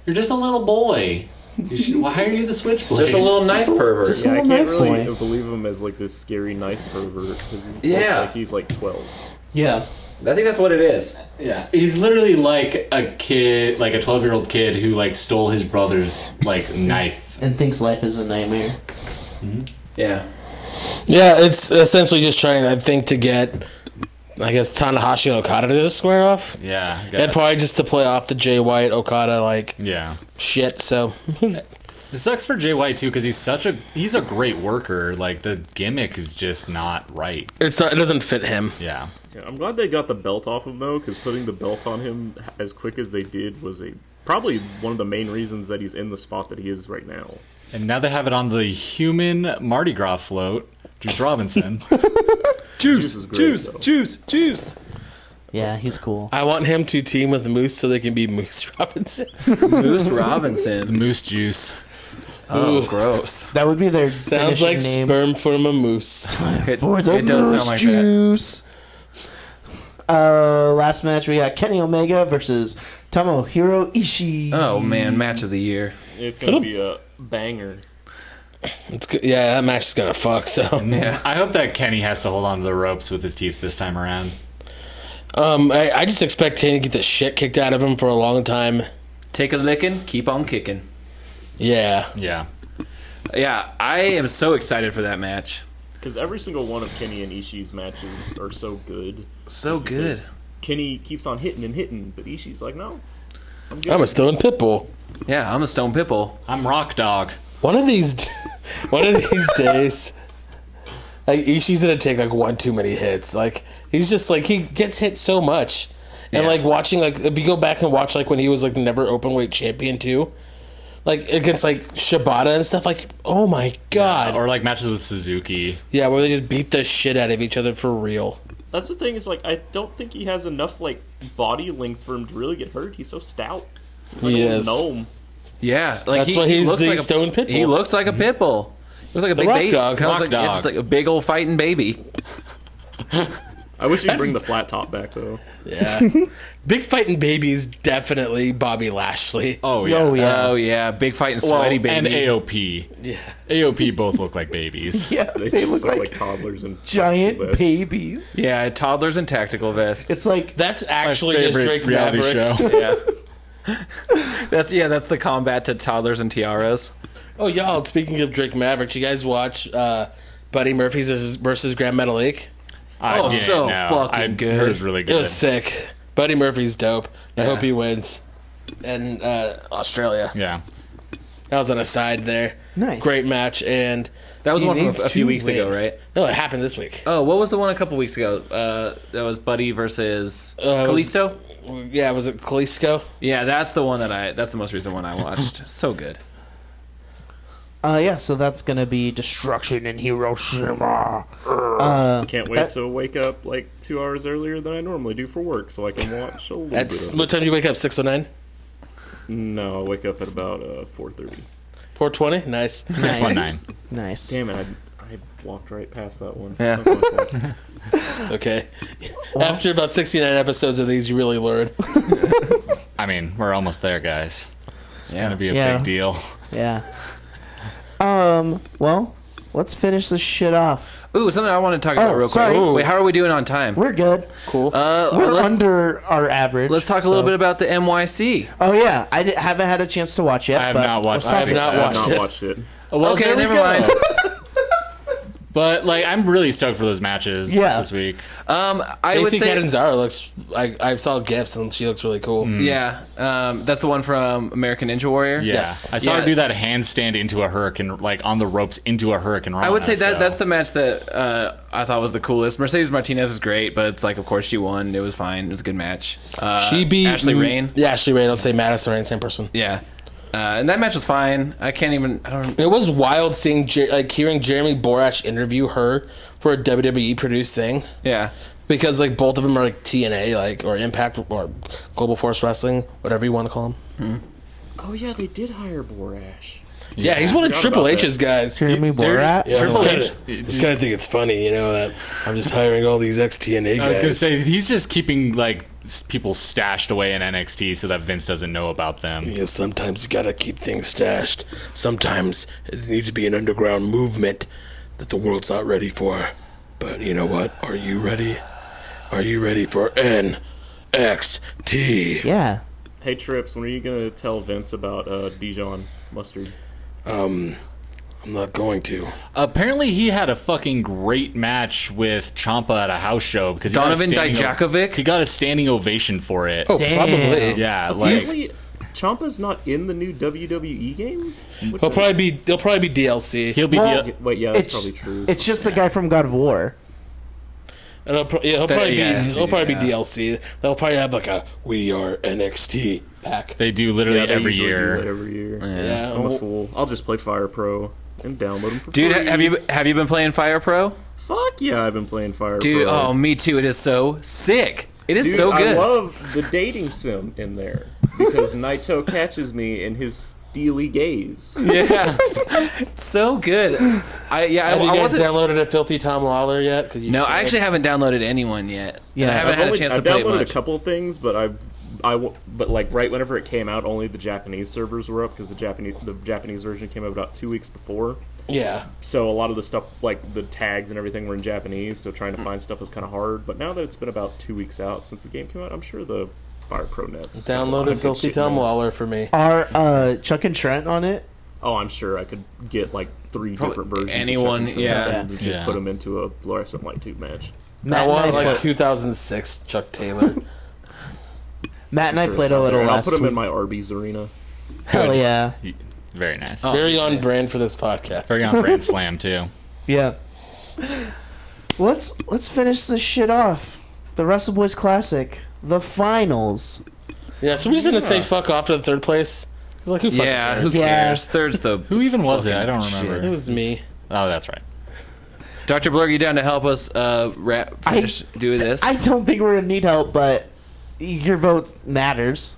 Speaker 6: you're just a little boy. You should, why are you the switchblade?
Speaker 3: Just a little knife pervert.
Speaker 4: just-
Speaker 7: yeah, I
Speaker 4: Little
Speaker 7: can't
Speaker 4: knife
Speaker 7: really
Speaker 4: boy.
Speaker 7: believe him as like this scary knife pervert because he looks
Speaker 3: Yeah.
Speaker 7: like he's like 12.
Speaker 4: Yeah.
Speaker 3: I think that's what it is.
Speaker 6: Yeah, he's literally like a kid, like a twelve-year-old kid who like stole his brother's like knife
Speaker 4: and thinks life is a nightmare.
Speaker 5: Yeah. Yeah, it's essentially just trying, I think, to get, I guess, Tanahashi and Okada to just square off.
Speaker 6: Yeah. I
Speaker 5: And
Speaker 6: guess.
Speaker 5: probably just to play off the Jay White Okada, like,
Speaker 6: yeah.
Speaker 5: shit. So,
Speaker 6: It sucks for JY too because he's such a he's a great worker. Like the gimmick is just not right.
Speaker 5: it's not, it doesn't fit him.
Speaker 6: Yeah.
Speaker 7: Yeah, I'm glad they got the belt off him though, because putting the belt on him as quick as they did was a probably one of the main reasons that he's in the spot that he is right now.
Speaker 6: And now they have it on the human Mardi Gras float, Juice Robinson.
Speaker 7: Juice is great,
Speaker 5: juice,
Speaker 7: though.
Speaker 5: juice, juice.
Speaker 4: Yeah, he's cool.
Speaker 5: I want him to team with Moose so they can be Moose Robinson.
Speaker 3: Moose Robinson.
Speaker 6: Moose juice.
Speaker 3: Oh, gross.
Speaker 4: That would be their
Speaker 5: Sounds
Speaker 4: finishing
Speaker 5: like
Speaker 4: name.
Speaker 5: sperm from a moose.
Speaker 3: It,
Speaker 4: for the
Speaker 3: it does sound
Speaker 4: moose
Speaker 3: like that.
Speaker 4: juice. Uh, last match we got Kenny Omega versus Tomohiro Ishii.
Speaker 3: Oh man, match of the year.
Speaker 7: It's gonna be a banger.
Speaker 5: It's good. Yeah, that match is gonna fuck. So,
Speaker 3: Yeah.
Speaker 6: I hope that Kenny has to hold on to the ropes with his teeth this time around.
Speaker 5: um, I, I just expect him to get the shit kicked out of him for a long time.
Speaker 3: Take a licking, keep on kicking.
Speaker 5: Yeah,
Speaker 6: Yeah.
Speaker 3: Yeah, I am so excited for that match.
Speaker 7: Because every single one of Kenny and Ishii's matches are so good.
Speaker 3: So good.
Speaker 7: Kenny keeps on hitting and hitting, but Ishii's like, no. I'm good.
Speaker 5: I'm a stone pitbull.
Speaker 3: Yeah, I'm a stone pitbull.
Speaker 6: I'm Rock Dog.
Speaker 5: One of these, one of these days, like Ishii's gonna take like one too many hits. Like he's just like he gets hit so much, and
Speaker 3: Yeah.
Speaker 5: like watching like if you go back and watch like when he was like the never open weight champion too, like against like Shibata and stuff. Like oh my god,
Speaker 6: Or like matches with Suzuki.
Speaker 5: yeah, where they just beat the shit out of each other for real.
Speaker 7: That's the thing is like I don't think he has enough like body length for him to really get hurt. He's so stout. He's like
Speaker 5: He
Speaker 7: a little
Speaker 5: is.
Speaker 7: gnome.
Speaker 3: Yeah, like
Speaker 5: That's
Speaker 3: he,
Speaker 5: why
Speaker 3: he
Speaker 5: he's
Speaker 3: looks
Speaker 5: the
Speaker 3: like
Speaker 5: stone
Speaker 3: a,
Speaker 5: pitbull.
Speaker 3: He looks like a pitbull. He looks like a big
Speaker 5: rock
Speaker 3: baby.
Speaker 5: dog,
Speaker 3: Kinda
Speaker 5: rock
Speaker 3: like,
Speaker 6: dog.
Speaker 3: It's like a big old fighting baby.
Speaker 7: I wish he'd bring the flat top back though.
Speaker 5: Yeah, big fighting baby is definitely Bobby Lashley.
Speaker 6: Oh yeah.
Speaker 4: Oh, yeah.
Speaker 3: Oh yeah, big fighting
Speaker 6: Well,
Speaker 3: sweaty
Speaker 6: and
Speaker 3: baby.
Speaker 6: AOP.
Speaker 5: Yeah.
Speaker 6: AOP both look like babies.
Speaker 4: yeah,
Speaker 7: They,
Speaker 4: they,
Speaker 7: just
Speaker 4: look like,
Speaker 7: toddlers and
Speaker 4: giant
Speaker 7: vests.
Speaker 4: babies.
Speaker 3: yeah, toddlers in tactical vests.
Speaker 4: It's like
Speaker 5: That's actually just
Speaker 6: Favorite
Speaker 5: Drake Maverick.
Speaker 3: yeah. that's yeah, that's the combat to toddlers and tiaras.
Speaker 5: Oh, y'all, speaking of Drake Maverick, you guys watch uh, Buddy Murphy's versus, versus Grand Metal League?
Speaker 6: I
Speaker 3: Oh,
Speaker 6: didn't
Speaker 3: so
Speaker 6: know.
Speaker 3: fucking
Speaker 6: I
Speaker 3: good.
Speaker 6: Heard it was really
Speaker 5: It
Speaker 6: good.
Speaker 5: was sick. Buddy Murphy's dope. I hope he wins. And uh, Australia.
Speaker 6: yeah.
Speaker 5: That was an aside there.
Speaker 4: Nice.
Speaker 5: Great match. And
Speaker 3: That was
Speaker 5: he
Speaker 3: one from a,
Speaker 5: needs
Speaker 3: a few
Speaker 5: to
Speaker 3: weeks ago,
Speaker 5: win.
Speaker 3: right?
Speaker 5: No, it happened this week.
Speaker 3: Oh, what was the one a couple weeks ago? Uh, that was Buddy versus
Speaker 5: Uh, it was-
Speaker 3: Kalisto.
Speaker 5: Yeah, was it Kalisco?
Speaker 3: Yeah, that's the one that I. That's the most recent one I watched. so good.
Speaker 4: uh, yeah. So that's gonna be destruction in Hiroshima. Uh,
Speaker 7: Can't wait to wake up like two hours earlier than I normally do for work, so I can watch a little
Speaker 5: That's
Speaker 7: bit. Of
Speaker 5: what time do you wake up? 609?
Speaker 7: it. No, I wake up at about uh, four thirty.
Speaker 5: 420? Nice.
Speaker 6: Six one nine.
Speaker 4: nice.
Speaker 7: Damn it! I, I walked right past that one.
Speaker 3: Yeah.
Speaker 7: That was my fault.
Speaker 5: It's okay. After about 69 episodes of these, you really learn.
Speaker 6: I mean, we're almost there, guys. It's
Speaker 3: Yeah.
Speaker 6: gonna be a
Speaker 4: Yeah.
Speaker 6: big deal.
Speaker 4: Yeah. Um. Well, let's finish this shit off.
Speaker 3: Ooh, something I want to talk about
Speaker 4: Oh,
Speaker 3: real
Speaker 4: sorry.
Speaker 3: quick. Wait, how are we doing on time?
Speaker 4: We're good. Cool.
Speaker 3: Uh,
Speaker 4: We're
Speaker 3: let,
Speaker 4: under our average.
Speaker 3: us talk a little
Speaker 4: so-
Speaker 3: bit about the MYC.
Speaker 4: Oh yeah, I di- haven't had a chance to watch yet.
Speaker 6: I have
Speaker 4: but
Speaker 6: not watched.
Speaker 4: let's
Speaker 5: I have
Speaker 4: talk-
Speaker 5: not
Speaker 7: I have
Speaker 5: watched
Speaker 7: not
Speaker 5: it.
Speaker 7: watched it.
Speaker 6: Well,
Speaker 3: okay,
Speaker 6: there we
Speaker 3: never
Speaker 6: go.
Speaker 3: mind.
Speaker 6: But like, I'm really stoked for those matches
Speaker 4: Yeah.
Speaker 6: this week.
Speaker 3: Um, I would
Speaker 5: Casey
Speaker 3: say
Speaker 5: Catanzaro looks. I, I saw gifs and she looks really cool.
Speaker 3: yeah. Um, that's the one from American Ninja Warrior.
Speaker 6: Yeah.
Speaker 5: Yes.
Speaker 6: I saw
Speaker 3: Yeah.
Speaker 6: her do that handstand into a hurricane, like on the ropes into a hurricane. Rana,
Speaker 3: I
Speaker 5: Uh,
Speaker 3: would say that
Speaker 6: so-
Speaker 3: that's the match that uh, I thought was the coolest. Mercedes Martinez is great, but it's like, of course, she won. It was fine. It was a good match. Uh,
Speaker 5: She beat
Speaker 3: Ashley Rain.
Speaker 5: Yeah, Ashley Rain. I'll say Madison Rain, same person.
Speaker 3: Yeah, uh, and that match was fine. I can't even. I don't.
Speaker 5: It was wild seeing Jer- like hearing Jeremy Borash interview her for a WWE produced thing
Speaker 3: Yeah,
Speaker 5: because like both of them are like TNA like or Impact or Global Force Wrestling, whatever you want to call them.
Speaker 7: Oh yeah, they did hire Borash.
Speaker 5: Yeah, he's one of
Speaker 7: Forgot
Speaker 5: Triple
Speaker 7: about
Speaker 5: H's guys.
Speaker 4: Jeremy Borat.
Speaker 5: Yeah, I
Speaker 6: Triple
Speaker 5: just
Speaker 6: H-
Speaker 5: kinda- just kind of think it's funny, you know, that I'm just hiring all these ex TNA guys.
Speaker 6: I was gonna say he's just keeping like s- people stashed away in NXT so that Vince doesn't know about them.
Speaker 5: You know, sometimes you gotta keep things stashed. Sometimes it needs to be an underground movement that the world's not ready for. But you know what? Are you ready? Are you ready for NXT?
Speaker 4: Yeah.
Speaker 7: Hey Trips, when are you gonna tell Vince about uh, Dijon mustard?
Speaker 5: Um, I'm not going to.
Speaker 6: Apparently, he had a fucking great match with Champa at a house show because he got a
Speaker 3: Donovan
Speaker 6: standing o-
Speaker 3: Dijakovic?
Speaker 6: he got a standing ovation for it.
Speaker 5: Oh,
Speaker 4: Damn.
Speaker 5: probably.
Speaker 6: Yeah, like
Speaker 7: Apparently, Champa's not in the new WWE game. Which
Speaker 5: He'll probably be. He'll probably be DLC.
Speaker 6: he'll be
Speaker 4: Well-
Speaker 6: the.
Speaker 7: Wait, yeah, that's
Speaker 4: It's,
Speaker 7: probably true.
Speaker 4: it's just the guy from God of War.
Speaker 5: And he'll, pro- yeah, he'll probably
Speaker 3: yeah,
Speaker 5: be. He'll probably
Speaker 3: yeah.
Speaker 5: be DLC. They'll probably have like a "We Are NXT" pack.
Speaker 6: They do literally
Speaker 7: Yeah, they
Speaker 6: every
Speaker 7: usually do
Speaker 6: year.
Speaker 7: that every year.
Speaker 5: Yeah.
Speaker 7: I'm a
Speaker 5: well,
Speaker 7: fool. I'll just play Fire Pro and download them for
Speaker 3: Dude,
Speaker 7: free.
Speaker 3: ha- have you have you been playing Fire Pro?
Speaker 7: Fuck yeah, I've been playing Fire
Speaker 3: Dude,
Speaker 7: Pro.
Speaker 3: oh, me too. It is so sick. It is
Speaker 7: Dude,
Speaker 3: so good.
Speaker 7: I love the dating sim in there because Naito catches me in his steely gaze.
Speaker 3: yeah, it's so good. I yeah, I,
Speaker 5: have you
Speaker 3: I
Speaker 5: guys
Speaker 3: wasn't.
Speaker 5: downloaded a filthy Tom Lawler yet? 'Cause you
Speaker 3: no,
Speaker 5: should.
Speaker 3: I actually haven't downloaded anyone yet. Yeah,
Speaker 4: Yeah.
Speaker 3: I haven't
Speaker 4: I've
Speaker 3: had
Speaker 7: Only-
Speaker 3: a chance
Speaker 7: I
Speaker 3: to play it
Speaker 7: downloaded
Speaker 3: much.
Speaker 7: a couple of things, but I, I, w- but like right whenever it came out, only the Japanese servers were up because the Japanese the Japanese version came out about two weeks before.
Speaker 5: Yeah.
Speaker 7: So a lot of the stuff, like the tags and everything, were in Japanese. So trying to
Speaker 3: Hmm.
Speaker 7: find stuff was kind of hard. But now that it's been about two weeks out since the game came out, I'm sure the Fire Pro Nets have a lot
Speaker 5: Download
Speaker 7: of
Speaker 5: a
Speaker 7: good
Speaker 5: filthy
Speaker 7: shit in
Speaker 5: Tom
Speaker 7: there.
Speaker 5: Lawler for me.
Speaker 4: Are uh, Chuck and Trent on it?
Speaker 7: Oh, I'm sure I could get like three
Speaker 3: Probably
Speaker 7: different versions.
Speaker 3: anyone,
Speaker 7: of Chuck and Trent
Speaker 3: yeah.
Speaker 7: and just
Speaker 6: Yeah.
Speaker 7: put them into a fluorescent light tube match.
Speaker 4: Matt
Speaker 5: I
Speaker 4: and I,
Speaker 5: want like
Speaker 4: pla-
Speaker 5: 2006 Chuck Taylor.
Speaker 4: Matt and I
Speaker 7: Sure,
Speaker 4: played
Speaker 7: it's
Speaker 4: a
Speaker 7: out
Speaker 4: little
Speaker 7: there. And I'll
Speaker 4: last
Speaker 7: put them
Speaker 4: week.
Speaker 7: in my Arby's arena.
Speaker 4: Hell
Speaker 5: Good.
Speaker 4: yeah,
Speaker 6: Very nice.
Speaker 5: Very on brand for this podcast.
Speaker 6: Very on brand slam too.
Speaker 4: yeah. Let's let's finish this shit off. The Wrestle Boys Classic, the finals.
Speaker 5: Yeah, so we're just gonna say fuck off to the third place. It's like who fucking
Speaker 3: yeah, who
Speaker 5: cares?
Speaker 3: cares?
Speaker 4: Yeah.
Speaker 3: Third's the
Speaker 6: Who even was it? I don't
Speaker 3: Fucking
Speaker 6: remember.
Speaker 5: It was me.
Speaker 6: Oh, that's right.
Speaker 3: Doctor Blur. You down to help us uh, wrap, finish do this?
Speaker 4: I don't think we're gonna need help, but your vote matters.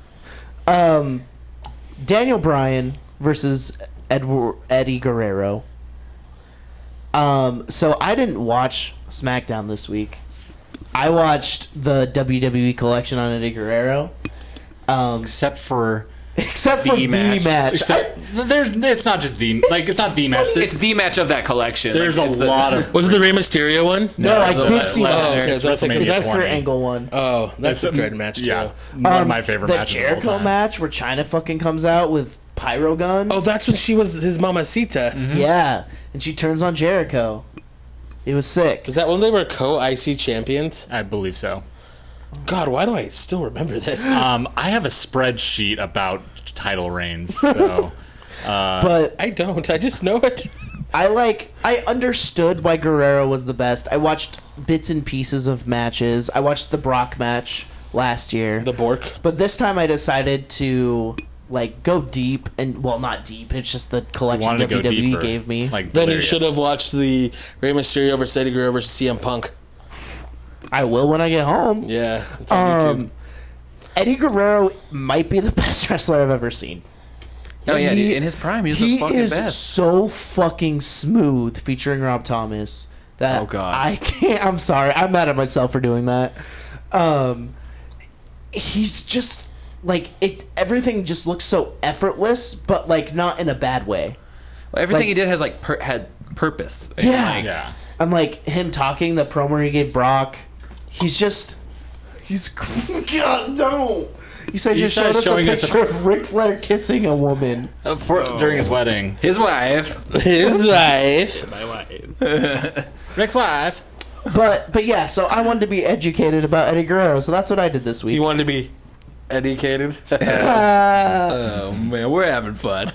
Speaker 4: Um, Daniel Bryan versus Edward Eddie Guerrero. Um, so I didn't watch SmackDown this week. I watched the WWE collection on Eddie Guerrero, um,
Speaker 6: Except for
Speaker 4: except for the match.
Speaker 3: match.
Speaker 6: except there's. It's not just the like. It's not the match.
Speaker 3: it's
Speaker 6: There's,
Speaker 3: the match of that collection.
Speaker 6: there's a
Speaker 3: Like, it's the-
Speaker 6: lot of.
Speaker 5: Was it the Rey Mysterio one?
Speaker 4: no, I
Speaker 6: it's the
Speaker 4: did
Speaker 6: last-
Speaker 4: see
Speaker 6: last
Speaker 5: Oh,
Speaker 4: that.
Speaker 6: year.
Speaker 5: okay,
Speaker 6: It's
Speaker 5: that's like-
Speaker 6: WrestleMania
Speaker 5: that's
Speaker 4: That's her
Speaker 6: 20.
Speaker 4: angle one.
Speaker 5: Oh, that's
Speaker 6: It's
Speaker 5: a good match too.
Speaker 6: Yeah, one of
Speaker 4: Um,
Speaker 6: my favorite
Speaker 4: the
Speaker 6: matches
Speaker 4: Jericho
Speaker 6: of all time.
Speaker 4: Uh, match where China fucking comes out with pyro gun.
Speaker 5: Oh, that's when she was his mamacita.
Speaker 3: Mm-hmm.
Speaker 4: Yeah, and she turns on Jericho. It was sick.
Speaker 5: Was that when they were co-IC champions?
Speaker 6: I believe so.
Speaker 5: God, why do I still remember this?
Speaker 6: Um, I have a spreadsheet about title reigns. So Uh,
Speaker 4: But
Speaker 5: I don't. I just know it.
Speaker 4: I like I understood why Guerrero was the best. I watched bits and pieces of matches. I watched the Brock match last year.
Speaker 5: The Bork.
Speaker 4: but this time I decided to like go deep and well not deep, it's just the collection
Speaker 6: wanted to
Speaker 4: WWE
Speaker 6: go deeper.
Speaker 4: E gave me.
Speaker 6: Like
Speaker 5: Then you
Speaker 6: delirious.
Speaker 5: should have watched the Rey Mysterio versus Eddie Guerrero versus CM Punk.
Speaker 4: I will when I get home.
Speaker 5: Yeah, it's on YouTube.
Speaker 4: Um Eddie Guerrero might be the best wrestler I've ever seen.
Speaker 3: Oh yeah,
Speaker 4: He-
Speaker 3: dude, in his prime, he was
Speaker 4: he
Speaker 3: the fucking
Speaker 4: is
Speaker 3: best.
Speaker 4: so fucking smooth featuring Rob Thomas that
Speaker 3: Oh, God.
Speaker 4: I can't I'm sorry. I'm mad at myself for doing that. Um he's just like it everything just looks so effortless but like not in a bad way.
Speaker 3: Everything
Speaker 4: like-
Speaker 3: he did has like per- had purpose.
Speaker 4: Yeah.
Speaker 6: Yeah.
Speaker 4: And like him talking the promo he gave Brock, he's just he's God don't. You said you
Speaker 6: He's not
Speaker 4: showed us a
Speaker 6: showing us a-
Speaker 4: picture of Ric Flair kissing a woman.
Speaker 6: Uh, for, During his wedding,
Speaker 3: His wife.
Speaker 5: His wife.
Speaker 7: My wife.
Speaker 6: Rick's wife.
Speaker 4: But but yeah, so I wanted to be educated about Eddie Guerrero, so that's what I did this week.
Speaker 5: He wanted to be educated.
Speaker 3: Oh man, we're having fun.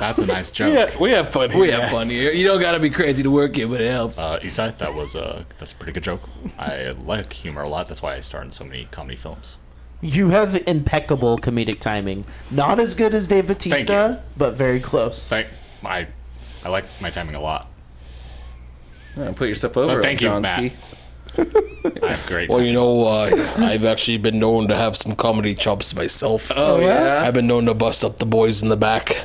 Speaker 6: That's a nice joke.
Speaker 5: yeah, we have fun. Here,
Speaker 3: We have
Speaker 5: guys.
Speaker 3: fun here. You don't gotta be crazy to work it, but it helps.
Speaker 6: Uh, Isai, that was a that's a pretty good joke. I like humor a lot. That's why I star in so many comedy films.
Speaker 4: You have impeccable comedic timing. Not as good as Dave Batista,
Speaker 6: you.
Speaker 4: but very close.
Speaker 6: Thank I, I like my timing a lot.
Speaker 3: Put yourself over.
Speaker 6: No, thank you,
Speaker 3: Gonski.
Speaker 6: Matt. I have great.
Speaker 5: Well, you know, uh, I've actually been known to have some comedy chops myself.
Speaker 3: Oh yeah.
Speaker 5: I've been known to bust up the boys in the back.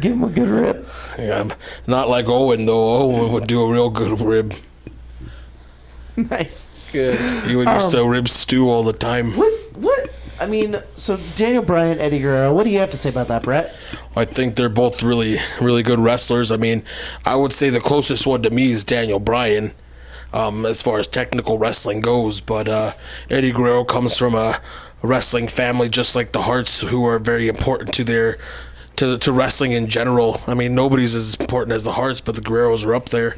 Speaker 4: Give him a good rip.
Speaker 5: Yeah, I'm not like Owen though. Owen would do a real good rib.
Speaker 4: nice.
Speaker 5: He would used to rib stew all the time.
Speaker 4: What what I mean, so Daniel Bryan, Eddie Guerrero, what do you have to say about that, Brett?
Speaker 5: I think they're both really, really good wrestlers. I mean, I would say the closest one to me is Daniel Bryan, um, as far as technical wrestling goes. But uh, Eddie Guerrero comes from a wrestling family, just like the Hearts, who are very important to their to to wrestling in general. I mean, nobody's as important as the Hearts, but the Guerreros are up there.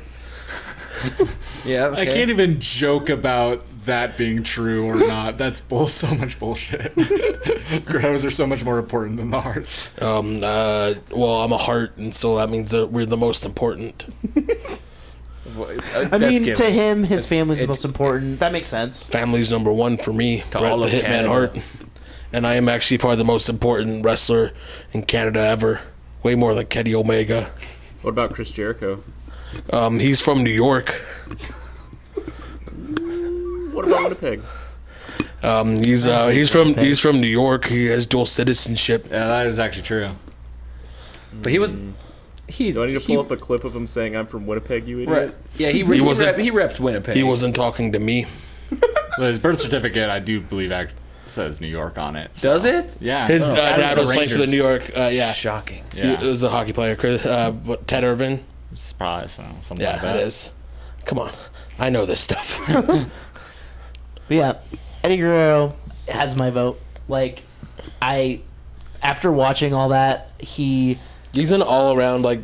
Speaker 3: Yeah, okay.
Speaker 6: I can't even joke about that being true or not. That's bull- so much bullshit. Grows are so much more important than the hearts.
Speaker 5: Um, uh, well, I'm a Heart, and so that means that we're the most important.
Speaker 4: I mean,
Speaker 3: given.
Speaker 4: to him, his family's the
Speaker 3: it's-
Speaker 4: most important. That makes sense.
Speaker 5: Family's number one for me, Bret
Speaker 3: all
Speaker 5: the
Speaker 3: of
Speaker 5: Hitman
Speaker 3: Canada.
Speaker 5: Hart, and I am actually probably the most important wrestler in Canada ever. Way more than Kenny Omega.
Speaker 7: What about Chris Jericho?
Speaker 5: Um, he's from New York.
Speaker 7: What about Winnipeg?
Speaker 5: Um, he's uh, he's from he's from New York. He has dual citizenship.
Speaker 6: Yeah, that is actually true.
Speaker 3: but he was. He,
Speaker 7: Do I need to
Speaker 3: he-
Speaker 7: pull up a clip of him saying, "I'm from Winnipeg, you idiot"?
Speaker 3: Right. Yeah, he, he, he,
Speaker 5: wasn't-
Speaker 3: rep, he reps Winnipeg.
Speaker 5: He wasn't talking to me.
Speaker 6: But his birth certificate, I do believe, act- says New York on it. So,
Speaker 3: Does it?
Speaker 6: yeah,
Speaker 5: His uh,
Speaker 6: Oh. That
Speaker 5: dad
Speaker 6: the
Speaker 5: was playing for the
Speaker 6: Rangers.
Speaker 5: New York. Uh, yeah,
Speaker 3: Shocking.
Speaker 5: He-
Speaker 6: Yeah,
Speaker 5: it was a hockey player. Chris- Uh, what, Ted Irvin.
Speaker 6: it's probably so- something
Speaker 5: Yeah,
Speaker 6: like that.
Speaker 5: that is. Come on, I know this stuff.
Speaker 4: But yeah, Eddie Guerrero has my vote. Like, I, after watching all that, he
Speaker 5: he's an all-around like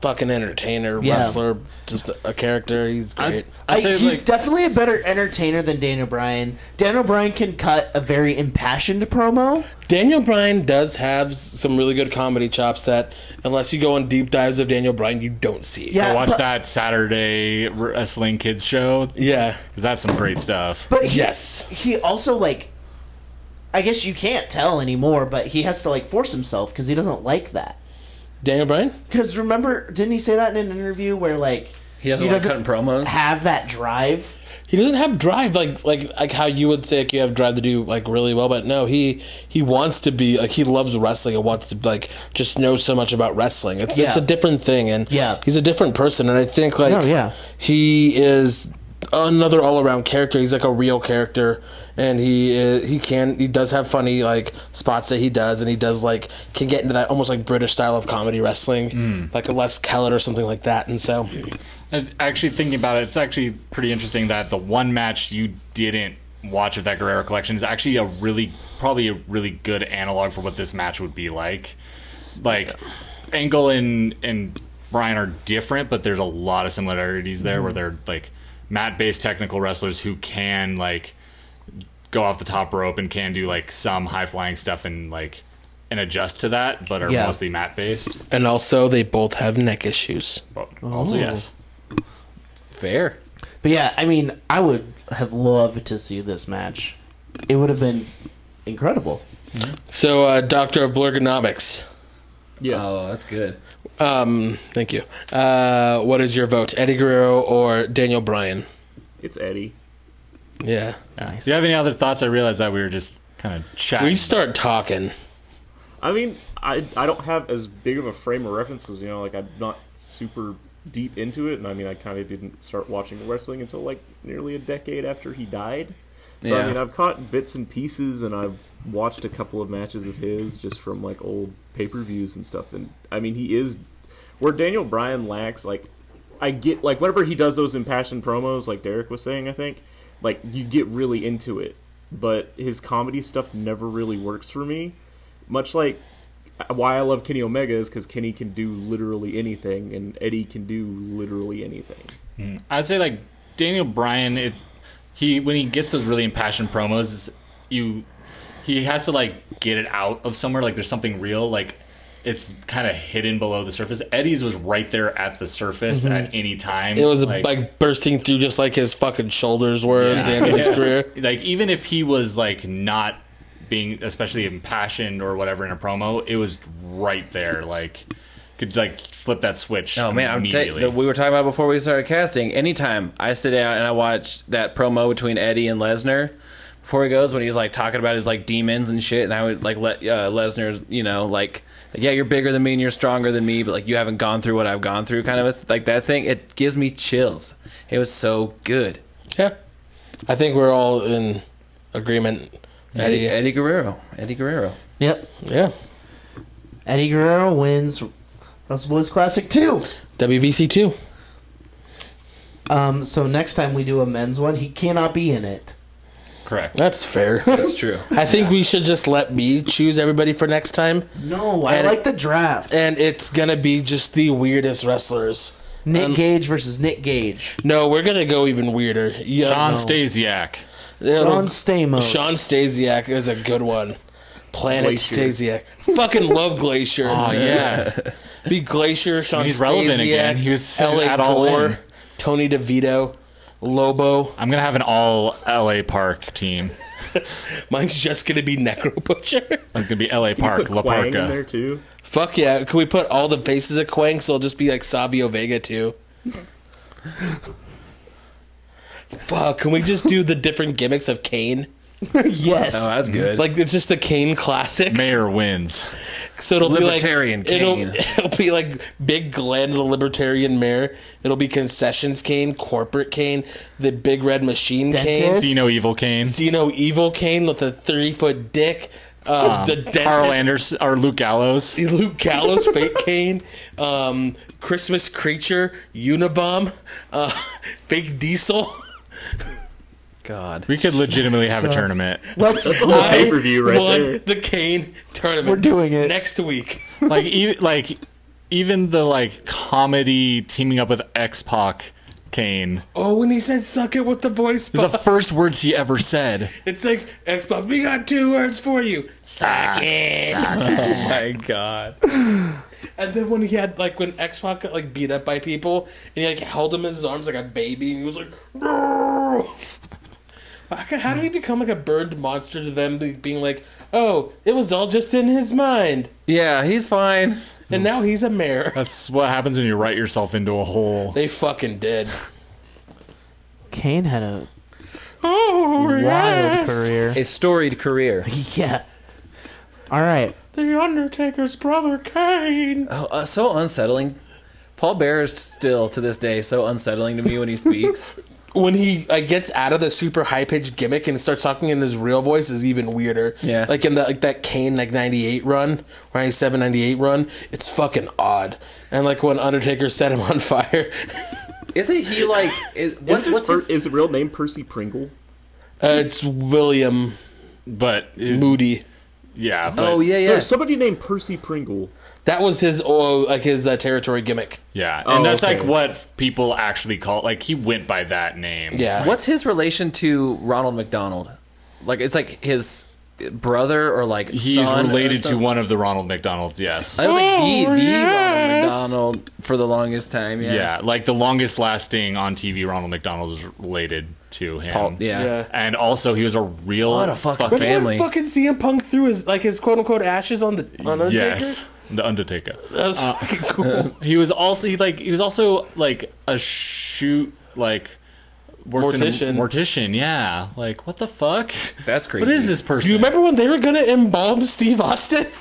Speaker 5: fucking entertainer,
Speaker 4: Yeah.
Speaker 5: wrestler, just a character. He's great.
Speaker 4: I,
Speaker 6: I'd say,
Speaker 4: he's
Speaker 6: like-
Speaker 4: definitely a better entertainer than Daniel Bryan. Daniel Bryan can cut a very impassioned promo.
Speaker 5: Daniel Bryan does have s- some really good comedy chops that, unless you go on deep dives of Daniel Bryan, you don't see.
Speaker 4: Yeah,
Speaker 6: I watched
Speaker 4: but,
Speaker 6: that Saturday wrestling kids show. 'cause
Speaker 5: Yeah.
Speaker 6: That's some great stuff.
Speaker 4: But he,
Speaker 5: Yes.
Speaker 4: he also like, I guess you can't tell anymore. But he has to like force himself because he doesn't like that.
Speaker 5: Daniel Bryan.
Speaker 4: Because remember, didn't he say that in an interview where like
Speaker 3: He doesn't
Speaker 4: He
Speaker 3: like
Speaker 4: doesn't
Speaker 3: cutting promos.
Speaker 4: have that drive?
Speaker 5: He doesn't have drive like like like how you would say like you have drive to do like really well, but no, he he wants to be like he loves wrestling and wants to like just know so much about wrestling. It's it's a
Speaker 4: Yeah.
Speaker 5: different thing, and
Speaker 4: Yeah.
Speaker 5: he's a different person, and I think like
Speaker 4: No, yeah.
Speaker 5: he is another all around character. He's like a real character, and he is, he can he does have funny like spots that he does, and he does like can get into that almost like British style of comedy wrestling, like a Les Kellett or something like that, and so.
Speaker 6: And Actually, thinking about it, it's actually pretty interesting that the one match you didn't watch of that Guerrero collection is actually a really, probably a really good analog for what this match would be like. Like, Angle and and Brian are different, but there's a lot of similarities there where they're like mat-based technical wrestlers who can like go off the top rope and can do like some high-flying stuff and like and adjust to that, but are
Speaker 4: Yeah.
Speaker 6: mostly mat-based.
Speaker 5: And also, they both have neck issues.
Speaker 6: But also, yes.
Speaker 3: Fair.
Speaker 4: But yeah, I mean, I would have loved to see this match. It would have been incredible.
Speaker 5: So, uh, Doctor of Blurgonomics,
Speaker 7: Yes.
Speaker 3: Oh, that's good.
Speaker 5: um, thank you. Uh, what is your vote, Eddie Guerrero or Daniel Bryan?
Speaker 7: It's Eddie.
Speaker 5: Yeah,
Speaker 6: Do you have any other thoughts? I realized that we were just kind of chatting.
Speaker 5: we start talking.
Speaker 7: I mean, I I don't have as big of a frame of references, you know, like I'm not super deep into it, and I mean, I kind of didn't start watching wrestling until like nearly a decade after he died. So
Speaker 3: Yeah.
Speaker 7: I mean, I've caught bits and pieces, and I've watched a couple of matches of his just from like old pay per views and stuff. And I mean, he is where Daniel Bryan lacks. Like, I get like whenever he does those impassioned promos, like Derek was saying, I think like you get really into it. But his comedy stuff never really works for me. Much like why I love Kenny Omega is because Kenny can do literally anything, and Eddie can do literally anything.
Speaker 6: I'd say like Daniel Bryan, it, he when he gets those really impassioned promos, you he has to like get it out of somewhere. Like there's something real. Like it's kind of hidden below the surface. Eddie's was right there at the surface at any time.
Speaker 5: It was like, bursting through, just like his fucking shoulders were at the end of his career.
Speaker 6: like even if he was like not being especially impassioned or whatever in a promo, it was right there. Like could like flip that switch.
Speaker 3: Oh man, I'm ta-
Speaker 6: immediately.
Speaker 3: that we were talking about before we started casting. Anytime I sit down and I watch that promo between Eddie and Lesnar before he goes when he's like talking about his like demons and shit, and I would like let uh, Lesnar, you know, like, like, yeah, you're bigger than me and you're stronger than me, but like you haven't gone through what I've gone through, kind of a th- like that thing. It gives me chills. It was so good.
Speaker 5: Yeah, I think we're all in agreement. Eddie,
Speaker 3: Eddie, Eddie Guerrero, Eddie Guerrero.
Speaker 4: Yep.
Speaker 5: yeah,
Speaker 4: Eddie Guerrero wins Russell Boys Classic 2.
Speaker 5: WBC two.
Speaker 4: Um, so next time we do a men's one, he cannot be in it.
Speaker 6: Correct.
Speaker 5: That's fair.
Speaker 3: That's true.
Speaker 5: I think we should just let me choose everybody for next time,
Speaker 4: No, I
Speaker 5: And-
Speaker 4: like the draft.
Speaker 5: and it's gonna be just the weirdest wrestlers.
Speaker 4: Nick
Speaker 5: and-
Speaker 4: Gage versus Nick Gage.
Speaker 5: No, we're gonna go even weirder. Yeah,
Speaker 6: John Stasiak.
Speaker 5: it'll-
Speaker 4: John Stamos.
Speaker 5: Sean Stasiak is a good one. Planet
Speaker 7: Glacier.
Speaker 5: Stasiak. Fucking love Glacier.
Speaker 6: Oh yeah.
Speaker 5: Be Glacier, Sean
Speaker 6: He's
Speaker 5: Stasiak.
Speaker 6: relevant again. He was
Speaker 5: LA
Speaker 6: at All
Speaker 5: Gore,
Speaker 6: In.
Speaker 5: Tony DeVito, Lobo.
Speaker 6: I'm gonna have an all LA Park team.
Speaker 5: Mine's just gonna be Necro Butcher.
Speaker 6: It's gonna be LA Park,
Speaker 7: Put
Speaker 6: La
Speaker 7: Quang in
Speaker 6: Parka.
Speaker 7: there too.
Speaker 5: Fuck yeah. Can we put all the faces of Quang so it'll just be like Savio Vega too? Fuck, can we just do the different gimmicks of Kane?
Speaker 4: yes.
Speaker 3: Oh, that's good.
Speaker 5: Like it's just the Kane classic.
Speaker 6: Mayor wins.
Speaker 5: So it'll
Speaker 3: Libertarian
Speaker 5: be like, it'll,
Speaker 3: Kane.
Speaker 5: it'll be like big Glenn, the libertarian mayor. It'll be concessions Kane, corporate Kane, the big red machine Kane,
Speaker 4: Dentist?
Speaker 6: See no evil Kane.
Speaker 5: Zeno evil Kane with a three foot dick, uh,
Speaker 4: Um,
Speaker 5: the dentist,
Speaker 6: Carl Anders or Luke Gallows.
Speaker 5: Luke Gallows fake Kane, um, Christmas creature Unabomb, uh, fake Diesel.
Speaker 3: God.
Speaker 6: We could legitimately have a tournament.
Speaker 4: Let's.
Speaker 7: whole pay per view right
Speaker 5: Won
Speaker 7: there.
Speaker 5: the Kane tournament.
Speaker 4: We're doing it.
Speaker 5: next week.
Speaker 6: Like e- like even the like comedy teaming up with X Pac Kane.
Speaker 5: Oh, when he said "suck it" with the voice
Speaker 6: The
Speaker 5: box.
Speaker 6: first words he ever said.
Speaker 5: It's like Xbox. We got two words for you. Ah, Suck it.
Speaker 3: Oh my God.
Speaker 5: And then when he had like when Xbox got like beat up by people, and he like held him in his arms like a baby, and he was like, "Roar." How ca- how did he become like a burned monster to them? be- Being like, oh, it was all just in his mind,
Speaker 3: Yeah, he's fine.
Speaker 5: and now he's a mayor.
Speaker 6: That's what happens when you write yourself into a hole.
Speaker 5: They fucking did.
Speaker 4: Kane had a
Speaker 5: Oh,
Speaker 4: wild
Speaker 5: yes.
Speaker 4: career.
Speaker 3: A storied career.
Speaker 4: Yeah. All right.
Speaker 5: The Undertaker's brother Kane.
Speaker 3: Oh, uh, so unsettling. Paul Bear is still to this day so unsettling to me when he speaks.
Speaker 5: when he like gets out of the super high pitched gimmick and starts talking in his real voice is even weirder.
Speaker 3: Yeah.
Speaker 5: Like in the like that Kane like ninety eight run, or 97, 98 run, it's fucking odd. And like when Undertaker set him on fire,
Speaker 3: Isn't he like? Is, what,
Speaker 7: Is,
Speaker 3: what's
Speaker 7: his, per-
Speaker 3: his-
Speaker 7: is real name Percy Pringle?
Speaker 5: uh, it's William
Speaker 6: But is,
Speaker 5: Moody.
Speaker 6: yeah. But,
Speaker 3: oh yeah,
Speaker 7: So
Speaker 3: yeah.
Speaker 7: somebody named Percy Pringle.
Speaker 5: That was his oh, like his uh, territory gimmick.
Speaker 6: Yeah. And
Speaker 7: Oh,
Speaker 6: that's like
Speaker 7: okay.
Speaker 6: what people actually call like he went by that name.
Speaker 5: Yeah.
Speaker 3: what's his relation to Ronald McDonald? Like it's like his brother or like
Speaker 6: He's
Speaker 3: son or
Speaker 6: related to
Speaker 3: something?
Speaker 6: one of the Ronald McDonalds, yes.
Speaker 3: I was like
Speaker 6: Oh,
Speaker 3: the, the
Speaker 5: yes.
Speaker 3: Ronald McDonald for the longest time. Yeah.
Speaker 6: Yeah, like the longest lasting on TV Ronald McDonald is related to him.
Speaker 3: Paul- yeah.
Speaker 6: And also he was a real
Speaker 3: What a fucking
Speaker 6: fuck-
Speaker 5: Remember
Speaker 3: family.
Speaker 5: when fucking CM Punk threw his like his quote unquote ashes on the on Undertaker?
Speaker 6: Yes. The Undertaker.
Speaker 5: That
Speaker 3: Uh,
Speaker 5: was fucking cool.
Speaker 6: He was also he like he was also like a shoot like worked in a-
Speaker 5: Mortician.
Speaker 6: mortician, yeah. Like what the fuck?
Speaker 3: That's crazy.
Speaker 6: What is this person?
Speaker 5: Do you remember when they were gonna embalm Steve Austin?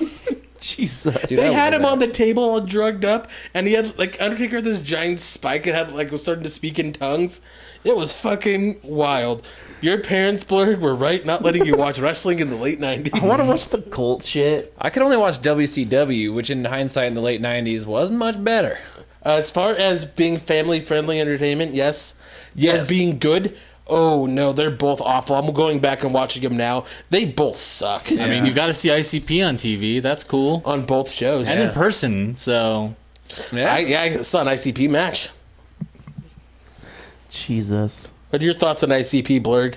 Speaker 4: Jesus.
Speaker 3: Dude, I
Speaker 5: They had
Speaker 3: love
Speaker 5: him
Speaker 3: that.
Speaker 5: on the table all drugged up, and he had like Undertaker had this giant spike and had like was starting to speak in tongues. It was fucking wild. Your parents, Blurg, were right not letting you watch wrestling in the late nineties.
Speaker 4: I want to watch the cult shit.
Speaker 3: I could only watch WCW, which in hindsight in the late '90s wasn't much better.
Speaker 5: Uh, As far as being family friendly entertainment, yes.
Speaker 3: Yes.
Speaker 5: As being good, oh no, they're both awful. I'm going back and watching them now. They both suck
Speaker 6: I mean, you got to see ICP on TV. That's cool.
Speaker 5: on both shows.
Speaker 6: And in person, so
Speaker 3: Yeah.
Speaker 5: I, yeah, I saw an ICP match.
Speaker 4: Jesus.
Speaker 5: What are your thoughts on ICP, Blurg?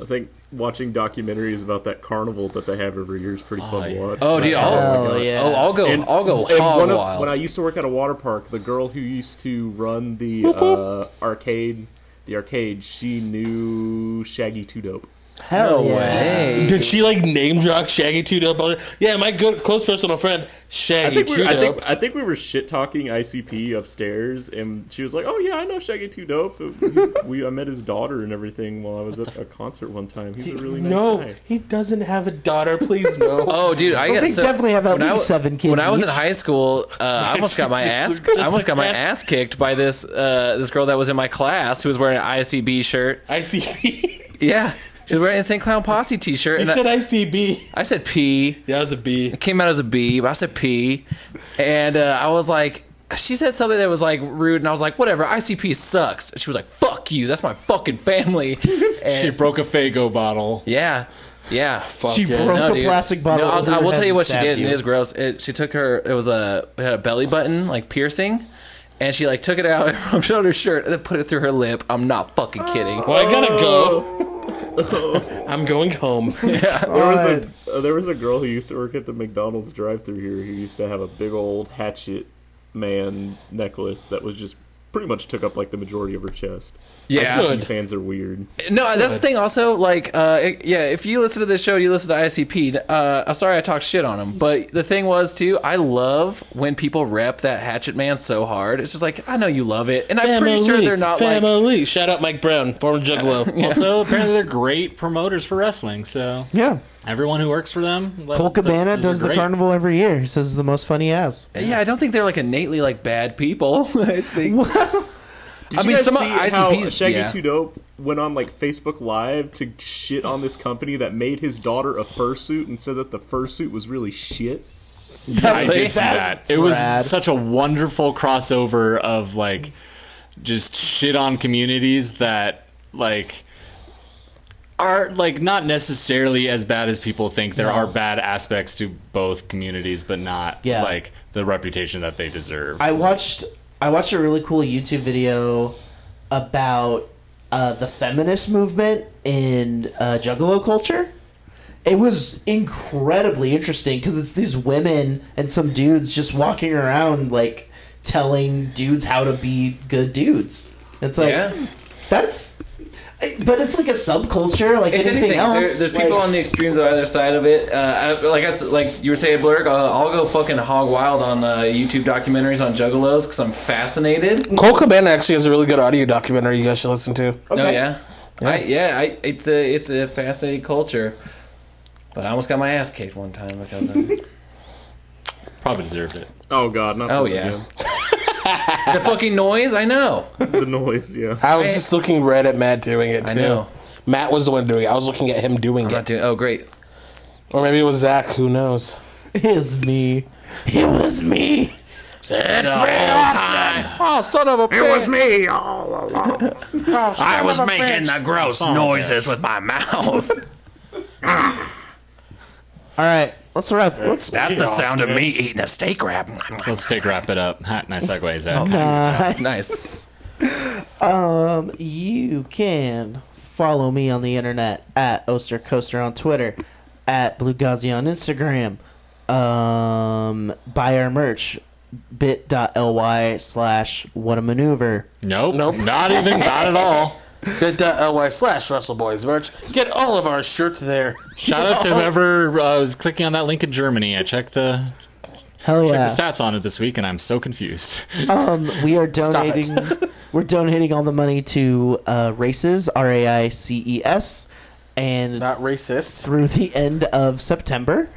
Speaker 7: I think watching documentaries about that carnival that they have every year is pretty fun to watch.
Speaker 3: oh, dude. I'll,
Speaker 4: Hell yeah.
Speaker 3: Oh, I'll go. I'll go
Speaker 7: And
Speaker 3: hog
Speaker 7: one of-
Speaker 3: wild.
Speaker 7: when I used to work at a water park, the girl who used to run the uh, arcade, the arcade, she knew Shaggy Two Dope.
Speaker 4: Hell yeah.
Speaker 3: way.
Speaker 5: Did she like name drop Shaggy Two Dope? on her? Yeah, my good close personal friend
Speaker 7: I
Speaker 5: Shaggy
Speaker 7: think, we
Speaker 5: Two
Speaker 7: were, I, think,
Speaker 5: Dope.
Speaker 7: I think we were shit talking ICP upstairs, and she was like, "Oh yeah, I know Shaggy Two Dope. He- we I met his daughter and everything while I was at a concert one time. He's a really nice
Speaker 5: No,
Speaker 7: guy."
Speaker 5: he doesn't have a daughter. Please no.
Speaker 3: Oh, dude, I got
Speaker 4: they
Speaker 3: so,
Speaker 4: definitely have at
Speaker 3: when I
Speaker 4: least
Speaker 3: wa-
Speaker 4: seven kids
Speaker 3: When I was in
Speaker 4: each.
Speaker 3: high school, uh, I almost got my ass, I almost got my ass kicked by this uh, this girl that was in my class who was wearing an ICB shirt.
Speaker 5: ICB.
Speaker 3: Yeah, she was wearing an Insane Clown Posse T-shirt,
Speaker 5: You
Speaker 3: and I-
Speaker 5: said ICB.
Speaker 3: I said P.
Speaker 5: Yeah, it was a B.
Speaker 3: It came out as a B, but I said P, and uh, I was like, she said something that was like rude, and I was like, whatever. ICP sucks. And she was like, fuck you. That's my fucking family. And
Speaker 6: She broke a Fago bottle.
Speaker 3: yeah, yeah.
Speaker 4: She
Speaker 5: yeah.
Speaker 4: broke
Speaker 3: No,
Speaker 4: a
Speaker 3: dude.
Speaker 4: plastic bottle.
Speaker 3: No, I'll,
Speaker 4: over
Speaker 3: I
Speaker 4: your
Speaker 3: will
Speaker 4: head
Speaker 3: tell you
Speaker 4: and
Speaker 3: what she
Speaker 4: stabbed
Speaker 3: did,
Speaker 4: you.
Speaker 3: and it is gross. It, she took her. It was a it had a belly button like piercing, and she like took it out and rubbed it on her shirt and then put it through her lip. I'm not fucking kidding.
Speaker 5: Oh.
Speaker 10: Well, I gotta go. I'm going home.
Speaker 7: There was a uh, there was a girl who used to work at the McDonald's drive-through here who used to have a big old hatchet man necklace that was just pretty much took up like the majority of her chest.
Speaker 3: Yeah.
Speaker 7: ICP fans are weird.
Speaker 3: No, that's the thing. Also, like, uh, it- yeah, if you listen to this show, and you listen to ICP. Uh, I'm sorry, I talked shit on him, but the thing was too. I love when people rep that Hatchet Man so hard. It's just like I know you love it, and I'm pretty sure they're not like.
Speaker 5: family. Shout out Mike Brown, former Juggalo.
Speaker 6: Also, apparently they're great promoters for wrestling. So
Speaker 4: Yeah.
Speaker 6: everyone who works for them,
Speaker 4: Cole Cabana does the carnival every year. He says it's the most funny ass.
Speaker 3: Yeah, I don't think they're like innately like bad people. I think.
Speaker 7: Did
Speaker 3: I
Speaker 7: you
Speaker 3: mean,
Speaker 7: guys
Speaker 3: some of
Speaker 7: see how
Speaker 3: ICP's
Speaker 7: Shaggy
Speaker 3: yeah.
Speaker 7: Two Dope went on like Facebook Live to shit on this company that made his daughter a fursuit and said that the fursuit was really shit?
Speaker 6: I did see that. It was
Speaker 4: rad.
Speaker 6: such a wonderful crossover of like just shit on communities that like are like not necessarily as bad as people think. There are bad aspects to both communities, but not
Speaker 4: Yeah.
Speaker 6: like the reputation that they deserve.
Speaker 4: I watched I watched a really cool YouTube video about uh, the feminist movement in uh, Juggalo culture. It was incredibly interesting because it's these women and some dudes just walking around like telling dudes how to be good dudes. It's like
Speaker 3: Yeah.
Speaker 4: that's, but it's like a subculture, like
Speaker 3: It's
Speaker 4: anything,
Speaker 3: anything.
Speaker 4: else.
Speaker 3: There- there's people
Speaker 4: like-
Speaker 3: on the extremes of either side of it. Uh, I, like I s like you were saying, Blurk, uh, I'll go fucking hog wild on uh, YouTube documentaries on juggalos because I'm fascinated.
Speaker 5: Cole Cabana actually has a really good audio documentary you guys should listen to.
Speaker 3: Oh
Speaker 4: Okay.
Speaker 3: yeah, yeah. I, yeah I, it's a it's a fascinating culture. But I almost got my ass kicked one time because of it.
Speaker 6: Probably deserve it.
Speaker 7: Oh god, not
Speaker 3: oh
Speaker 7: this
Speaker 3: yeah,
Speaker 7: again.
Speaker 3: the fucking noise. I know.
Speaker 7: The noise, yeah.
Speaker 5: I was just looking right at Matt doing it too.
Speaker 3: I know.
Speaker 5: Matt was the one doing it. I was looking at him doing
Speaker 3: I'm not
Speaker 5: it,
Speaker 3: doing. Oh great.
Speaker 5: or maybe it was Zach. Who knows?
Speaker 4: It's me. It was me.
Speaker 6: Ah,
Speaker 5: Oh, son of a bitch!
Speaker 11: me all along.
Speaker 3: I was making the gross noises with my mouth.
Speaker 4: All right, let's wrap. Let's
Speaker 3: That's the sound of me eating a steak wrap.
Speaker 6: Let's take wrap it up. Ha, nice segue, Zach.
Speaker 3: nice.
Speaker 4: Um, you can follow me on the internet at Oster Coaster on Twitter, at Blue Ghazi on Instagram. Um, buy our merch bit.ly slash what a maneuver.
Speaker 6: Nope. Nope. Not even. Not at all.
Speaker 5: Bit.ly slash Russell Boys merch. Get all of our shirts there.
Speaker 6: Shout out to whoever uh, was clicking on that link in Germany. I checked the,
Speaker 4: Hell yeah!
Speaker 6: the stats on it this week, and I'm so confused.
Speaker 4: Um, we are
Speaker 5: Stop it.
Speaker 4: donating. we're donating all the money to uh, races R A I C E S, and
Speaker 5: Not racist.
Speaker 4: through the end of September,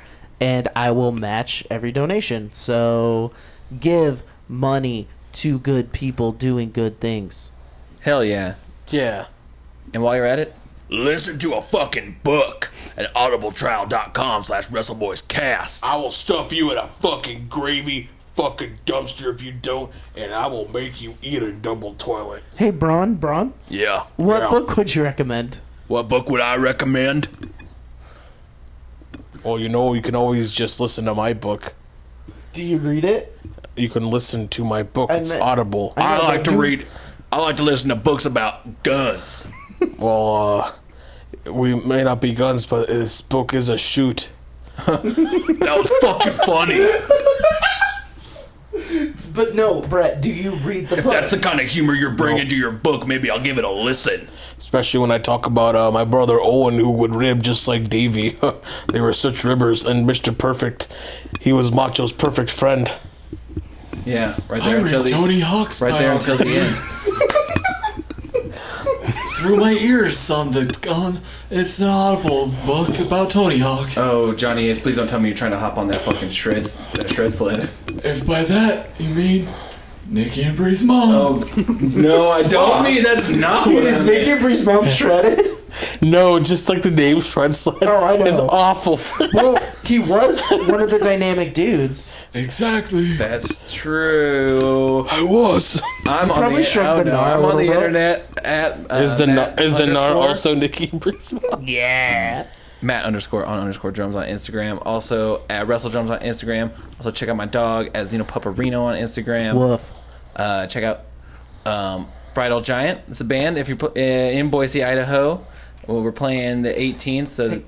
Speaker 4: and I will match every donation. So give money to good people doing good things.
Speaker 3: Hell yeah.
Speaker 5: Yeah.
Speaker 3: And while you're at it,
Speaker 2: Listen to a fucking book at audibletrial.com slash WrestleBoysCast.
Speaker 11: I will stuff you in a fucking gravy fucking dumpster if you don't, and I will make you eat a double toilet.
Speaker 4: Hey, Braun, Braun,
Speaker 2: Yeah.
Speaker 4: what book would you recommend?
Speaker 2: What book would I recommend?
Speaker 5: Well, you know, you can always just listen to my book.
Speaker 4: Do you read it?
Speaker 5: You can listen to my book. It's
Speaker 4: meant-
Speaker 5: audible.
Speaker 4: I
Speaker 2: I
Speaker 4: know,
Speaker 2: like
Speaker 4: but
Speaker 2: to
Speaker 4: you-
Speaker 2: read. I like to listen to books about guns.
Speaker 5: well, uh, we may not be guns, but this book is a shoot.
Speaker 2: That was fucking funny.
Speaker 4: But no, Brett, do you read the book?
Speaker 2: That's the kind of humor you're bringing to your book. Maybe I'll give it a listen.
Speaker 5: Especially when I talk about uh, my brother Owen, who would rib just like Davey. they were such ribbers. And Mr. Perfect, he was Macho's perfect friend.
Speaker 3: yeah, right there until the
Speaker 6: Tony Hawk's
Speaker 3: right there until the end.
Speaker 6: through my ears on the on. It's the Audible book about Tony Hawk.
Speaker 3: Oh, Johnny Ace, please don't tell me you're trying to hop on that fucking shreds that shred sled.
Speaker 6: If by that you mean Nikki and Bree's mom.
Speaker 3: Oh. no, I don't mean that's not what I meant.
Speaker 4: Nikki Bree's mom shredded.
Speaker 5: No, just like the name Shred Sled
Speaker 4: Oh, I know.
Speaker 5: is awful.
Speaker 4: Well, he was one of the dynamic dudes.
Speaker 6: Exactly.
Speaker 3: That's true. So
Speaker 5: I was.
Speaker 3: I'm on
Speaker 4: probably
Speaker 3: the,
Speaker 4: shrunk
Speaker 3: I don't
Speaker 4: the
Speaker 3: know,
Speaker 4: gnar a
Speaker 3: I'm on the
Speaker 4: little bit.
Speaker 3: internet at uh,
Speaker 5: Is the nar,
Speaker 3: Matt
Speaker 5: is the nar
Speaker 3: underscore-
Speaker 5: also Nikki Brisbane?
Speaker 4: Yeah.
Speaker 3: Matt underscore on underscore drums on Instagram. Also at Wrestle Drums on Instagram. Also check out my dog at Zeno Paparino on Instagram.
Speaker 4: Woof.
Speaker 3: Uh, check out um, Bridal Giant. It's a band. If you're pl- uh, in Boise, Idaho, well, we're playing the 18th. So the,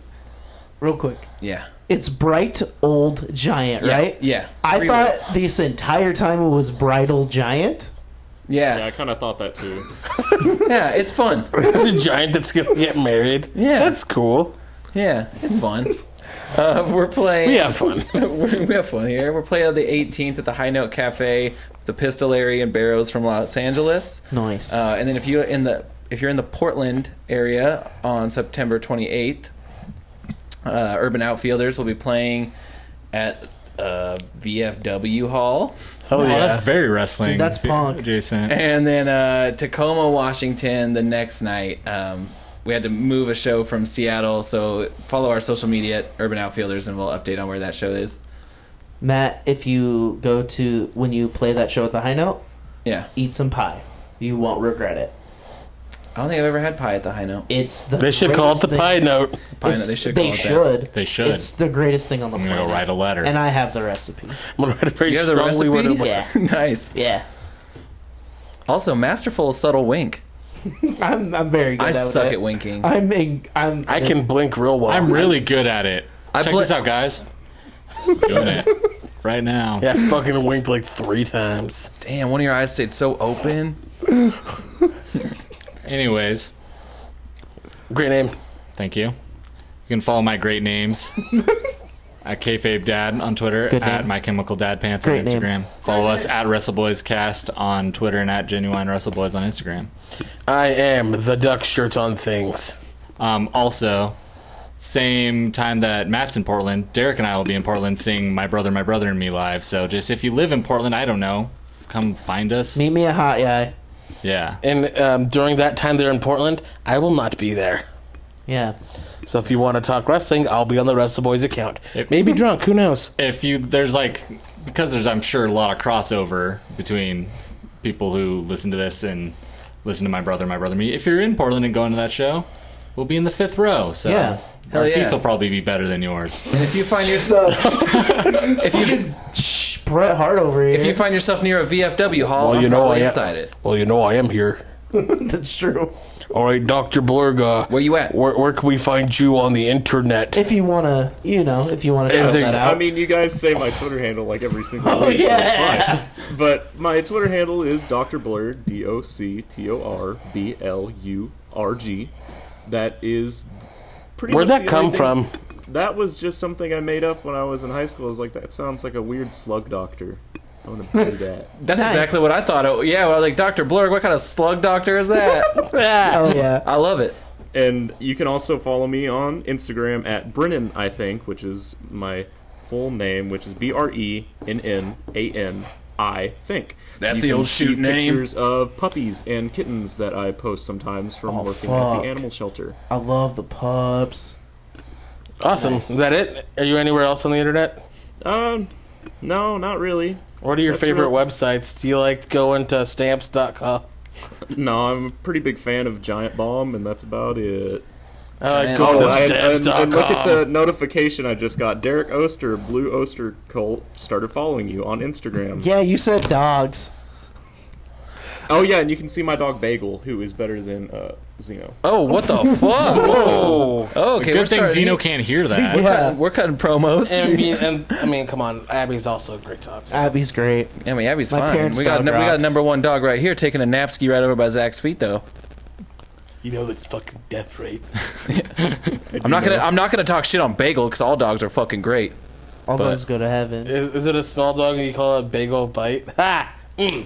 Speaker 4: Real quick.
Speaker 3: yeah,
Speaker 4: It's bright old giant,
Speaker 3: Yeah,
Speaker 4: right?
Speaker 3: yeah.
Speaker 4: I
Speaker 3: Three
Speaker 4: thought
Speaker 3: words.
Speaker 4: this entire time it was bridal giant.
Speaker 3: yeah,
Speaker 7: Yeah, I
Speaker 3: yeah,
Speaker 7: kind of thought that too.
Speaker 3: It's fun.
Speaker 5: It's a giant that's gonna get married.
Speaker 3: Yeah.
Speaker 5: that's cool.
Speaker 3: Yeah, it's fun. Uh, we're playing.
Speaker 5: We have fun.
Speaker 3: We're- we have fun here. We're playing on the 18th at the High Note Cafe, the Pistolary and Barrows from Los Angeles.
Speaker 4: Nice.
Speaker 3: Uh, and then if you in the if you're in the Portland area on September 28th, uh, Urban Outfielders will be playing at uh, VFW Hall,
Speaker 5: Oh
Speaker 6: Oh,
Speaker 5: yeah,
Speaker 6: that's very wrestling.
Speaker 4: That's punk.
Speaker 6: Jason.
Speaker 3: and then uh, Tacoma, Washington, the next night. Um, we had to move a show from Seattle, so follow our social media at Urban Outfielders, and we'll update on where that show is.
Speaker 4: Matt, if you go to when you play that show at the high note,
Speaker 3: Yeah,
Speaker 4: eat some pie. You won't regret it.
Speaker 3: I don't think I've ever had pie at the High Note.
Speaker 4: It's the
Speaker 5: they should call it
Speaker 4: greatest
Speaker 5: the
Speaker 4: thing-
Speaker 5: pie note.
Speaker 3: Pie Note,
Speaker 4: It's-
Speaker 3: they should
Speaker 4: They
Speaker 3: call it that.
Speaker 4: should.
Speaker 6: They should.
Speaker 4: It's the greatest thing on the
Speaker 6: I'm gonna
Speaker 4: planet.
Speaker 6: go write a letter.
Speaker 4: And I have the recipe.
Speaker 5: I'm gonna write a very
Speaker 3: You have the
Speaker 5: strongly
Speaker 3: recipe.
Speaker 5: worded letter.
Speaker 4: Yeah.
Speaker 3: nice.
Speaker 4: Yeah.
Speaker 3: Also, masterful subtle wink.
Speaker 4: I'm I'm very good
Speaker 3: I
Speaker 4: at
Speaker 3: suck
Speaker 4: it.
Speaker 3: at winking.
Speaker 4: I'm in, I'm
Speaker 5: I can blink real well.
Speaker 6: I'm really good at it.
Speaker 3: I
Speaker 6: Check
Speaker 3: play-
Speaker 6: this out, guys. Doing it right now.
Speaker 5: yeah, I fucking winked like three times.
Speaker 3: Damn, one of your eyes stayed so open.
Speaker 6: Anyways,
Speaker 5: Great name.
Speaker 6: thank you. You can follow my great names at kayfabe dad on Twitter,
Speaker 4: Good
Speaker 6: at
Speaker 4: name.
Speaker 6: my chemical dad pants
Speaker 4: Great
Speaker 6: on
Speaker 4: name.
Speaker 6: Instagram. Follow us at WrestleBoysCast on Twitter and at Genuine WrestleBoys on Instagram.
Speaker 5: I am the duck shirt on things.
Speaker 6: Um, also, same time that Matt's in Portland, Derek and I will be in Portland seeing my brother, my brother, and me live. So just if you live in Portland, I don't know, come find us.
Speaker 4: meet me at Hot Yai.
Speaker 6: Yeah.
Speaker 5: And um, during that time there in Portland, I will not be there.
Speaker 4: Yeah.
Speaker 5: So if you want to talk wrestling, I'll be on the Wrestle Boys account. Maybe drunk, who knows?
Speaker 6: if you there's like because there's I'm sure a lot of crossover between people who listen to this and listen to my brother, my brother, me. If you're in Portland and going to that show, we'll be in the fifth row. So
Speaker 4: Yeah.
Speaker 6: our
Speaker 3: Hell Oh, yeah.
Speaker 6: seats will probably be better than yours.
Speaker 3: And if you find yourself if you
Speaker 4: Shh, Bret Hart over here.
Speaker 3: if you find yourself near a VFW hall,
Speaker 5: Well,
Speaker 3: I'm
Speaker 5: you know I
Speaker 3: probably
Speaker 5: am.
Speaker 3: inside it.
Speaker 5: Well, you know I am here.
Speaker 4: That's true.
Speaker 5: All right, Doctor Blurga.
Speaker 3: Where you at?
Speaker 5: Where, where can we find you on the internet?
Speaker 4: If you wanna, you know, if you wanna
Speaker 5: Is
Speaker 4: shout
Speaker 5: it-
Speaker 4: that out.
Speaker 7: I mean, you guys say my Twitter handle like every single
Speaker 4: Oh,
Speaker 7: week,
Speaker 4: yeah.
Speaker 7: so it's fine. But my Twitter handle is Dr. Blur, D O C T O R B L U R G. That is pretty
Speaker 5: Where'd
Speaker 7: much
Speaker 5: that
Speaker 7: the only
Speaker 5: come from?
Speaker 7: thing- That was just something I made up when I was in high school. I was like, that sounds like a weird slug doctor. I'm gonna do that.
Speaker 3: That's exactly what I thought. Oh, yeah, well, I was like Doctor Blurg, what kind of slug doctor is that?
Speaker 4: oh yeah.
Speaker 3: I love it.
Speaker 7: And you can also follow me on Instagram at Brennan, I think, which is my full name, which is B R E N N A N I think.
Speaker 3: That's
Speaker 7: You
Speaker 3: the
Speaker 7: can
Speaker 3: old
Speaker 7: see
Speaker 3: shoot name.
Speaker 7: Pictures of puppies and kittens that I post sometimes from
Speaker 4: Oh,
Speaker 7: working at
Speaker 4: fuck.
Speaker 7: the animal shelter.
Speaker 4: I love the pubs.
Speaker 5: Awesome. Is that it? Are you anywhere else on the internet?
Speaker 7: Um, no, not really.
Speaker 5: What are your
Speaker 7: That's
Speaker 5: favorite
Speaker 7: right.
Speaker 5: websites? Do you like going to stamps.com?
Speaker 7: No, I'm a pretty big fan of Giant Bomb, and that's about it.
Speaker 5: I like
Speaker 3: Giant-
Speaker 5: going
Speaker 3: Oh,
Speaker 5: to
Speaker 7: I- and,
Speaker 5: stamps.com.
Speaker 7: and look at the notification I just got. Derek Oster, Blue Oster Cult, started following you on Instagram.
Speaker 4: Yeah, you said dogs.
Speaker 7: Oh yeah, and you can see my dog Bagel, who is better than uh, Zeno.
Speaker 3: Oh, what the fuck? Whoa. Okay, we're
Speaker 6: Good thing
Speaker 3: starting-
Speaker 6: Zeno can't hear that.
Speaker 3: We're cutting, we're cutting promos.
Speaker 5: and,
Speaker 3: Emmy
Speaker 5: me- and- I mean, come on. Abby's also a great dog. so-
Speaker 4: Abby's great.
Speaker 3: Abby's
Speaker 4: My
Speaker 3: fine.
Speaker 4: parents'
Speaker 3: We got
Speaker 4: dog
Speaker 3: we got
Speaker 4: rocks.
Speaker 3: number one dog right here taking a napski right over by Zach's feet though.
Speaker 5: You know that's fucking death rate.
Speaker 3: I'm not gonna I'm not gonna talk shit on Bagel because all dogs are fucking great.
Speaker 4: All
Speaker 3: But-
Speaker 4: those go to heaven.
Speaker 5: Is, is it a small dog and you call it a bagel bite? Ha!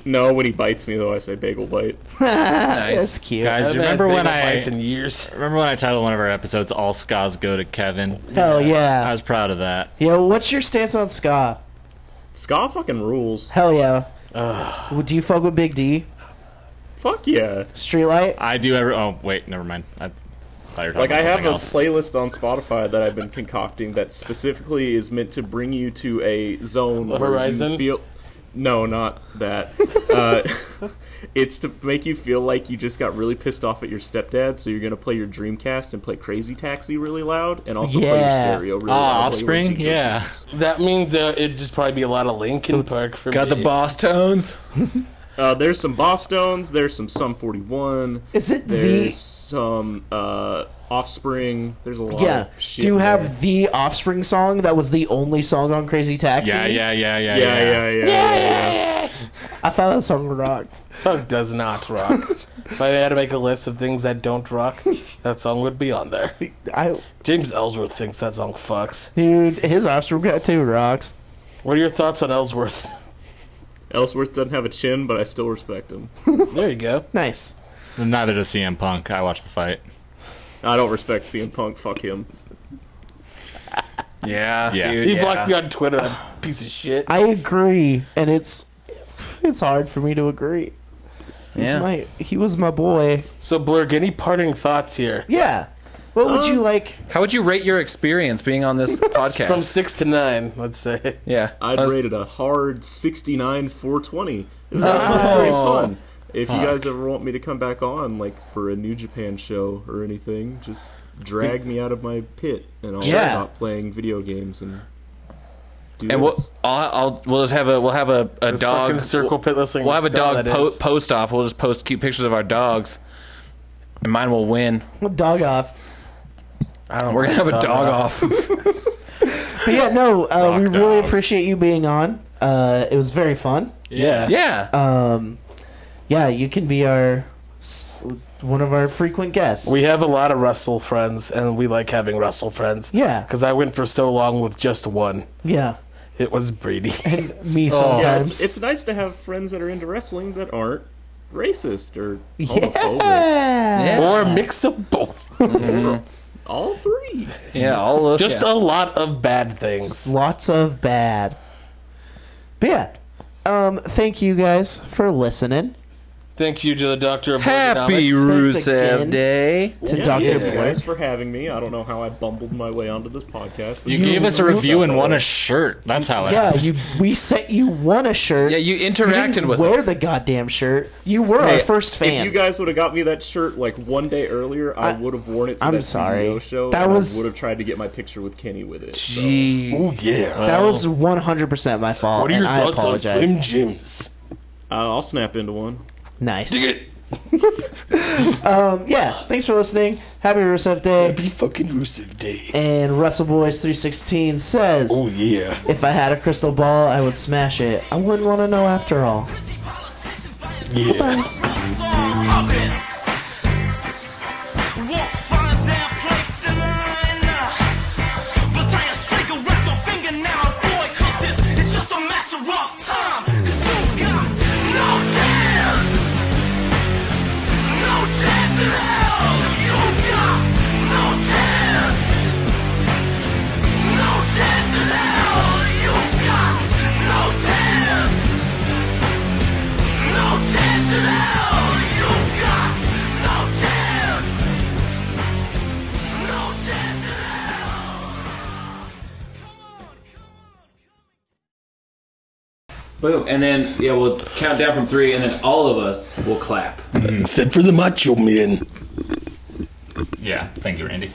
Speaker 7: No, when he bites me though, I say Bagel bite.
Speaker 4: That's
Speaker 3: Nice.
Speaker 4: cute.
Speaker 6: Guys,
Speaker 5: I've
Speaker 6: you
Speaker 5: had
Speaker 6: remember when
Speaker 5: bagel
Speaker 6: I
Speaker 5: bites in years?
Speaker 6: remember when I titled one of our episodes "All Scars Go to Kevin"?
Speaker 4: Hell
Speaker 6: I
Speaker 4: yeah.
Speaker 6: was proud of that.
Speaker 4: Yo, what's your stance on ska?
Speaker 7: Ska fucking rules.
Speaker 4: Hell yeah. Do you fuck with Big D?
Speaker 7: Fuck yeah.
Speaker 4: Streetlight?
Speaker 6: I do every. Oh wait, never mind. I, thought you were talking
Speaker 7: Like
Speaker 6: about
Speaker 7: I have
Speaker 6: something
Speaker 7: a
Speaker 6: else.
Speaker 7: playlist on Spotify that I've been concocting that specifically is meant to bring you to a zone where you
Speaker 5: horizon?
Speaker 7: feel No, not that. uh, it's to make you feel like you just got really pissed off at your stepdad, so you're gonna play your Dreamcast and play Crazy Taxi really loud, and also play your
Speaker 4: Yeah.
Speaker 7: stereo really
Speaker 6: Ah,
Speaker 7: loud. while you're
Speaker 6: offspring.
Speaker 7: watching
Speaker 6: Yeah.
Speaker 7: cartoons.
Speaker 5: That means uh, it'd just probably be a lot of Linkin Park for
Speaker 3: Got
Speaker 5: me.
Speaker 3: the boss tones.
Speaker 7: Uh, there's some Boston's. There's some Sum 41.
Speaker 4: Is it
Speaker 7: There's
Speaker 4: the?
Speaker 7: some uh, Offspring. There's a lot.
Speaker 4: Yeah.
Speaker 7: Of shit
Speaker 4: Do you
Speaker 7: in
Speaker 4: have
Speaker 7: there.
Speaker 4: the Offspring song that was the only song on Crazy Taxi?
Speaker 6: Yeah, yeah, yeah, yeah,
Speaker 7: Yeah, yeah, yeah. yeah,
Speaker 4: I thought that song rocked.
Speaker 5: Song does not rock. if I had to make a list of things that don't rock, that song would be on there.
Speaker 4: I
Speaker 5: James Ellsworth thinks that song fucks.
Speaker 4: dude, his Offspring tattoo rocks.
Speaker 5: What are your thoughts on Ellsworth?
Speaker 7: Ellsworth doesn't have a chin, but I still respect him.
Speaker 5: There you go.
Speaker 4: Nice.
Speaker 6: Neither does CM Punk. I watched the fight.
Speaker 7: I don't respect CM Punk. Fuck him.
Speaker 3: Yeah,
Speaker 6: Yeah.
Speaker 3: dude.
Speaker 5: He
Speaker 3: yeah.
Speaker 5: blocked me on Twitter, piece of shit.
Speaker 4: I agree, and it's it's hard for me to agree. He's
Speaker 3: Yeah.
Speaker 4: my he was my boy.
Speaker 5: So, Blurg, any parting thoughts here?
Speaker 4: Yeah. What would
Speaker 7: Um,
Speaker 4: you like?
Speaker 3: How would you rate your experience being on this podcast?
Speaker 5: From six to nine, let's say.
Speaker 3: yeah,
Speaker 7: I'd
Speaker 3: Us-
Speaker 7: rate it a hard 69 420. It was actually pretty fun. If you guys ever want me to come back on, like for a New Japan show or anything, just drag me out of my pit and I'll
Speaker 4: Yeah.
Speaker 7: stop playing video games and do
Speaker 3: And we'll,
Speaker 7: this.
Speaker 3: I'll, I'll, we'll just have a we'll have a, a
Speaker 5: fucking
Speaker 3: dog
Speaker 5: circle pit listening
Speaker 3: We'll have a
Speaker 5: style
Speaker 3: dog
Speaker 5: that
Speaker 3: po-
Speaker 5: is.
Speaker 3: post off. We'll just post cute pictures of our dogs, and mine will win.
Speaker 4: Dog off.
Speaker 5: I don't
Speaker 3: We're gonna have a dog off.
Speaker 4: But yeah, no, uh, we
Speaker 6: Rock
Speaker 4: really
Speaker 6: dog.
Speaker 4: appreciate you being on. Uh, it was very fun.
Speaker 5: Yeah.
Speaker 3: yeah,
Speaker 7: Uh,
Speaker 4: Um, yeah, you can be our s- one of our frequent guests.
Speaker 5: We have a lot of Russell friends, and we like having Russell friends.
Speaker 4: yeah,
Speaker 5: Because I went for so long with just one.
Speaker 4: yeah,
Speaker 5: It was Brady.
Speaker 4: me
Speaker 7: Yeah,
Speaker 4: sometimes.
Speaker 7: it's, it's nice to have friends that are into wrestling that aren't racist or homophobic.
Speaker 4: yeah.
Speaker 3: yeah,
Speaker 5: or a mix of both.
Speaker 7: All three.
Speaker 3: yeah. I'll look.
Speaker 5: Just a
Speaker 3: yeah.
Speaker 5: lot of bad things.
Speaker 4: lots of bad. But yeah, um, thank you guys for listening
Speaker 5: Thank you to the doctor of
Speaker 3: happy
Speaker 5: ergonomics.
Speaker 4: Thanks
Speaker 3: Rusev
Speaker 4: again.
Speaker 3: Day.
Speaker 4: to
Speaker 7: Yeah,
Speaker 4: Dr.
Speaker 7: thank
Speaker 4: Blurg.
Speaker 7: you guys for having me. I don't know how I bumbled my way onto this podcast. But
Speaker 6: You gave us a review and won a shirt. That's how it
Speaker 4: Yeah,
Speaker 6: happened.
Speaker 4: you, we sent you one a shirt.
Speaker 3: Yeah, you
Speaker 4: didn't
Speaker 3: interacted with
Speaker 4: wear
Speaker 3: us.
Speaker 4: the goddamn shirt. You were our
Speaker 7: Hey,
Speaker 4: first fan.
Speaker 7: If you guys would have got me that shirt like one day earlier, I,
Speaker 4: I-
Speaker 7: would have worn it to
Speaker 4: I'm
Speaker 7: that
Speaker 4: sorry.
Speaker 7: CEO show.
Speaker 4: That
Speaker 7: and
Speaker 4: was-
Speaker 7: I would have tried to get my picture with Kenny with it. so.
Speaker 3: Gee.
Speaker 5: Oh, yeah.
Speaker 4: that was 100% my fault.
Speaker 5: What are your
Speaker 4: and
Speaker 5: thoughts
Speaker 4: I
Speaker 5: on
Speaker 4: apologize.
Speaker 5: Slim Jims?
Speaker 7: Uh, I'll snap into one.
Speaker 4: Nice. um, yeah, thanks for listening. Happy Rusev Day.
Speaker 5: Happy fucking Rusev Day.
Speaker 4: And Russell Boys 316 says,
Speaker 5: Oh, yeah.
Speaker 4: If I had a crystal ball, I would smash it. I wouldn't want to know after all.
Speaker 5: Yeah.
Speaker 2: Won't find their place in line. But I am straight around your finger now, boy, 'cause it's, it's just a matter of time. Cause you've got no chance. No chance in hell. You've got no chance. No chance in hell. You've got no chance. No chance in hell. You've got no chance. No chance in hell.
Speaker 3: Boom, and then yeah, we'll count down from three, and then all of us will clap.
Speaker 5: Except for the Macho Man.
Speaker 6: yeah. Thank you, Randy.